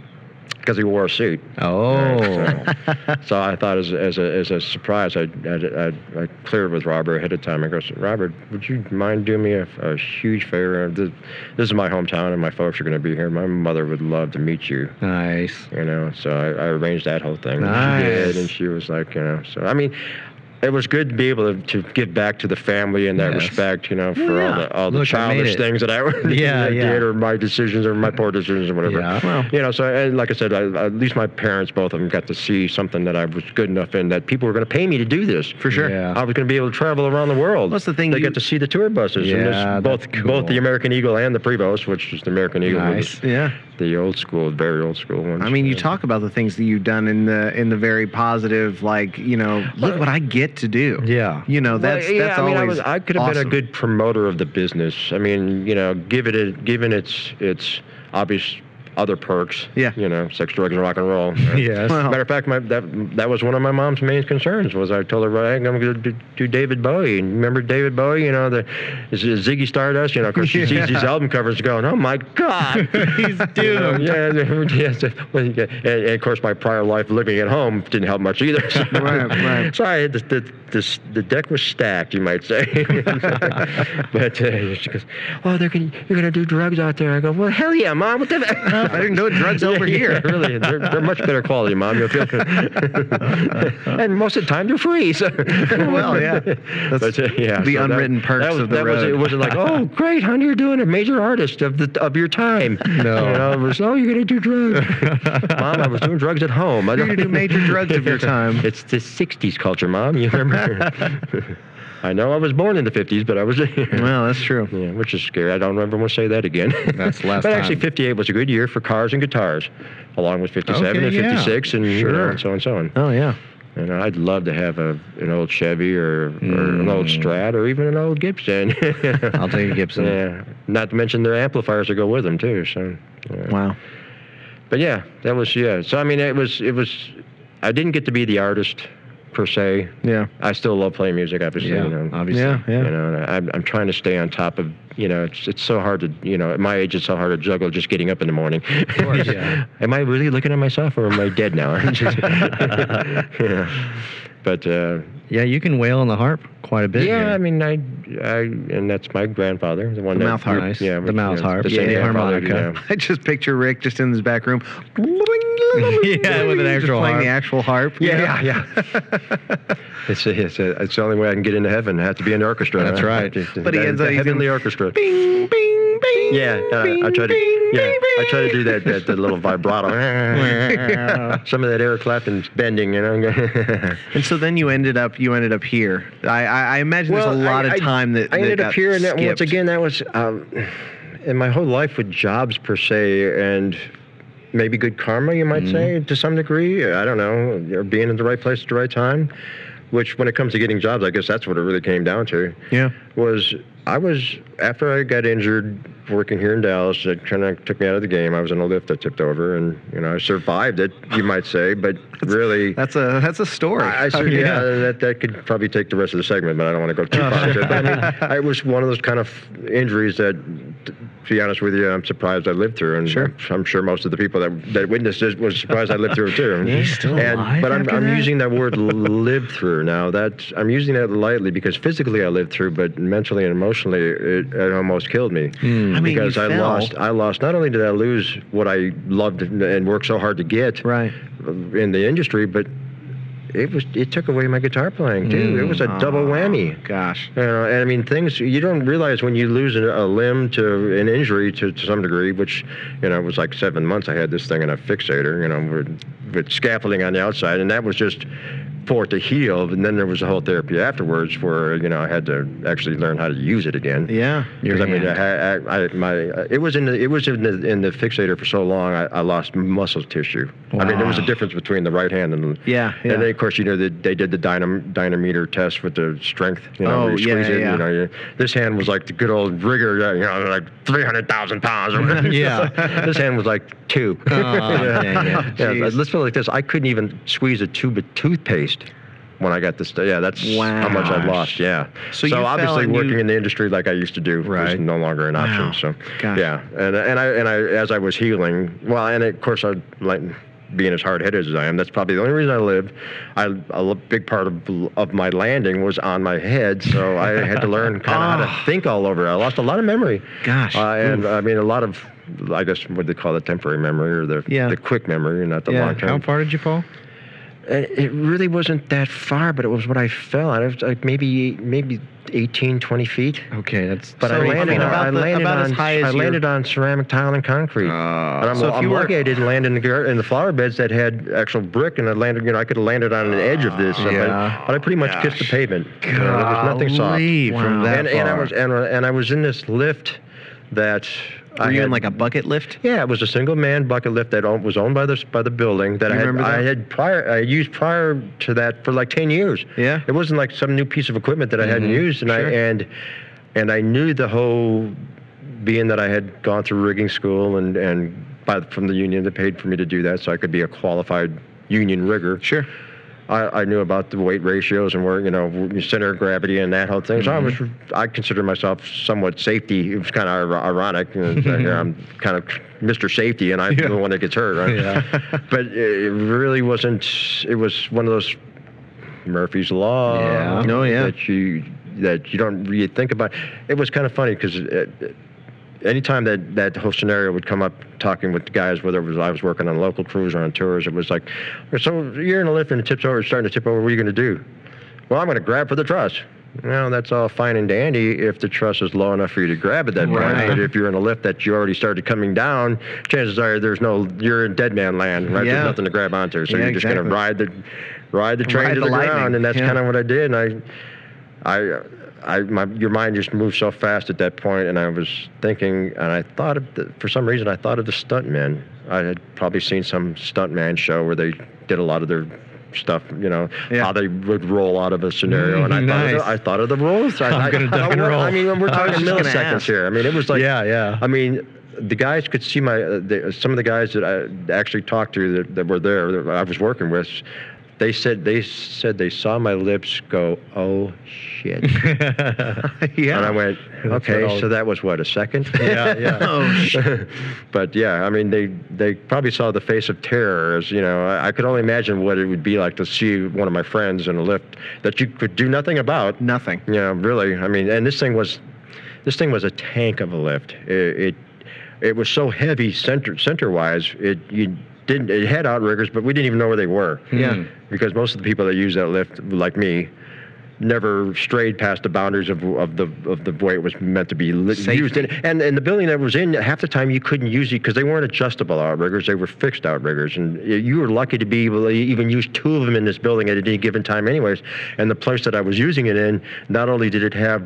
[SPEAKER 5] Because he wore a suit.
[SPEAKER 4] Oh.
[SPEAKER 5] Right, so, so I thought as, as, a, as a surprise, I, I, I, I cleared with Robert ahead of time. I goes, Robert, would you mind doing me a, a huge favor? This, this is my hometown, and my folks are going to be here. My mother would love to meet you
[SPEAKER 4] nice.
[SPEAKER 5] you know. So I, I arranged that whole thing. And she
[SPEAKER 4] Nice.
[SPEAKER 5] did, and she was like, you know. So I mean, it was good to be able to, to give back to the family in that
[SPEAKER 4] Yes.
[SPEAKER 5] respect, you know, for
[SPEAKER 3] yeah.
[SPEAKER 5] all the all the
[SPEAKER 4] Look, I made
[SPEAKER 5] childish
[SPEAKER 4] it.
[SPEAKER 5] things that I
[SPEAKER 4] Yeah,
[SPEAKER 5] did
[SPEAKER 4] yeah.
[SPEAKER 5] or my decisions or my poor decisions or whatever.
[SPEAKER 4] Yeah.
[SPEAKER 3] Wow.
[SPEAKER 5] You know, so and like I said, I, at least my parents, both of them, got to see something that I was good enough in that people were going to pay me to do this for
[SPEAKER 4] sure. Yeah.
[SPEAKER 5] I was going to be able to travel around the world.
[SPEAKER 3] That's the thing
[SPEAKER 5] They
[SPEAKER 3] you-
[SPEAKER 5] got to see the tour buses. and this-
[SPEAKER 4] Yeah,
[SPEAKER 5] both
[SPEAKER 4] that's cool.
[SPEAKER 5] both the American Eagle and the Prevost, which is the American Eagle, was
[SPEAKER 4] Nice.
[SPEAKER 3] Yeah.
[SPEAKER 5] the old school, very old school ones.
[SPEAKER 3] I mean, you
[SPEAKER 5] Yeah.
[SPEAKER 3] talk about the things that you've done in the in the very positive, like you know, look what I get to do.
[SPEAKER 4] Yeah.
[SPEAKER 3] You know, that's
[SPEAKER 5] Well, yeah,
[SPEAKER 3] that's
[SPEAKER 5] I mean,
[SPEAKER 3] always.
[SPEAKER 5] I, was, I could have been
[SPEAKER 3] awesome.
[SPEAKER 5] a good promoter of the business. I mean, you know, give it a, given its its obvious other perks.
[SPEAKER 3] Yeah.
[SPEAKER 5] You know, sex, drugs, and rock and roll.
[SPEAKER 6] Yes.
[SPEAKER 3] Wow.
[SPEAKER 5] Matter of fact, my, that that was one of my mom's main concerns. Was I told her, "Well, I'm going to do, do David Bowie. And remember David Bowie? You know, the Z- Ziggy Stardust. You know, because she sees these album covers going, "Oh my God,
[SPEAKER 6] He's
[SPEAKER 5] You know,
[SPEAKER 6] doomed.
[SPEAKER 5] yeah, yes, well, yeah. And, and of course, my prior life living at home didn't help much either. So,
[SPEAKER 3] Right, right.
[SPEAKER 5] so I had the, the, this, the deck was stacked, you might say. but uh, she goes, "Oh, they're gonna, you're gonna do drugs out there." I go, "Well, hell yeah, mom. What the?
[SPEAKER 3] They're doing drugs over
[SPEAKER 5] Yeah,
[SPEAKER 3] here.
[SPEAKER 5] really, they're, they're much better quality, mom. You'll feel. and most of the time, they're free. So.
[SPEAKER 3] Well, yeah. That's
[SPEAKER 5] But, uh, yeah,
[SPEAKER 3] the
[SPEAKER 5] so that-
[SPEAKER 3] unwritten perks
[SPEAKER 5] that was-
[SPEAKER 3] of the
[SPEAKER 5] that was-
[SPEAKER 3] road.
[SPEAKER 5] it wasn't like, oh, great, honey, you're doing a major artist of the of your time.
[SPEAKER 6] No.
[SPEAKER 5] You know, it was, oh, you're gonna do drugs. Mom, I was doing drugs at home. I
[SPEAKER 3] You're gonna do major drugs of your time.
[SPEAKER 5] It's the '60s culture, Mom. You remember? I know I was born in the '50s, but I was.
[SPEAKER 3] Well, that's true.
[SPEAKER 5] Yeah, which is scary. I don't ever want to say that again.
[SPEAKER 6] That's the last
[SPEAKER 5] but actually,
[SPEAKER 6] time.
[SPEAKER 5] 58 was a good year for cars and guitars, along with 57
[SPEAKER 6] Okay,
[SPEAKER 5] and
[SPEAKER 6] yeah.
[SPEAKER 5] 56 and, you know,
[SPEAKER 6] Sure.
[SPEAKER 5] and so and so on.
[SPEAKER 3] Oh yeah.
[SPEAKER 5] And I'd love to have a, an old Chevy or, or an old
[SPEAKER 3] Mm.
[SPEAKER 5] Strat or even an old Gibson.
[SPEAKER 4] I'll take a Gibson.
[SPEAKER 5] yeah. Not to mention their amplifiers that go with them too. So. yeah.
[SPEAKER 3] Wow.
[SPEAKER 5] But yeah, that was yeah. So I mean, it was it was. I didn't get to be the artist per se.
[SPEAKER 3] Yeah.
[SPEAKER 5] I still love playing music, obviously.
[SPEAKER 6] Yeah,
[SPEAKER 5] you know.
[SPEAKER 6] obviously.
[SPEAKER 3] Yeah, yeah.
[SPEAKER 5] You know, and I- I'm, I'm trying to stay on top of, you know, it's it's so hard to, you know, at my age, it's so hard to juggle just getting up in the morning.
[SPEAKER 6] course, yeah.
[SPEAKER 5] am I really looking at myself or am I dead now? yeah. But, uh,
[SPEAKER 4] Yeah, you can wail on the harp quite a bit.
[SPEAKER 5] yeah,
[SPEAKER 4] here.
[SPEAKER 5] I mean, I, I, and that's my grandfather, the one
[SPEAKER 3] The
[SPEAKER 5] that.
[SPEAKER 3] mouth harp.
[SPEAKER 5] Nice.
[SPEAKER 4] The
[SPEAKER 5] Yeah, which,
[SPEAKER 4] mouth
[SPEAKER 5] you know,
[SPEAKER 4] harp.
[SPEAKER 5] The same
[SPEAKER 4] Yeah,
[SPEAKER 5] grandfather, you
[SPEAKER 4] harmonica.
[SPEAKER 5] know.
[SPEAKER 3] I just picture Rick just in his back room.
[SPEAKER 4] Yeah, with an
[SPEAKER 3] Just
[SPEAKER 4] actual
[SPEAKER 3] playing the
[SPEAKER 4] harp.
[SPEAKER 3] actual harp. you know?
[SPEAKER 5] Yeah, yeah. it's, it's, it's the only way I can get into heaven. I have to be in the orchestra.
[SPEAKER 4] That's right.
[SPEAKER 5] but he ends up
[SPEAKER 3] he's in-
[SPEAKER 5] heavenly orchestra.
[SPEAKER 3] Bing, bing, bing.
[SPEAKER 5] Yeah, uh, I try to. yeah, I try to do that that, that little vibrato. Some of that Eric Clapton's bending, you know.
[SPEAKER 3] And so then you ended up you ended up here. I I, I imagine there's a lot of time that
[SPEAKER 5] I
[SPEAKER 3] that
[SPEAKER 5] ended
[SPEAKER 3] got
[SPEAKER 5] up here, and that, once
[SPEAKER 3] skipped.
[SPEAKER 5] again, that was um, in my whole life with jobs per se, and maybe good karma, you
[SPEAKER 3] Mm-hmm.
[SPEAKER 5] might say, to some degree. I don't know, or being in the right place at the right time. Which, when it comes to getting jobs, I guess that's what it really came down to.
[SPEAKER 3] Yeah.
[SPEAKER 5] was I was after I got injured working here in Dallas. It kind of took me out of the game. I was in a lift that tipped over, and you know I survived it, you might say. But really,
[SPEAKER 3] That's a that's a story.
[SPEAKER 4] Oh,
[SPEAKER 5] I, I sur- yeah, that that could probably take the rest of the segment, but I don't want to go too
[SPEAKER 4] Oh.
[SPEAKER 5] far. into it. But I mean, I- it was one of those kind of injuries that, t- to be honest with you, I'm surprised I lived through, and
[SPEAKER 3] Sure.
[SPEAKER 5] I'm, I'm sure most of the people that that witnessed it was surprised I lived through it too.
[SPEAKER 4] He's still
[SPEAKER 5] and,
[SPEAKER 4] alive
[SPEAKER 5] But I'm,
[SPEAKER 4] after
[SPEAKER 5] I'm
[SPEAKER 4] that?
[SPEAKER 5] using that word "live through" now. That I'm using that lightly because physically I lived through, but mentally and emotionally, it, it almost killed me
[SPEAKER 4] Hmm.
[SPEAKER 3] I mean,
[SPEAKER 5] because
[SPEAKER 3] you
[SPEAKER 5] I
[SPEAKER 3] fell.
[SPEAKER 5] lost. I lost. Not only did I lose what I loved and- and worked so hard to get
[SPEAKER 3] Right.
[SPEAKER 5] in the industry, but it was it took away my guitar playing too. it was a double
[SPEAKER 3] Oh,
[SPEAKER 5] whammy.
[SPEAKER 3] Gosh.
[SPEAKER 5] You know, and I mean, things you don't realize when you lose a, a limb to an injury to, to some degree, which, you know, it was like seven months I had this thing in a fixator, you know, with, with scaffolding on the outside, and that was just for it to heal. And then there was a whole therapy afterwards where, you know, I had to actually learn how to use it again.
[SPEAKER 3] Yeah.
[SPEAKER 5] Because I mean, I, had- I, I, my uh, it was in the it was in the, in the fixator for so long. I, I lost muscle tissue. I mean, there was a difference between the right hand and the
[SPEAKER 3] Yeah, yeah.
[SPEAKER 5] And then, of course, you know they, they did the dynam, dynameter test with the strength. You know,
[SPEAKER 3] Oh,
[SPEAKER 5] where you
[SPEAKER 3] yeah,
[SPEAKER 5] squeeze it,
[SPEAKER 3] yeah.
[SPEAKER 5] You know, you, this hand was like the good old rigor. uh, You know, like three hundred thousand pounds. Or whatever.
[SPEAKER 4] Yeah.
[SPEAKER 5] this hand was like two.
[SPEAKER 4] dang it.
[SPEAKER 5] Yeah,
[SPEAKER 3] Jeez.
[SPEAKER 5] let's put it like this. I couldn't even squeeze a tube of toothpaste when I got this. Yeah, that's how much I
[SPEAKER 3] Wow.
[SPEAKER 5] lost. Yeah.
[SPEAKER 3] So
[SPEAKER 5] So,
[SPEAKER 3] you fell
[SPEAKER 5] obviously,
[SPEAKER 3] and you-
[SPEAKER 5] working in the industry like I used to do
[SPEAKER 4] Right.
[SPEAKER 5] was no longer an option.
[SPEAKER 3] Wow.
[SPEAKER 5] So
[SPEAKER 3] Gosh.
[SPEAKER 5] yeah, and and I and I as I was healing, well, and of course I like being as hard-headed as I am. That's probably the only reason I lived. I a l- big part of of my landing was on my head, so I had to learn kind of
[SPEAKER 3] Ah.
[SPEAKER 5] how to think all over. I lost a lot of memory.
[SPEAKER 3] Gosh.
[SPEAKER 5] Uh, and I mean a lot of. I guess what they call the temporary memory or the
[SPEAKER 3] Yeah.
[SPEAKER 5] the quick memory, not the
[SPEAKER 3] Yeah,
[SPEAKER 5] long term.
[SPEAKER 4] How far did you fall?
[SPEAKER 5] And it really wasn't that far, but it was what I fell on. It was like maybe maybe 18, 20 feet.
[SPEAKER 4] Okay, that's.
[SPEAKER 5] But I
[SPEAKER 3] So, I
[SPEAKER 5] landed,
[SPEAKER 3] mean,
[SPEAKER 5] on,
[SPEAKER 3] about
[SPEAKER 5] I
[SPEAKER 3] the-
[SPEAKER 5] landed
[SPEAKER 3] about
[SPEAKER 5] on
[SPEAKER 3] as high as
[SPEAKER 5] I
[SPEAKER 3] your- Oh.
[SPEAKER 5] landed on ceramic tile and concrete.
[SPEAKER 4] Uh,
[SPEAKER 5] and I'm,
[SPEAKER 3] So if
[SPEAKER 5] I'm
[SPEAKER 3] you were-
[SPEAKER 5] lucky I didn't land in the gar- in the flower beds that had actual brick, and I landed. You know, I could have landed on an edge of this, but-
[SPEAKER 3] yeah.
[SPEAKER 5] but, I pretty much kissed the pavement. You know, there was nothing soft.
[SPEAKER 3] Golly, from that
[SPEAKER 5] and, and I
[SPEAKER 3] far.
[SPEAKER 5] was and, and I was in this lift that I
[SPEAKER 3] Were you
[SPEAKER 5] had,
[SPEAKER 3] in like a bucket lift?
[SPEAKER 5] yeah, it was a single man bucket lift that owned, was owned by the by the building that
[SPEAKER 3] You
[SPEAKER 5] I had,
[SPEAKER 3] remember that?
[SPEAKER 5] I had prior I used prior to that for like ten years.
[SPEAKER 3] Yeah.
[SPEAKER 5] it wasn't like some new piece of equipment that I
[SPEAKER 4] Mm-hmm.
[SPEAKER 5] hadn't used, and
[SPEAKER 3] Sure.
[SPEAKER 5] I and and I knew the whole being that I had gone through rigging school and and by, from the union that paid for me to do that, so I could be a qualified union rigger.
[SPEAKER 4] Sure.
[SPEAKER 5] I, I knew about the weight ratios and where you know center of gravity and that whole thing. So
[SPEAKER 4] Mm-hmm.
[SPEAKER 5] I was I consider myself somewhat safety. It was kind of ir- ironic. You know, that here I'm kind of Mr. Safety, and I'm
[SPEAKER 4] Yeah.
[SPEAKER 5] the one that gets hurt. Right?
[SPEAKER 4] Yeah.
[SPEAKER 5] but it really wasn't. It was one of those Murphy's Law.
[SPEAKER 4] Yeah. No, yeah.
[SPEAKER 5] That you that you don't really think about. It was kind of funny because anytime that that whole scenario would come up talking with the guys whether it was i was working on local crews or on tours it was like so you're in a lift and it tips over it's starting to tip over what are you going to do well i'm going to grab for the truss well, that's all fine and dandy if the truss is low enough for you to grab at that
[SPEAKER 4] Right.
[SPEAKER 5] point. But if you're in a lift that you already started coming down, chances are there's no you're in dead man land, right?
[SPEAKER 4] Yeah.
[SPEAKER 5] There's nothing to grab onto. So
[SPEAKER 4] Yeah,
[SPEAKER 5] you're just
[SPEAKER 4] exactly.
[SPEAKER 5] gonna ride the ride the train
[SPEAKER 4] Ride
[SPEAKER 5] to
[SPEAKER 4] the
[SPEAKER 5] the,
[SPEAKER 4] lightning,
[SPEAKER 5] ground, and that's
[SPEAKER 4] yeah.
[SPEAKER 5] kind of what I did. And I, I, I, my, your mind just moved so fast at that point, and I was thinking, and I thought of, the, for some reason, I thought of the stuntman. I had probably seen some stuntman show where they did a lot of their stuff, you know,
[SPEAKER 4] Yeah. Mm,
[SPEAKER 5] how they would roll out of a scenario, and I thought,
[SPEAKER 4] Nice.
[SPEAKER 5] of the, I thought of the rules. I,
[SPEAKER 4] I'm
[SPEAKER 5] I-
[SPEAKER 4] gonna duck
[SPEAKER 5] I-
[SPEAKER 4] and roll.
[SPEAKER 5] I mean, we're
[SPEAKER 4] I was
[SPEAKER 5] talking
[SPEAKER 4] just gonna ask.
[SPEAKER 5] milliseconds here. I mean, it was like,
[SPEAKER 4] Yeah, yeah.
[SPEAKER 3] uh,
[SPEAKER 5] I mean, the guys could see my. Uh, the, some of the guys that I actually talked to that, that were there, that I was working with, they said they said they saw my lips go, "Oh shit,"
[SPEAKER 4] yeah.
[SPEAKER 5] and I went,
[SPEAKER 4] what
[SPEAKER 5] "Okay,
[SPEAKER 4] all-
[SPEAKER 5] so that was what a second?
[SPEAKER 4] Yeah, yeah.
[SPEAKER 3] Oh, shit.
[SPEAKER 5] but yeah, I mean, they they probably saw the face of terror. As you know, I, I could only imagine what it would be like to see one of my friends in a lift that you could do nothing about.
[SPEAKER 3] Nothing.
[SPEAKER 5] Yeah, really. I mean, and this thing was, this thing was a tank of a lift. It, it, it was so heavy center center wise. It you didn't. It had outriggers, but we didn't even know where they were.
[SPEAKER 4] Yeah. Hmm.
[SPEAKER 5] Because most of the people that use that lift, like me, never strayed past the boundaries of, of the of the way it was meant to be li-
[SPEAKER 4] Safety.
[SPEAKER 5] used. And, and and the building that it was in, half the time you couldn't use it because they weren't adjustable outriggers; they were fixed outriggers. And y- you were lucky to be able to even use two of them in this building at any given time, anyways. And the place that I was using it in, not only did it have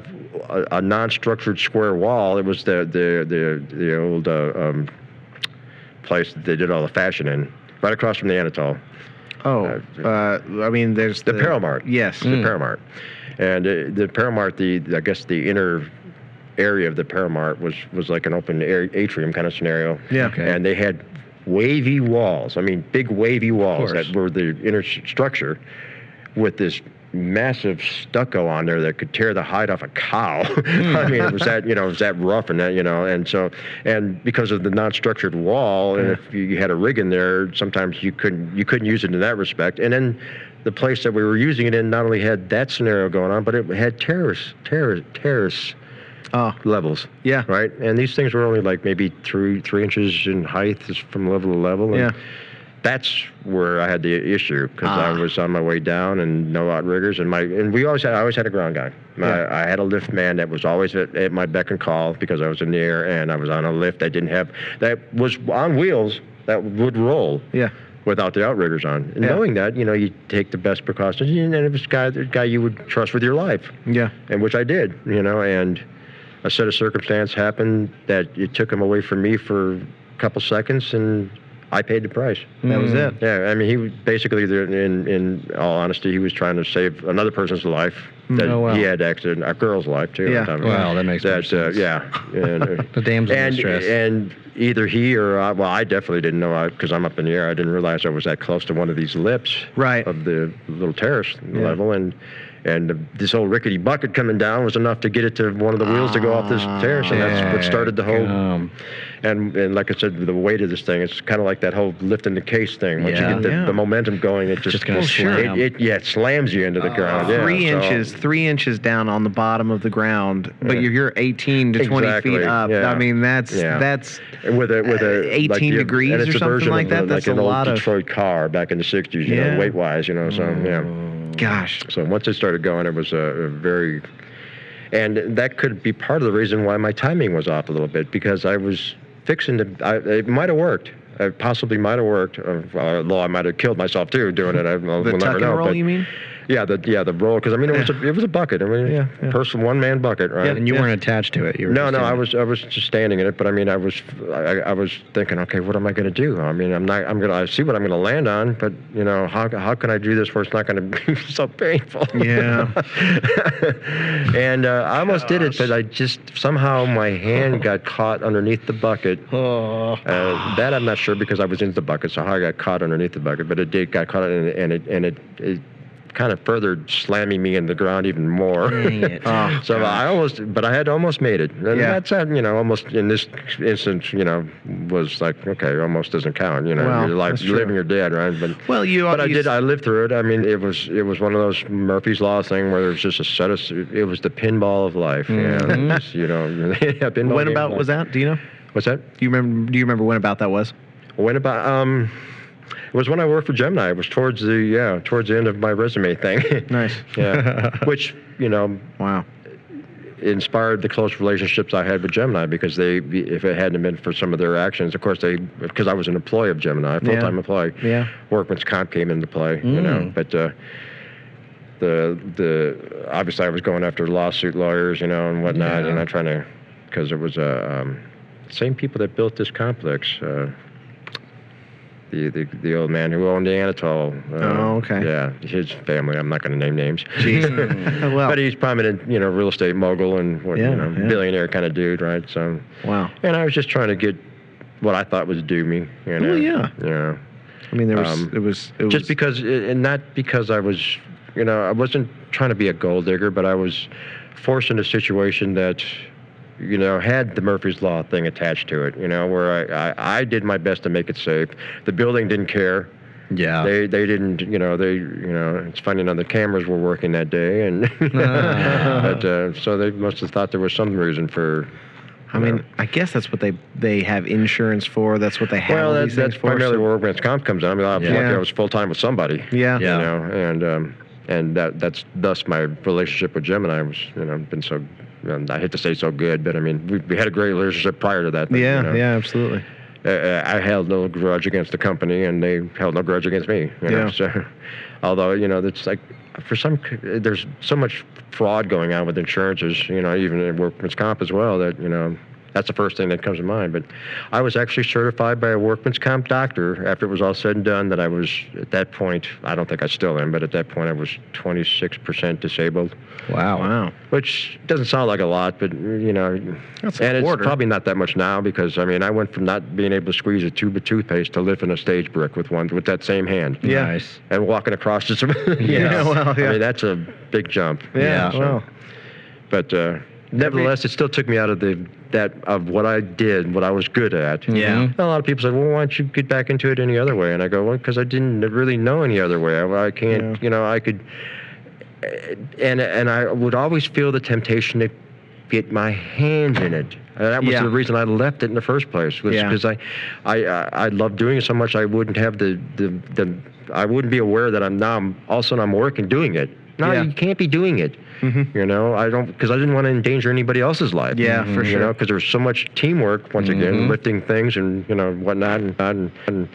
[SPEAKER 5] a, a non-structured square wall, it was the the the the old. Uh, um, place that they did all the fashion in right across from the anatole
[SPEAKER 3] Oh, uh, I mean, there's
[SPEAKER 5] the Paramart.
[SPEAKER 3] Yes.
[SPEAKER 4] Mm,
[SPEAKER 5] the Paramart. And uh, the Paramart, the I guess the inner area of the Paramart was was like an open air, atrium kind of scenario.
[SPEAKER 3] Yeah.
[SPEAKER 4] Okay.
[SPEAKER 5] And they had wavy walls. I mean, big wavy walls
[SPEAKER 4] course.
[SPEAKER 5] that were the inner s- structure, with this massive stucco on there that could tear the hide off a cow. I mean, it was that you know it was that rough and that you know and so and because of the non-structured wall and if you had a rig in there, sometimes you couldn't you couldn't use it in that respect. And then the place that we were using it in not only had that scenario going on, but it had terrace terrace terrace
[SPEAKER 3] Oh,
[SPEAKER 5] levels.
[SPEAKER 3] Yeah.
[SPEAKER 5] Right. And these things were only like maybe three three inches in height is from level to level. And
[SPEAKER 3] Yeah.
[SPEAKER 5] That's where I had the issue because
[SPEAKER 3] Ah.
[SPEAKER 5] I was on my way down and no outriggers and my and we always had I always had a ground guy. My,
[SPEAKER 3] Yeah.
[SPEAKER 5] I had a lift man that was always at, at my beck and call because I was in the air and I was on a lift that didn't have that was on wheels that would roll
[SPEAKER 3] yeah.
[SPEAKER 5] without the outriggers on. And
[SPEAKER 3] Yeah.
[SPEAKER 5] knowing that, you know, you take the best precautions and it was a guy the guy you would trust with your life
[SPEAKER 3] Yeah.
[SPEAKER 5] and which I did, you know, and a set of circumstance happened that it took him away from me for a couple seconds, and I paid the price.
[SPEAKER 3] That was
[SPEAKER 4] Mm.
[SPEAKER 3] it.
[SPEAKER 5] Yeah, I mean, he was- basically, there- in in all honesty, he was trying to save another person's life that
[SPEAKER 4] Oh, wow.
[SPEAKER 5] he had accident, a girl's life too.
[SPEAKER 3] Yeah.
[SPEAKER 4] Wow, that makes more
[SPEAKER 5] that, uh,
[SPEAKER 4] sense.
[SPEAKER 5] yeah. And, uh,
[SPEAKER 4] The damsel in
[SPEAKER 5] and,
[SPEAKER 4] distress.
[SPEAKER 5] and either he or I, well, I definitely didn't know because I'm up in the air. I didn't realize I was that close to one of these lips
[SPEAKER 3] Right.
[SPEAKER 5] of the little terrace level, and and the, this old rickety bucket coming down was enough to get it to one of the wheels to go off this terrace, and that's
[SPEAKER 3] Ah,
[SPEAKER 5] what started the whole.
[SPEAKER 4] Um,
[SPEAKER 5] And and like I said, the weight of this thing, it's kind of like that whole lifting the case thing. Once
[SPEAKER 4] Yeah.
[SPEAKER 5] you get the,
[SPEAKER 3] Yeah.
[SPEAKER 5] the momentum going, it just,
[SPEAKER 4] Just gonna
[SPEAKER 5] it-
[SPEAKER 4] slam.
[SPEAKER 5] It, yeah, it slams you into the ground. yeah,
[SPEAKER 3] Uh, three
[SPEAKER 5] so-
[SPEAKER 3] inches, three inches down on the bottom of the ground, but you're, you're 18 to 20 feet
[SPEAKER 5] Exactly,
[SPEAKER 3] up.
[SPEAKER 5] yeah.
[SPEAKER 3] I mean, that's
[SPEAKER 5] Yeah.
[SPEAKER 3] that's
[SPEAKER 5] with a with a
[SPEAKER 3] Uh, 18
[SPEAKER 5] the-
[SPEAKER 3] degrees
[SPEAKER 5] and
[SPEAKER 3] or
[SPEAKER 5] it's a
[SPEAKER 3] something
[SPEAKER 5] version
[SPEAKER 3] like
[SPEAKER 5] of
[SPEAKER 3] that?
[SPEAKER 5] a-
[SPEAKER 3] That's
[SPEAKER 5] like an
[SPEAKER 3] a
[SPEAKER 5] old
[SPEAKER 3] lot of-
[SPEAKER 5] Detroit car back in the 60s, you
[SPEAKER 3] Yeah. Mm-hmm.
[SPEAKER 5] know, weight wise, you know. So yeah.
[SPEAKER 3] gosh,
[SPEAKER 5] So once it started going, it was a, a very, and that could be part of the reason why my timing was off a little bit because I was fixing to. I, it might have worked. It possibly might have worked. Uh, although I might have killed myself too doing it. I, will
[SPEAKER 3] the
[SPEAKER 5] we'll
[SPEAKER 3] tuck
[SPEAKER 5] never
[SPEAKER 3] and
[SPEAKER 5] know.
[SPEAKER 3] roll,
[SPEAKER 5] but-
[SPEAKER 3] you mean?
[SPEAKER 5] Yeah, the yeah the roll because I mean it was a, it was a bucket. I mean,
[SPEAKER 4] Yeah, yeah.
[SPEAKER 5] person one man bucket, right?
[SPEAKER 4] and you
[SPEAKER 3] yeah.
[SPEAKER 4] weren't attached to it. You were
[SPEAKER 5] No,
[SPEAKER 4] just
[SPEAKER 5] no,
[SPEAKER 4] in
[SPEAKER 5] I
[SPEAKER 4] it.
[SPEAKER 5] was I was just standing in it, but I mean I was I, I was thinking, okay, what am I going to do? I mean, I'm not I'm going to I see what I'm going to land on, but you know, how how can I do this where it's not going to be so painful?
[SPEAKER 3] Yeah.
[SPEAKER 5] and uh, I almost did it, but I just somehow my hand got caught underneath the bucket.
[SPEAKER 4] Oh.
[SPEAKER 5] Uh, that I'm not sure because I was in the bucket, so how I got caught underneath the bucket, but it did got caught and, and it and it, it kind of furthered slamming me in the ground even more.
[SPEAKER 3] Oh,
[SPEAKER 5] so I almost, but I had almost made it. And
[SPEAKER 3] Yeah.
[SPEAKER 5] that's not, you know, almost in this instance, you know, was like okay, almost doesn't count. You know,
[SPEAKER 3] Well,
[SPEAKER 5] you're like
[SPEAKER 3] that's true.
[SPEAKER 5] living or dead, right? But
[SPEAKER 3] Well, you.
[SPEAKER 5] but I
[SPEAKER 3] you-
[SPEAKER 5] did. I lived through it. I mean, it was it was one of those Murphy's Law thing where there was just a set of. It was the pinball of life.
[SPEAKER 3] Mhm.
[SPEAKER 5] Yeah, you know, yeah, pinball
[SPEAKER 3] When
[SPEAKER 5] game
[SPEAKER 3] about
[SPEAKER 5] of
[SPEAKER 3] was
[SPEAKER 5] life.
[SPEAKER 3] that? Do you know?
[SPEAKER 5] What's that?
[SPEAKER 3] Do you remember? Do you remember when about that was?
[SPEAKER 5] When about um, it was when I worked for Gemini. It was towards the yeah towards the end of my resume thing.
[SPEAKER 3] Nice.
[SPEAKER 5] yeah, which you know
[SPEAKER 3] Wow.
[SPEAKER 5] inspired the close relationships I had with Gemini because they, if it hadn't been for some of their actions, of course they, because I was an employee of Gemini, full time employee.
[SPEAKER 3] Yeah.
[SPEAKER 5] Workman's comp came into play, you know,
[SPEAKER 4] Mm.
[SPEAKER 5] but. Uh, the the obviously I was going after lawsuit lawyers, you know, and whatnot,
[SPEAKER 4] Yeah.
[SPEAKER 5] and I'm trying to because it was uh, um, same people that built this complex. Uh, the, the, the old man who owned the Anatol. Uh,
[SPEAKER 3] Oh, okay.
[SPEAKER 5] Yeah, his family. I'm not going to name names.
[SPEAKER 3] Jeez. well.
[SPEAKER 5] But he's prominent, you know, real estate mogul and what,
[SPEAKER 3] Yeah,
[SPEAKER 5] you know,
[SPEAKER 3] yeah.
[SPEAKER 5] billionaire kind of dude, right? So,
[SPEAKER 3] wow.
[SPEAKER 5] and I was just trying to get what I thought was due me. You know?
[SPEAKER 3] Well, yeah.
[SPEAKER 5] Yeah.
[SPEAKER 3] I mean, there was.
[SPEAKER 5] um,
[SPEAKER 3] it was. It
[SPEAKER 5] Just
[SPEAKER 3] was,
[SPEAKER 5] because, uh, and not because I was, you know, I wasn't trying to be a gold digger, but I was forced into a situation that, you know, had the Murphy's Law thing attached to it. You know, where I, I, I did my best to make it safe. The building didn't care.
[SPEAKER 4] Yeah.
[SPEAKER 5] They they didn't you know they you know it's funny now the cameras were working that day and but uh, so they must have thought there was some reason for.
[SPEAKER 3] I mean, I guess that's what they they have insurance for. That's what they have.
[SPEAKER 5] Well,
[SPEAKER 3] all
[SPEAKER 5] that's
[SPEAKER 3] these things
[SPEAKER 5] that's
[SPEAKER 3] for,
[SPEAKER 5] primarily
[SPEAKER 3] so-
[SPEAKER 5] where workman's comp comes in. I mean, I was lucky
[SPEAKER 3] Yeah.
[SPEAKER 5] I was full time with somebody.
[SPEAKER 3] Yeah.
[SPEAKER 5] You
[SPEAKER 4] Yeah.
[SPEAKER 5] know, and um, and that that's thus my relationship with Gemini was you know been so. And I hate to say so good, but I mean we, we had a great relationship prior to that. but, you
[SPEAKER 3] Yeah.
[SPEAKER 5] know,
[SPEAKER 3] Yeah. Absolutely.
[SPEAKER 5] uh, I held no grudge against the company, and they held no grudge against me. You know?
[SPEAKER 3] Yeah.
[SPEAKER 5] So, although you know, it's like for some, c- there's so much fraud going on with insurances. You know, even in workman's comp as well. That you know, that's the first thing that comes to mind. But I was actually certified by a workman's comp doctor after it was all said and done. That I was at that point. I don't think I still am, but at that point, I was 26% disabled
[SPEAKER 4] Wow.
[SPEAKER 3] Wow.
[SPEAKER 5] which doesn't sound like a lot, but you know,
[SPEAKER 3] That's a
[SPEAKER 5] and
[SPEAKER 3] quarter.
[SPEAKER 5] it's probably not that much now because I mean, I went from not being able to squeeze a tube of toothpaste to lifting a stage brick with one with that same hand
[SPEAKER 3] Yeah.
[SPEAKER 4] Nice.
[SPEAKER 5] and walking across the cement. you
[SPEAKER 4] Yeah,
[SPEAKER 5] know?
[SPEAKER 3] well, yeah.
[SPEAKER 5] I mean, that's a big jump. you
[SPEAKER 3] Yeah.
[SPEAKER 5] know, so-
[SPEAKER 3] Well.
[SPEAKER 5] But uh, nevertheless, it still took me out of the that of what I did, what I was good at.
[SPEAKER 3] Yeah.
[SPEAKER 4] Mm-hmm.
[SPEAKER 5] And a lot of people said, "Well, why don't you get back into it any other way?" And I go, "Well, because I didn't really know any other way. I, I can't,
[SPEAKER 3] Yeah.
[SPEAKER 5] you know, I could." And and I would always feel the temptation to get my hand in it. And that was
[SPEAKER 3] Yeah.
[SPEAKER 5] the reason I left it in the first place, was
[SPEAKER 3] Yeah.
[SPEAKER 5] because I, I, I, I love doing it so much. I wouldn't have the, the, the I wouldn't be aware that I'm now also I'm working doing it. No,
[SPEAKER 3] Yeah.
[SPEAKER 5] you can't be doing it.
[SPEAKER 3] Mhm.
[SPEAKER 5] You know, I don't because I didn't want to endanger anybody else's life.
[SPEAKER 3] Yeah, for
[SPEAKER 5] you
[SPEAKER 3] sure. Mm-hmm.
[SPEAKER 5] know, because there was so much teamwork once again,
[SPEAKER 4] Mhm.
[SPEAKER 5] lifting things and you know whatnot and and and,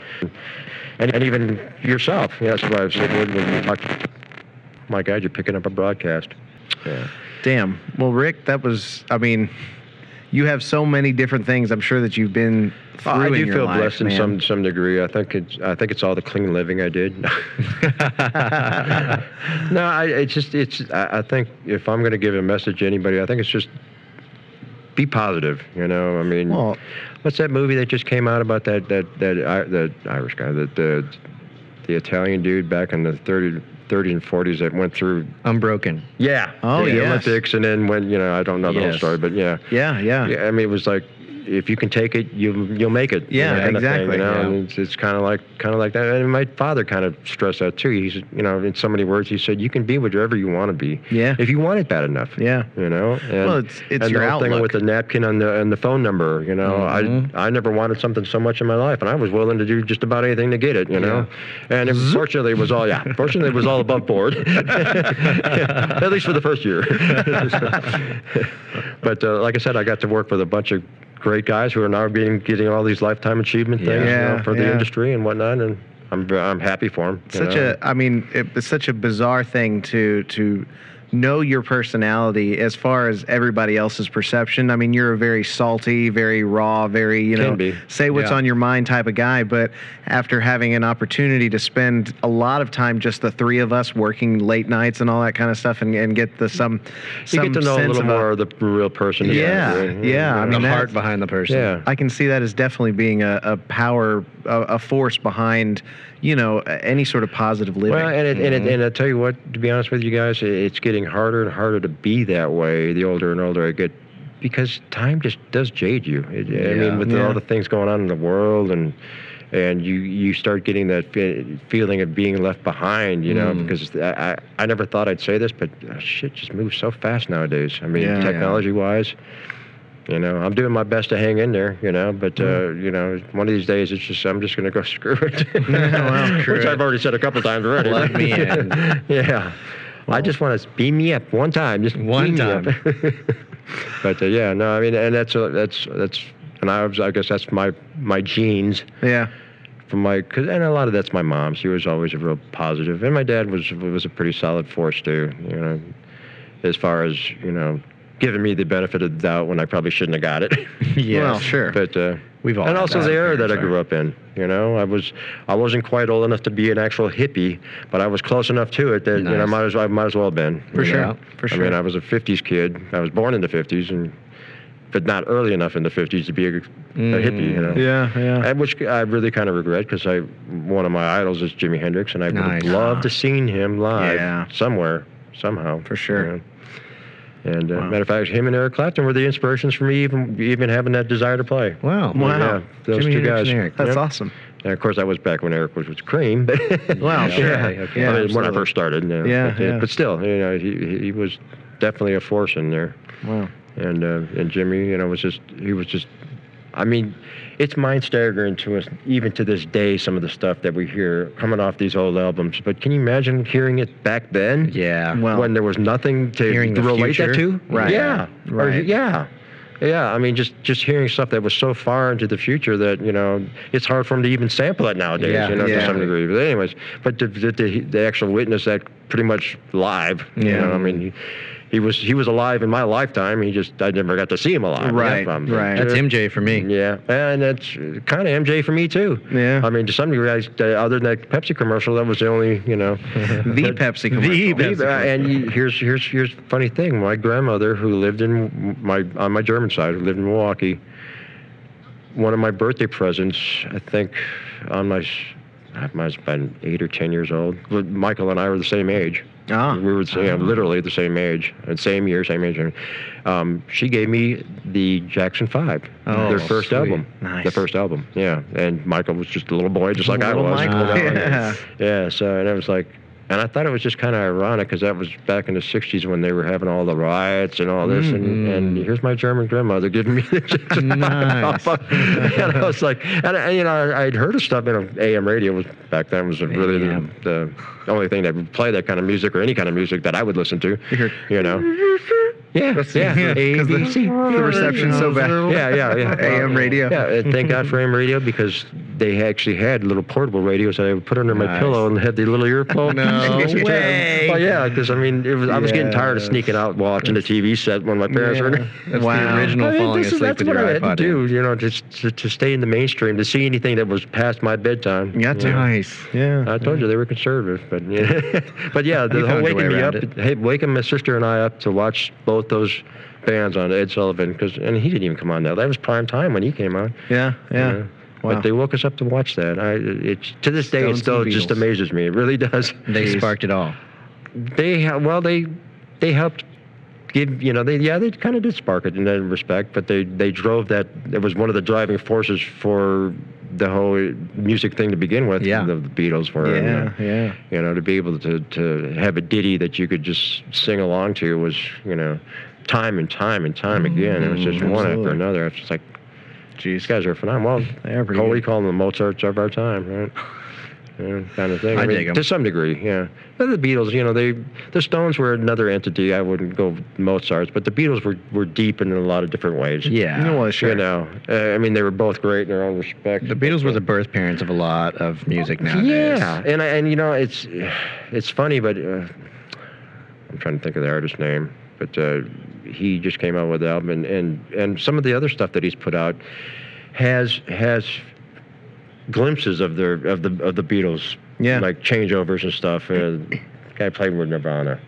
[SPEAKER 5] and, and even yourself. Yeah, that's why I said when when you talk. My God, you're picking up a broadcast. Yeah.
[SPEAKER 3] Damn. Well, Rick, that was. I mean, you have so many different things. I'm sure that you've been through
[SPEAKER 5] Oh, I
[SPEAKER 3] in
[SPEAKER 5] do
[SPEAKER 3] your
[SPEAKER 5] feel
[SPEAKER 3] life,
[SPEAKER 5] blessed
[SPEAKER 3] man.
[SPEAKER 5] in some some degree. I think it's I think it's all the clean living I did. no, I it's just it's I, I think if I'm going to give a message to anybody, I think it's just be positive. You know, I mean,
[SPEAKER 3] Well,
[SPEAKER 5] what's that movie that just came out about that that that I, that Irish guy that the the Italian dude back in the 30, 30s and 40s that went through
[SPEAKER 4] Unbroken.
[SPEAKER 5] yeah
[SPEAKER 3] Oh,
[SPEAKER 5] the
[SPEAKER 3] yes.
[SPEAKER 5] Olympics and then when you know I don't know the whole
[SPEAKER 4] Yes.
[SPEAKER 5] story but yeah
[SPEAKER 3] yeah, yeah,
[SPEAKER 5] yeah, I mean, it was like if you can take it, you you'll make it.
[SPEAKER 3] Yeah,
[SPEAKER 5] you know, kind of thing,
[SPEAKER 3] exactly,
[SPEAKER 5] you know,
[SPEAKER 4] yeah.
[SPEAKER 5] and it's, it's kind of like kind of like that. And my father kind of stressed that too. He's you know, in so many words, he said, "You can be whatever you want to be,
[SPEAKER 3] Yeah.
[SPEAKER 5] if you want it bad enough."
[SPEAKER 3] Yeah.
[SPEAKER 5] you know. And,
[SPEAKER 3] Well, it's- it's
[SPEAKER 5] and
[SPEAKER 3] your
[SPEAKER 5] the whole thing
[SPEAKER 3] outlook. Mm-hmm.
[SPEAKER 5] with the napkin and the and the phone number. You know, I I never wanted something so much in my life, and I was willing to do just about anything to get it. You know, and it,
[SPEAKER 3] Mm-hmm.
[SPEAKER 5] fortunately, it was all yeah. Fortunately, it was all above board, at least for the first year. But uh, like I said, I got to work with a bunch of great guys who are now being getting all these lifetime achievement things you know,
[SPEAKER 3] Yeah,
[SPEAKER 5] for the
[SPEAKER 3] yeah.
[SPEAKER 5] industry and whatnot. And I'm I'm happy for him. you
[SPEAKER 3] such
[SPEAKER 5] know?
[SPEAKER 3] a i mean it, it's such a bizarre thing to to know your personality as far as everybody else's perception i mean you're a very salty very raw very you
[SPEAKER 5] Can
[SPEAKER 3] know
[SPEAKER 5] be.
[SPEAKER 3] say what's
[SPEAKER 4] Yeah.
[SPEAKER 3] on your mind type of guy but after having an opportunity to spend a lot of time just the three of us working late nights and all that kind of stuff and, and get the some,
[SPEAKER 5] you
[SPEAKER 3] some
[SPEAKER 5] get to know a
[SPEAKER 3] sense
[SPEAKER 5] little
[SPEAKER 3] of
[SPEAKER 5] more of the real person.
[SPEAKER 3] Yeah, yeah, I
[SPEAKER 4] I
[SPEAKER 3] mean,
[SPEAKER 4] mean, the
[SPEAKER 3] that's-
[SPEAKER 4] heart behind the person.
[SPEAKER 5] yeah.
[SPEAKER 3] I can see that as definitely being a, a power, a, a force behind, you know, any sort of positive living. Mm-hmm.
[SPEAKER 5] Well, and it, and it, and I tell you what, to be honest with you guys, i- it's getting harder and harder to be that way the older and older I get, because time just does jade you. It, I
[SPEAKER 4] Yeah.
[SPEAKER 5] mean, with
[SPEAKER 3] Yeah.
[SPEAKER 5] all the things going on in the world and. And you, you start getting that fe- feeling of being left behind, you
[SPEAKER 3] Mm.
[SPEAKER 5] know, because I, I, I never thought I'd say this, but uh, shit just moves so fast nowadays. I mean,
[SPEAKER 3] Yeah, yeah.
[SPEAKER 5] technology wise, you know, I'm doing my best to hang in there, you know, but,
[SPEAKER 3] Mm.
[SPEAKER 5] uh, you know, one of these days it's just, I'm just going to go screw it.
[SPEAKER 3] Well,
[SPEAKER 5] Which I've already said a couple times already.
[SPEAKER 4] Let me in.
[SPEAKER 5] yeah. I just want to beam me up one time, just
[SPEAKER 4] One
[SPEAKER 5] beam me up. but uh, yeah, no, I mean, and that's uh, that's that's, and I, was, I guess that's my my genes
[SPEAKER 3] yeah.
[SPEAKER 5] from my, cause, and a lot of that's my mom. She was always a real positive, and my dad was was a pretty solid force too. You know, as far as you know, giving me the benefit of the doubt when I probably shouldn't have got it.
[SPEAKER 4] Yes.
[SPEAKER 3] Well, sure.
[SPEAKER 5] But uh,
[SPEAKER 4] We've all
[SPEAKER 5] and
[SPEAKER 4] had
[SPEAKER 5] also
[SPEAKER 4] that
[SPEAKER 5] the era that I
[SPEAKER 4] experience,
[SPEAKER 5] grew up in. You know, I was I wasn't quite old enough to be an actual hippie, but I was close enough to it that you know I
[SPEAKER 4] Nice.
[SPEAKER 5] might as well, I might as well have been.
[SPEAKER 3] For
[SPEAKER 5] you
[SPEAKER 3] sure.
[SPEAKER 5] know?
[SPEAKER 3] For
[SPEAKER 5] I mean,
[SPEAKER 3] sure.
[SPEAKER 5] I was a '50s kid. I was born in the '50s, and but not early enough in the '50s to be a, a
[SPEAKER 4] Mm-hmm.
[SPEAKER 5] hippie. You know.
[SPEAKER 3] Yeah, yeah.
[SPEAKER 5] And which I really kind of regret because I one of my idols is Jimi Hendrix, and I would
[SPEAKER 4] Nice.
[SPEAKER 5] have loved to seen him live
[SPEAKER 3] Yeah.
[SPEAKER 5] somewhere, somehow.
[SPEAKER 3] For sure.
[SPEAKER 5] you know. And uh, matter of fact, him and Eric Clapton were the inspirations for me even even having that desire to play.
[SPEAKER 4] Wow.
[SPEAKER 3] Wow.
[SPEAKER 5] Yeah, those
[SPEAKER 4] Jimi
[SPEAKER 5] two
[SPEAKER 4] Hendrix
[SPEAKER 5] guys.
[SPEAKER 4] and Eric.
[SPEAKER 3] That's
[SPEAKER 5] Yep.
[SPEAKER 3] awesome.
[SPEAKER 5] And of course, that was back when Eric was with Cream. But
[SPEAKER 3] Wow,
[SPEAKER 5] yeah.
[SPEAKER 3] sure.
[SPEAKER 5] I
[SPEAKER 3] Yeah,
[SPEAKER 5] mean, when I
[SPEAKER 3] absolutely.
[SPEAKER 5] first started. Yeah.
[SPEAKER 3] Yeah,
[SPEAKER 5] but,
[SPEAKER 3] yeah.
[SPEAKER 5] but still, you know, he he was definitely a force in there.
[SPEAKER 3] Wow.
[SPEAKER 5] And uh, and Jimmy, you know, was just he was just. I mean, it's mind staggering to us even to this day. Some of the stuff that we hear coming off these old albums, but can you imagine hearing it back then?
[SPEAKER 4] Yeah.
[SPEAKER 3] Well-
[SPEAKER 5] when there was nothing to
[SPEAKER 4] Hearing the
[SPEAKER 5] relate that
[SPEAKER 4] future.
[SPEAKER 5] to.
[SPEAKER 3] Right.
[SPEAKER 5] Yeah. Or-
[SPEAKER 3] Right.
[SPEAKER 5] yeah. Yeah. I mean, just just hearing stuff that was so far into the future that you know it's hard for them to even sample it nowadays.
[SPEAKER 4] Yeah,
[SPEAKER 5] You know,
[SPEAKER 3] yeah.
[SPEAKER 5] to some degree. But anyways, but the the, the, the actual witness that pretty much live. You
[SPEAKER 3] Yeah.
[SPEAKER 5] know, I mean. He, he was he was alive in my lifetime. He just I never got to see him alive.
[SPEAKER 3] Right,
[SPEAKER 5] Um,
[SPEAKER 3] right.
[SPEAKER 4] That's MJ for me.
[SPEAKER 5] yeah, and that's kind of MJ for me too.
[SPEAKER 3] Yeah.
[SPEAKER 5] I mean, to some degree, I, other than that Pepsi commercial, that was the only you know
[SPEAKER 3] The Pepsi commercial.
[SPEAKER 5] the Pepsi uh, and you, here's here's here's the funny thing. My grandmother, who lived in my on my German side, who lived in Milwaukee. One of my birthday presents, I think, on my, s- I must have been eight or ten years old. But Michael and I were the same age.
[SPEAKER 3] Ah.
[SPEAKER 5] we were the same- literally the same age, and same year, same age. Um, she gave me the Jackson Five,
[SPEAKER 4] Oh,
[SPEAKER 5] their first
[SPEAKER 4] sweet.
[SPEAKER 5] album. The
[SPEAKER 3] Nice.
[SPEAKER 5] first album, yeah. And Michael was just a little boy, just like
[SPEAKER 3] Little
[SPEAKER 5] I was.
[SPEAKER 3] Michael,
[SPEAKER 5] you know, and-
[SPEAKER 3] Oh, yeah.
[SPEAKER 5] yeah, so and I was like, and I thought it was just kind of ironic because that was back in the '60s when they were having all the riots and all this, and, and here's my German grandmother giving me the
[SPEAKER 4] Nice.
[SPEAKER 5] and I was like, and, I you know, I, I'd heard of stuff in AM radio was back then was really the,
[SPEAKER 4] AM.
[SPEAKER 5] the only thing that would play that kind of music or any kind of music that I would listen to,
[SPEAKER 3] heard-
[SPEAKER 5] you know. Yeah, yeah,
[SPEAKER 3] Yeah, 'cause the-
[SPEAKER 5] ABC.
[SPEAKER 3] the reception's so bad.
[SPEAKER 5] Yeah, yeah, yeah.
[SPEAKER 3] AM radio.
[SPEAKER 5] Yeah, and thank God for AM radio because they actually had little portable radios that I would put under my pillow and had the little earphone.
[SPEAKER 4] No
[SPEAKER 3] way.
[SPEAKER 5] Well, yeah, because I mean, it was, I was getting tired of
[SPEAKER 4] Yes.
[SPEAKER 5] sneaking out watching the TV set when my parents were.
[SPEAKER 4] That's
[SPEAKER 3] Wow.
[SPEAKER 4] the original
[SPEAKER 5] I mean,
[SPEAKER 4] falling
[SPEAKER 5] this is-
[SPEAKER 4] asleep
[SPEAKER 5] that's
[SPEAKER 4] with
[SPEAKER 5] what
[SPEAKER 4] your
[SPEAKER 5] I had
[SPEAKER 4] iPod.
[SPEAKER 5] to
[SPEAKER 4] in.
[SPEAKER 5] do, you know, just to, to stay in the mainstream, to see anything that was past my bedtime.
[SPEAKER 3] Yeah,
[SPEAKER 5] you know.
[SPEAKER 3] nice. Yeah.
[SPEAKER 5] I told you they were conservative, but yeah, but yeah, the
[SPEAKER 4] found
[SPEAKER 5] whole
[SPEAKER 4] your
[SPEAKER 5] waking
[SPEAKER 4] way
[SPEAKER 5] me up,
[SPEAKER 4] around
[SPEAKER 5] hey, waking my sister and I up to watch both those bands on Ed Sullivan, because and he didn't even come on now. That was prime time when he came on.
[SPEAKER 3] Yeah, yeah.
[SPEAKER 5] Yeah.
[SPEAKER 3] Wow.
[SPEAKER 5] But they woke us up to watch that. I, it's to this day, it
[SPEAKER 3] Stones
[SPEAKER 5] still
[SPEAKER 3] and
[SPEAKER 5] just
[SPEAKER 3] Beatles.
[SPEAKER 5] amazes me. It really does.
[SPEAKER 4] They sparked it all.
[SPEAKER 5] They ha- well, they they helped give you know they yeah they kind of did spark it in that respect, but they they drove that. It was one of the driving forces for the whole music thing to begin with.
[SPEAKER 4] Yeah.
[SPEAKER 5] the, the Beatles were. and,
[SPEAKER 3] yeah,
[SPEAKER 5] uh,
[SPEAKER 3] yeah.
[SPEAKER 5] you know, to be able to, to have a ditty that you could just sing along to was, you know, time and time and time
[SPEAKER 4] Mm-hmm.
[SPEAKER 5] again. It was just one after
[SPEAKER 3] absolutely.
[SPEAKER 5] another. It's just like,
[SPEAKER 3] Jeez.
[SPEAKER 5] these guys are phenomenal.
[SPEAKER 3] They are
[SPEAKER 5] Well,
[SPEAKER 3] pretty
[SPEAKER 5] Coley
[SPEAKER 3] good.
[SPEAKER 5] called them the Mozarts of our time, right? you know, kind of thing.
[SPEAKER 4] I dig 'em.
[SPEAKER 5] To some degree, yeah. But the Beatles, you know, they the Stones were another entity. I wouldn't go Mozart's, but the Beatles were, were deep in a lot of different ways.
[SPEAKER 4] Yeah.
[SPEAKER 3] No, well, sure.
[SPEAKER 5] You know, uh, I mean, they were both great in their own respect.
[SPEAKER 4] The Beatles were the birth parents of a lot of music nowadays.
[SPEAKER 5] Yeah, and I- and you know it's it's funny, but uh, I'm trying to think of the artist's name, but uh, he just came out with the album, and, and and some of the other stuff that he's put out has has glimpses of their of the of the Beatles,
[SPEAKER 3] Yeah.
[SPEAKER 5] like changeovers and stuff. Uh, guy played with Nirvana.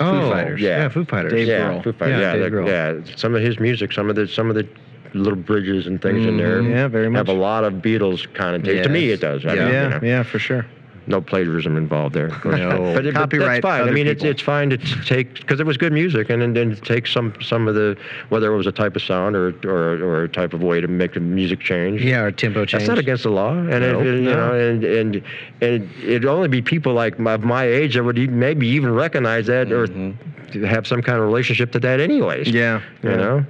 [SPEAKER 4] Oh,
[SPEAKER 5] Foo Fighters.
[SPEAKER 4] Yeah.
[SPEAKER 5] Yeah,
[SPEAKER 4] Foo Fighters.
[SPEAKER 3] Dave
[SPEAKER 5] yeah,
[SPEAKER 3] Grohl.
[SPEAKER 5] Foo
[SPEAKER 4] Yeah,
[SPEAKER 5] Fighters, Yeah,
[SPEAKER 4] Dave
[SPEAKER 5] the-
[SPEAKER 4] Grohl.
[SPEAKER 5] yeah, some of his music, some of the some of the little bridges and things
[SPEAKER 4] Mm-hmm.
[SPEAKER 5] in there
[SPEAKER 3] Mhm. Yeah, very
[SPEAKER 5] have a
[SPEAKER 3] much.
[SPEAKER 5] lot of Beatles connotation. To me,
[SPEAKER 4] Yes.
[SPEAKER 5] it does. I
[SPEAKER 4] Yeah.
[SPEAKER 5] mean, you
[SPEAKER 3] yeah,
[SPEAKER 5] know.
[SPEAKER 3] yeah, for sure.
[SPEAKER 5] No plagiarism involved there.
[SPEAKER 4] No.
[SPEAKER 5] but, it, but that's
[SPEAKER 3] Copyright
[SPEAKER 5] fine. I
[SPEAKER 3] other
[SPEAKER 5] mean, it's,
[SPEAKER 3] people.
[SPEAKER 5] it's fine to t- take because it was good music, and and, and to take some some of the whether it was a type of sound or or, or a type of way to make the music change.
[SPEAKER 4] Yeah, or tempo change.
[SPEAKER 5] That's not against the law, and
[SPEAKER 4] No.
[SPEAKER 5] it, it- you
[SPEAKER 4] No.
[SPEAKER 5] know, and and and it'd only be people like my, my age that would e- maybe even recognize that or have some kind of relationship to that, anyways.
[SPEAKER 3] Mm-hmm. Yeah,
[SPEAKER 5] you
[SPEAKER 3] yeah.
[SPEAKER 5] know,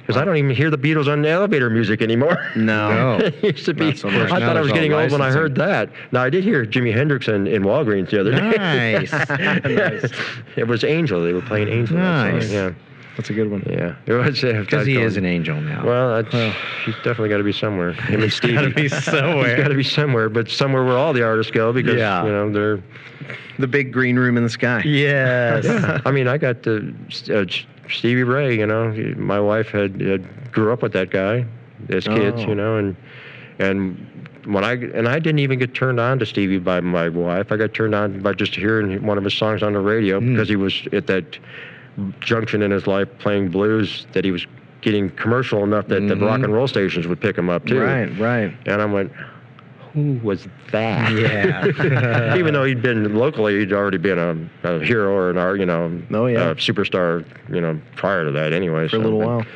[SPEAKER 5] because I don't even hear the Beatles on the elevator music anymore.
[SPEAKER 4] Oh,
[SPEAKER 3] No.
[SPEAKER 5] It used to be.
[SPEAKER 3] Not so much.
[SPEAKER 5] I
[SPEAKER 4] Now
[SPEAKER 5] thought I
[SPEAKER 4] there's
[SPEAKER 5] was
[SPEAKER 4] all
[SPEAKER 5] getting old when I
[SPEAKER 4] licensing.
[SPEAKER 5] heard that. Now I did hear Jimi Hendrix in, in Walgreens the other day.
[SPEAKER 4] Nice.
[SPEAKER 5] nice. It was Angel. They were playing Angel. that song,
[SPEAKER 4] Nice.
[SPEAKER 3] That's a good one.
[SPEAKER 5] Yeah, yeah. It was
[SPEAKER 4] Because he is an angel now.
[SPEAKER 5] Well, that's, he's definitely got to be somewhere. Him and Stevie.
[SPEAKER 4] gotta be
[SPEAKER 5] He's got
[SPEAKER 4] somewhere.
[SPEAKER 5] to be somewhere, but somewhere where all the artists go because
[SPEAKER 4] Yeah.
[SPEAKER 5] you know they're.
[SPEAKER 3] The big green room in the sky.
[SPEAKER 4] yes.
[SPEAKER 5] I mean, I got the uh, Stevie Ray. You know, he- my wife had, had grew up with that guy as kids.
[SPEAKER 4] Oh.
[SPEAKER 5] You know, and and when I and I didn't even get turned on to Stevie by my wife. I got turned on by just hearing one of his songs on the radio
[SPEAKER 4] Hmm.
[SPEAKER 5] because he was at that junction in his life playing blues that he was getting commercial enough that
[SPEAKER 4] Mm-hmm.
[SPEAKER 5] the rock and roll stations would pick him up too.
[SPEAKER 3] Right, right.
[SPEAKER 5] And I went, who was that?
[SPEAKER 4] Yeah.
[SPEAKER 5] Even though he'd been locally, he'd already been a, a hero or an art, you know,
[SPEAKER 3] Oh, yeah.
[SPEAKER 5] a superstar, you know, prior to that anyway.
[SPEAKER 3] For a little while.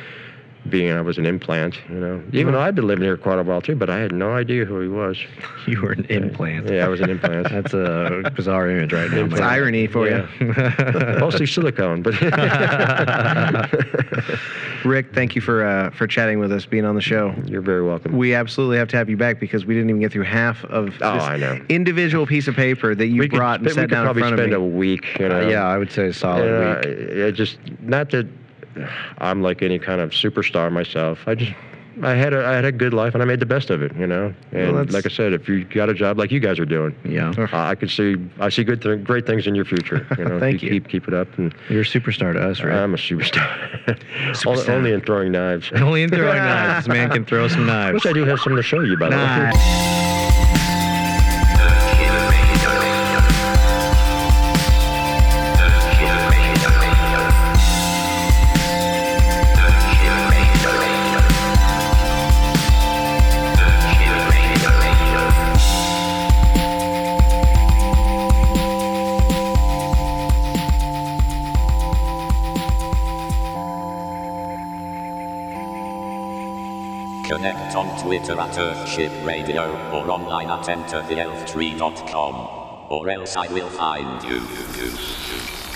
[SPEAKER 5] Being I was an implant, you know. Even though I'd been living here quite a while too, but I had no idea who he was.
[SPEAKER 4] you were an implant.
[SPEAKER 5] Yeah, I was an implant.
[SPEAKER 4] That's a bizarre image right now.
[SPEAKER 3] It's
[SPEAKER 4] man.
[SPEAKER 3] irony for
[SPEAKER 5] Yeah. Mostly silicone, but
[SPEAKER 3] you. Rick, thank you for uh, for chatting with us, being on the show.
[SPEAKER 5] you're very welcome.
[SPEAKER 3] We absolutely have to have you back because we didn't even get through half of
[SPEAKER 5] Oh,
[SPEAKER 3] this
[SPEAKER 5] I know.
[SPEAKER 3] individual piece of paper that you
[SPEAKER 5] We could
[SPEAKER 3] brought and set
[SPEAKER 5] spend- we could
[SPEAKER 3] down in
[SPEAKER 5] probably
[SPEAKER 3] front
[SPEAKER 5] spend
[SPEAKER 3] of
[SPEAKER 5] a
[SPEAKER 3] me.
[SPEAKER 5] week, you know.
[SPEAKER 4] Uh, yeah, I would say a solid
[SPEAKER 5] Yeah,
[SPEAKER 4] week.
[SPEAKER 5] I- I just not that I'm like any kind of superstar myself. I just I had a I had a good life and I made the best of it, you know. And
[SPEAKER 3] that's-
[SPEAKER 5] like I said, if you got a job like you guys are doing,
[SPEAKER 4] Yeah.
[SPEAKER 5] Uh, I I could see I see good th- great things in your future. You know, if
[SPEAKER 3] Thank you.
[SPEAKER 5] Keep keep it up, and
[SPEAKER 4] You're a superstar to us,
[SPEAKER 3] Um,
[SPEAKER 4] right?
[SPEAKER 5] I'm a superstar. Only-
[SPEAKER 3] Superstar.
[SPEAKER 5] Only in throwing knives.
[SPEAKER 4] Only in throwing knives. This man can throw some
[SPEAKER 5] I
[SPEAKER 4] knives.
[SPEAKER 5] wish I do have something to show you, by the way.
[SPEAKER 4] Knives.
[SPEAKER 2] The Killer Radio. The Killer Radio. The Killer Radio. The Killer Radio. Connect on Twitter at Earthship Radio or online at entertheelftree.com. Or else I will find you.